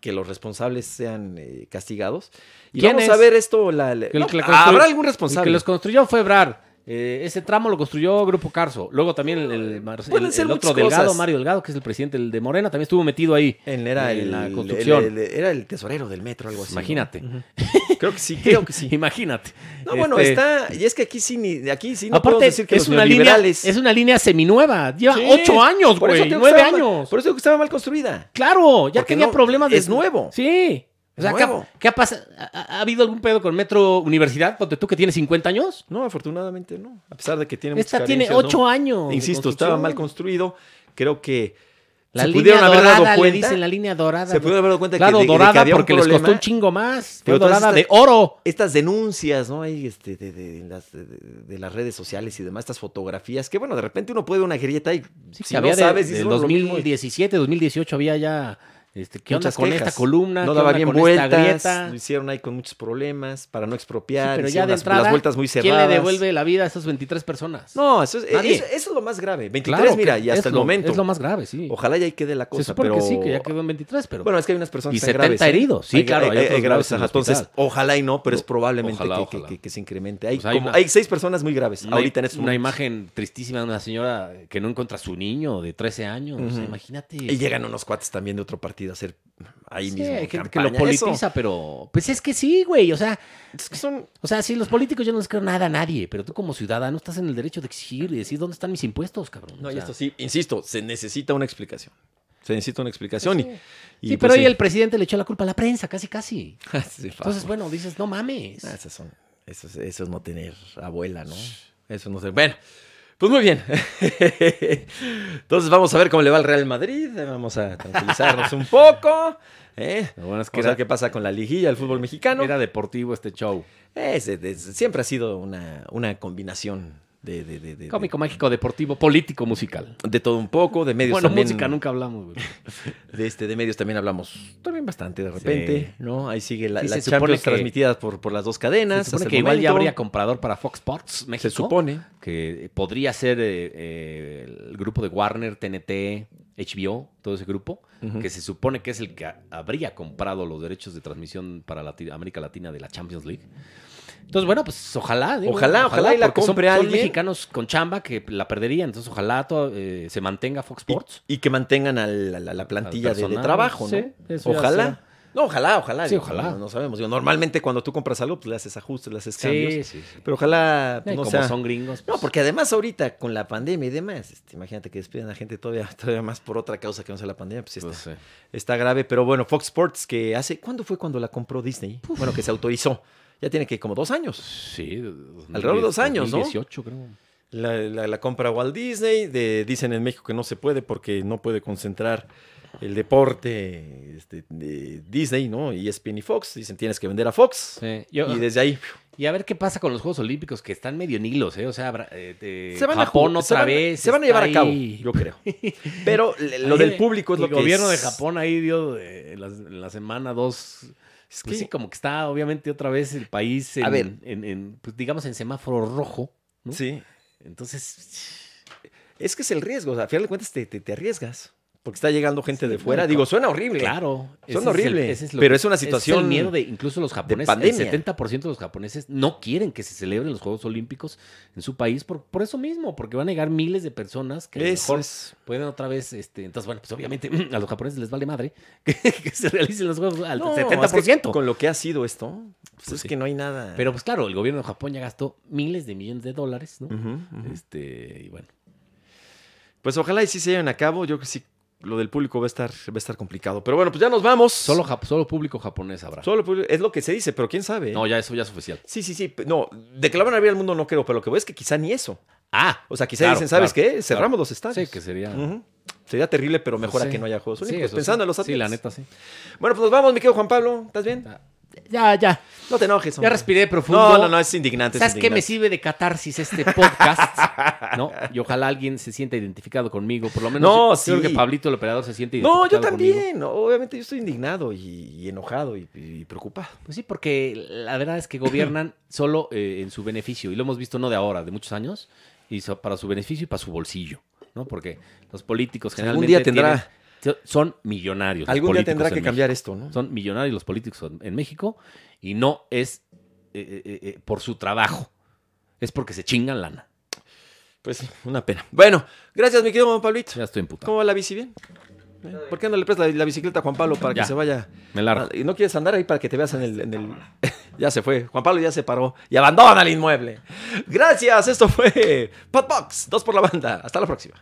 [SPEAKER 1] que los responsables sean eh, castigados. Y
[SPEAKER 2] ¿Quién
[SPEAKER 1] vamos
[SPEAKER 2] es?
[SPEAKER 1] a ver esto. La, la-
[SPEAKER 2] Que el
[SPEAKER 1] no,
[SPEAKER 2] que la construy-
[SPEAKER 1] Habrá algún
[SPEAKER 2] El
[SPEAKER 1] responsable.
[SPEAKER 2] que los construyó fue Ebrar. Eh, ese tramo lo construyó Grupo Carso. Luego también el, el Mar-
[SPEAKER 1] Pueden
[SPEAKER 2] el-
[SPEAKER 1] ser
[SPEAKER 2] el otro
[SPEAKER 1] muchas
[SPEAKER 2] Delgado,
[SPEAKER 1] cosas.
[SPEAKER 2] Mario Delgado, que es el presidente el de Morena, también estuvo metido ahí.
[SPEAKER 1] Él era
[SPEAKER 2] en
[SPEAKER 1] el,
[SPEAKER 2] la
[SPEAKER 1] el-
[SPEAKER 2] construcción.
[SPEAKER 1] el- el- era el tesorero del metro, algo así. ¿no?
[SPEAKER 2] Imagínate.
[SPEAKER 1] Creo que sí, creo que sí.
[SPEAKER 2] Imagínate.
[SPEAKER 1] No, bueno,
[SPEAKER 2] Este,
[SPEAKER 1] está. Y es que aquí sí, ni, aquí sí no podemos
[SPEAKER 2] Aparte,
[SPEAKER 1] decir que
[SPEAKER 2] es,
[SPEAKER 1] los
[SPEAKER 2] una línea,
[SPEAKER 1] neoliberales.
[SPEAKER 2] es una línea seminueva. Lleva
[SPEAKER 1] Sí,
[SPEAKER 2] ocho años,
[SPEAKER 1] por eso
[SPEAKER 2] güey.
[SPEAKER 1] digo que
[SPEAKER 2] Nueve
[SPEAKER 1] estaba mal-
[SPEAKER 2] años.
[SPEAKER 1] por eso digo que estaba mal construida.
[SPEAKER 2] Claro, ya
[SPEAKER 1] Porque
[SPEAKER 2] tenía
[SPEAKER 1] no-
[SPEAKER 2] problemas.
[SPEAKER 1] es nuevo.
[SPEAKER 2] Sí. O
[SPEAKER 1] Es
[SPEAKER 2] sea, ¿qué ha-
[SPEAKER 1] nuevo.
[SPEAKER 2] ¿qué ha pasado? ¿Ha ha habido algún pedo con Metro Universidad? Ponte tú que tiene 50 años.
[SPEAKER 1] No, afortunadamente no. A pesar de que tiene
[SPEAKER 2] Esta
[SPEAKER 1] muchas
[SPEAKER 2] tiene
[SPEAKER 1] carencias, ¿no?
[SPEAKER 2] 8 años. de
[SPEAKER 1] Insisto, estaba
[SPEAKER 2] construcción.
[SPEAKER 1] mal construido. Creo que
[SPEAKER 2] La
[SPEAKER 1] se
[SPEAKER 2] línea
[SPEAKER 1] pudieron haber
[SPEAKER 2] dorada,
[SPEAKER 1] dado
[SPEAKER 2] le
[SPEAKER 1] cuenta.
[SPEAKER 2] dicen la línea dorada.
[SPEAKER 1] se pudieron haber dado cuenta
[SPEAKER 2] claro,
[SPEAKER 1] que, de- de que
[SPEAKER 2] dorada
[SPEAKER 1] había un
[SPEAKER 2] porque les
[SPEAKER 1] problema.
[SPEAKER 2] costó un chingo más. Fue
[SPEAKER 1] Pero todas
[SPEAKER 2] dorada de
[SPEAKER 1] estas-
[SPEAKER 2] oro.
[SPEAKER 1] Estas denuncias, ¿no? Hay este, de, de- de las, de- de- de las redes sociales y demás, estas fotografías, que bueno, de repente uno puede ver una grieta y si
[SPEAKER 2] que
[SPEAKER 1] no
[SPEAKER 2] de-
[SPEAKER 1] sabes,
[SPEAKER 2] de
[SPEAKER 1] dices, bueno, lo mismo.
[SPEAKER 2] 2017, 2018 había ya... Este, ¿Qué onda
[SPEAKER 1] Muchas
[SPEAKER 2] con
[SPEAKER 1] quejas.
[SPEAKER 2] esta columna?
[SPEAKER 1] No
[SPEAKER 2] ¿Qué
[SPEAKER 1] daba
[SPEAKER 2] onda
[SPEAKER 1] bien
[SPEAKER 2] con esta
[SPEAKER 1] vueltas.
[SPEAKER 2] grieta?
[SPEAKER 1] Lo hicieron ahí con muchos problemas para no
[SPEAKER 2] Sí,
[SPEAKER 1] expropiar.
[SPEAKER 2] pero ya
[SPEAKER 1] hicieron
[SPEAKER 2] de
[SPEAKER 1] las,
[SPEAKER 2] entrada,
[SPEAKER 1] las vueltas muy
[SPEAKER 2] ¿quién
[SPEAKER 1] cerradas.
[SPEAKER 2] le devuelve la vida a esas 23 personas?
[SPEAKER 1] No, eso es, eh,
[SPEAKER 2] Nadie.
[SPEAKER 1] eso, eso es lo más grave. 23,
[SPEAKER 2] Claro,
[SPEAKER 1] mira,
[SPEAKER 2] que
[SPEAKER 1] y hasta
[SPEAKER 2] es
[SPEAKER 1] el
[SPEAKER 2] lo-
[SPEAKER 1] momento.
[SPEAKER 2] Es lo más grave, sí.
[SPEAKER 1] Ojalá y ahí quede la cosa.
[SPEAKER 2] Se supone
[SPEAKER 1] pero...
[SPEAKER 2] que sí, que ya quedó en 23, pero...
[SPEAKER 1] Bueno, es que hay unas personas
[SPEAKER 2] Y
[SPEAKER 1] que están
[SPEAKER 2] 70
[SPEAKER 1] graves, ¿eh?
[SPEAKER 2] heridos. Sí,
[SPEAKER 1] Hay-
[SPEAKER 2] claro,
[SPEAKER 1] hay-
[SPEAKER 2] hay
[SPEAKER 1] hay
[SPEAKER 2] otros
[SPEAKER 1] graves.
[SPEAKER 2] graves en
[SPEAKER 1] ajá.
[SPEAKER 2] el
[SPEAKER 1] Entonces,
[SPEAKER 2] hospital.
[SPEAKER 1] ojalá y no, pero es probablemente
[SPEAKER 2] Ojalá,
[SPEAKER 1] que,
[SPEAKER 2] ojalá.
[SPEAKER 1] Que, que- que se incremente. Hay,
[SPEAKER 2] Pues hay
[SPEAKER 1] como-
[SPEAKER 2] una-
[SPEAKER 1] hay seis personas muy graves
[SPEAKER 2] Una,
[SPEAKER 1] ahorita en estos
[SPEAKER 2] pues, una
[SPEAKER 1] momentos.
[SPEAKER 2] imagen tristísima de una señora que no encuentra a su niño de 13 años. O sea,
[SPEAKER 1] Ujú.
[SPEAKER 2] imagínate.
[SPEAKER 1] Y llegan unos cuates también de otro partido a hacer ahí
[SPEAKER 2] Sí,
[SPEAKER 1] mismo.
[SPEAKER 2] hay gente que
[SPEAKER 1] campaña.
[SPEAKER 2] lo politiza,
[SPEAKER 1] Eso-
[SPEAKER 2] pero. Pues es que sí, güey. O sea,
[SPEAKER 1] es que son
[SPEAKER 2] o sea, sí, los políticos yo no les creo nada a nadie, pero tú como ciudadano estás en el derecho de exigir y decir dónde están mis impuestos, cabrón.
[SPEAKER 1] No,
[SPEAKER 2] O
[SPEAKER 1] y
[SPEAKER 2] sea,
[SPEAKER 1] esto sí, insisto, se necesita una explicación. Se necesita una explicación.
[SPEAKER 2] Sí.
[SPEAKER 1] y, pues Ah,
[SPEAKER 2] Sí, pero hoy el presidente le echó la culpa a la prensa, casi, casi. Entonces,
[SPEAKER 1] pues.
[SPEAKER 2] bueno, dices, no mames.
[SPEAKER 1] eso, Ah, son, eso, es, eso es no tener abuela, ¿no? Eso no sé. Bueno, pues muy bien. Entonces vamos a ver cómo le va al Real Madrid. Vamos a tranquilizarnos un poco. ¿eh?
[SPEAKER 2] Lo bueno es que
[SPEAKER 1] Vamos a ver
[SPEAKER 2] era,
[SPEAKER 1] qué pasa con la liguilla del fútbol mexicano.
[SPEAKER 2] era deportivo este show.
[SPEAKER 1] Es- es- siempre ha sido una, una combinación de, de, de- de-
[SPEAKER 2] Cómico, mágico, deportivo, político, musical.
[SPEAKER 1] de todo un poco, de medios
[SPEAKER 2] Bueno,
[SPEAKER 1] también.
[SPEAKER 2] música nunca hablamos, güey.
[SPEAKER 1] De, este, de medios también hablamos también bastante de repente, ¿no? Ahí sigue la,
[SPEAKER 2] Sí,
[SPEAKER 1] las
[SPEAKER 2] se supone
[SPEAKER 1] Champions
[SPEAKER 2] que-
[SPEAKER 1] transmitidas por, por las dos cadenas.
[SPEAKER 2] Se supone
[SPEAKER 1] hasta el
[SPEAKER 2] que igual ya
[SPEAKER 1] momento.
[SPEAKER 2] habría comprador para Fox Sports México.
[SPEAKER 1] Se supone.
[SPEAKER 2] Que podría ser eh, eh, el grupo de Warner, TNT, HBO, todo ese grupo,
[SPEAKER 1] Ujú.
[SPEAKER 2] que se supone que es el que ha- habría comprado los derechos de transmisión para Lati- América Latina de la Champions League. Entonces, bueno, pues ojalá. digo,
[SPEAKER 1] Ojalá, ojalá y la
[SPEAKER 2] porque son-
[SPEAKER 1] compre
[SPEAKER 2] son,
[SPEAKER 1] alguien.
[SPEAKER 2] mexicanos con chamba que la perderían. Entonces, ojalá to- eh, se mantenga Fox
[SPEAKER 1] Y,
[SPEAKER 2] Sports.
[SPEAKER 1] y que mantengan a la, la- la plantilla
[SPEAKER 2] Al
[SPEAKER 1] de- de,
[SPEAKER 2] personal,
[SPEAKER 1] trabajo, ¿no?
[SPEAKER 2] sí, eso ya
[SPEAKER 1] ojalá.
[SPEAKER 2] será.
[SPEAKER 1] No, ojalá, ojalá.
[SPEAKER 2] Sí,
[SPEAKER 1] digo,
[SPEAKER 2] ojalá.
[SPEAKER 1] No, no sabemos. Digo, normalmente cuando tú compras algo, pues le haces ajustes, le haces cambios.
[SPEAKER 2] Sí, sí, sí.
[SPEAKER 1] Pero ojalá
[SPEAKER 2] Y
[SPEAKER 1] pues, no
[SPEAKER 2] como
[SPEAKER 1] sea-
[SPEAKER 2] son gringos.
[SPEAKER 1] No,
[SPEAKER 2] pues,
[SPEAKER 1] porque además ahorita con la pandemia y demás, este, imagínate que despiden a gente todavía, todavía más por otra causa que no sea la pandemia, pues está,
[SPEAKER 2] no sé.
[SPEAKER 1] está grave. Pero bueno, Fox Sports que hace, ¿cuándo fue cuando la compró Disney? Bueno, que se autorizó. Ya tiene que como dos años.
[SPEAKER 2] Sí,
[SPEAKER 1] Alrededor de dos años, ¿no?
[SPEAKER 2] 18, creo.
[SPEAKER 1] La, la- la compra Walt Disney, de- dicen en México que no se puede porque no puede concentrar el deporte este, de Disney, ¿no? Y ESPN y Fox, dicen tienes que vender a Fox.
[SPEAKER 2] Sí, yo-
[SPEAKER 1] Y desde ahí,
[SPEAKER 2] Y a ver qué pasa con los Juegos Olímpicos, que están medio nilos, ¿eh? O sea, habrá- eh, de
[SPEAKER 1] se van
[SPEAKER 2] Japón
[SPEAKER 1] a ju-
[SPEAKER 2] otra
[SPEAKER 1] se van-
[SPEAKER 2] vez.
[SPEAKER 1] se van a
[SPEAKER 2] está
[SPEAKER 1] llevar a cabo,
[SPEAKER 2] ahí.
[SPEAKER 1] yo creo. Pero le- lo
[SPEAKER 2] Ahí
[SPEAKER 1] del público es lo
[SPEAKER 2] el
[SPEAKER 1] que
[SPEAKER 2] gobierno
[SPEAKER 1] es-
[SPEAKER 2] de Japón ahí dio eh, en la, en la semana dos.
[SPEAKER 1] Es
[SPEAKER 2] Pues
[SPEAKER 1] que-
[SPEAKER 2] sí, como que está obviamente otra vez el país en,
[SPEAKER 1] A ver.
[SPEAKER 2] en- en, pues, digamos, en semáforo rojo. ¿no?
[SPEAKER 1] Sí.
[SPEAKER 2] Entonces,
[SPEAKER 1] Es que es el riesgo. O sea, a final de cuentas te, te- te arriesgas. Porque está llegando gente
[SPEAKER 2] Sí,
[SPEAKER 1] de fuera.
[SPEAKER 2] bueno,
[SPEAKER 1] Digo, suena horrible.
[SPEAKER 2] claro.
[SPEAKER 1] Son
[SPEAKER 2] ese es el-
[SPEAKER 1] horrible,
[SPEAKER 2] ese lo
[SPEAKER 1] pero
[SPEAKER 2] que-
[SPEAKER 1] es una situación
[SPEAKER 2] el miedo de incluso los japoneses.
[SPEAKER 1] pandemia.
[SPEAKER 2] El 70% de los japoneses no quieren que se celebren los Juegos Olímpicos en su país por, por eso mismo, porque van a llegar miles de personas que a lo
[SPEAKER 1] Eso
[SPEAKER 2] mejor
[SPEAKER 1] es.
[SPEAKER 2] pueden otra vez, este, entonces, bueno, pues obviamente a los japoneses les vale madre que, que se realicen los juegos al
[SPEAKER 1] No, es que
[SPEAKER 2] 70%.
[SPEAKER 1] con lo que ha sido esto, pues
[SPEAKER 2] Pues
[SPEAKER 1] es
[SPEAKER 2] sí.
[SPEAKER 1] que no hay nada.
[SPEAKER 2] Pero pues claro, el gobierno de Japón ya gastó miles de millones de dólares, ¿no?
[SPEAKER 1] Ujú, ujú.
[SPEAKER 2] Este, y bueno.
[SPEAKER 1] Pues ojalá y sí se lleven a cabo. Yo creo que sí, lo del público va a estar, va a estar complicado. Pero bueno, pues ya nos vamos.
[SPEAKER 2] Solo, Jap- solo público japonés habrá.
[SPEAKER 1] Solo público- Es lo que se dice, pero quién sabe. ¿eh?
[SPEAKER 2] No, ya eso ya es oficial.
[SPEAKER 1] Sí, sí, sí. No, de que la van a abrir al mundo no creo, pero lo que voy es que quizá ni eso.
[SPEAKER 2] Ah,
[SPEAKER 1] O sea, quizá
[SPEAKER 2] Claro,
[SPEAKER 1] dicen, ¿sabes
[SPEAKER 2] claro,
[SPEAKER 1] qué? Cerramos los estadios.
[SPEAKER 2] sí, que sería.
[SPEAKER 1] Ah, pues,
[SPEAKER 2] pues
[SPEAKER 1] Ujú. Sería terrible, pero mejor a
[SPEAKER 2] Sí.
[SPEAKER 1] que no haya Juegos
[SPEAKER 2] Sí,
[SPEAKER 1] Olímpicos.
[SPEAKER 2] eso
[SPEAKER 1] Pensando
[SPEAKER 2] sí.
[SPEAKER 1] en los atletas.
[SPEAKER 2] Sí, la neta, sí.
[SPEAKER 1] Bueno, pues nos vamos, mi querido Juan Pablo. ¿Estás bien?
[SPEAKER 2] Ya, ya.
[SPEAKER 1] No te enojes,
[SPEAKER 2] Ya
[SPEAKER 1] hombre.
[SPEAKER 2] respiré profundo.
[SPEAKER 1] No, no, no, es indignante. es
[SPEAKER 2] ¿Sabes qué me
[SPEAKER 1] indignante.
[SPEAKER 2] sirve de catarsis este podcast? ¿No? Y ojalá alguien se sienta identificado conmigo. Por lo menos
[SPEAKER 1] No,
[SPEAKER 2] yo, yo creo
[SPEAKER 1] sí.
[SPEAKER 2] que Pablito, el operador, se siente identificado
[SPEAKER 1] No, yo
[SPEAKER 2] conmigo.
[SPEAKER 1] también. Obviamente yo estoy indignado y, y enojado y, y preocupado.
[SPEAKER 2] Pues sí, porque la verdad es que gobiernan solo eh, en su beneficio. Y lo hemos visto no de ahora, de muchos años. Y so- para su beneficio y para su bolsillo. ¿No? Porque los políticos
[SPEAKER 1] Algún
[SPEAKER 2] generalmente.
[SPEAKER 1] día tendrá,
[SPEAKER 2] tienen- son millonarios. los
[SPEAKER 1] algún día
[SPEAKER 2] políticos
[SPEAKER 1] tendrá
[SPEAKER 2] en
[SPEAKER 1] que
[SPEAKER 2] México.
[SPEAKER 1] cambiar esto, ¿no?
[SPEAKER 2] Son millonarios los políticos en México y no es eh, eh, eh, por su trabajo. Es porque se chingan lana.
[SPEAKER 1] Pues sí, una pena. Bueno, gracias, mi querido Juan Pablito.
[SPEAKER 2] Ya estoy emputado.
[SPEAKER 1] ¿Cómo va la bici? ¿Bien? ¿Eh? ¿Por qué no le prestas la, la bicicleta a Juan Pablo para
[SPEAKER 2] Ya.
[SPEAKER 1] que se vaya? Ah,
[SPEAKER 2] Me largo.
[SPEAKER 1] ¿Y no quieres andar ahí para que te veas en el... en el- ya se fue. Juan Pablo ya se paró y abandona el inmueble. Gracias, esto fue Podbox. Dos por la banda. Hasta la próxima.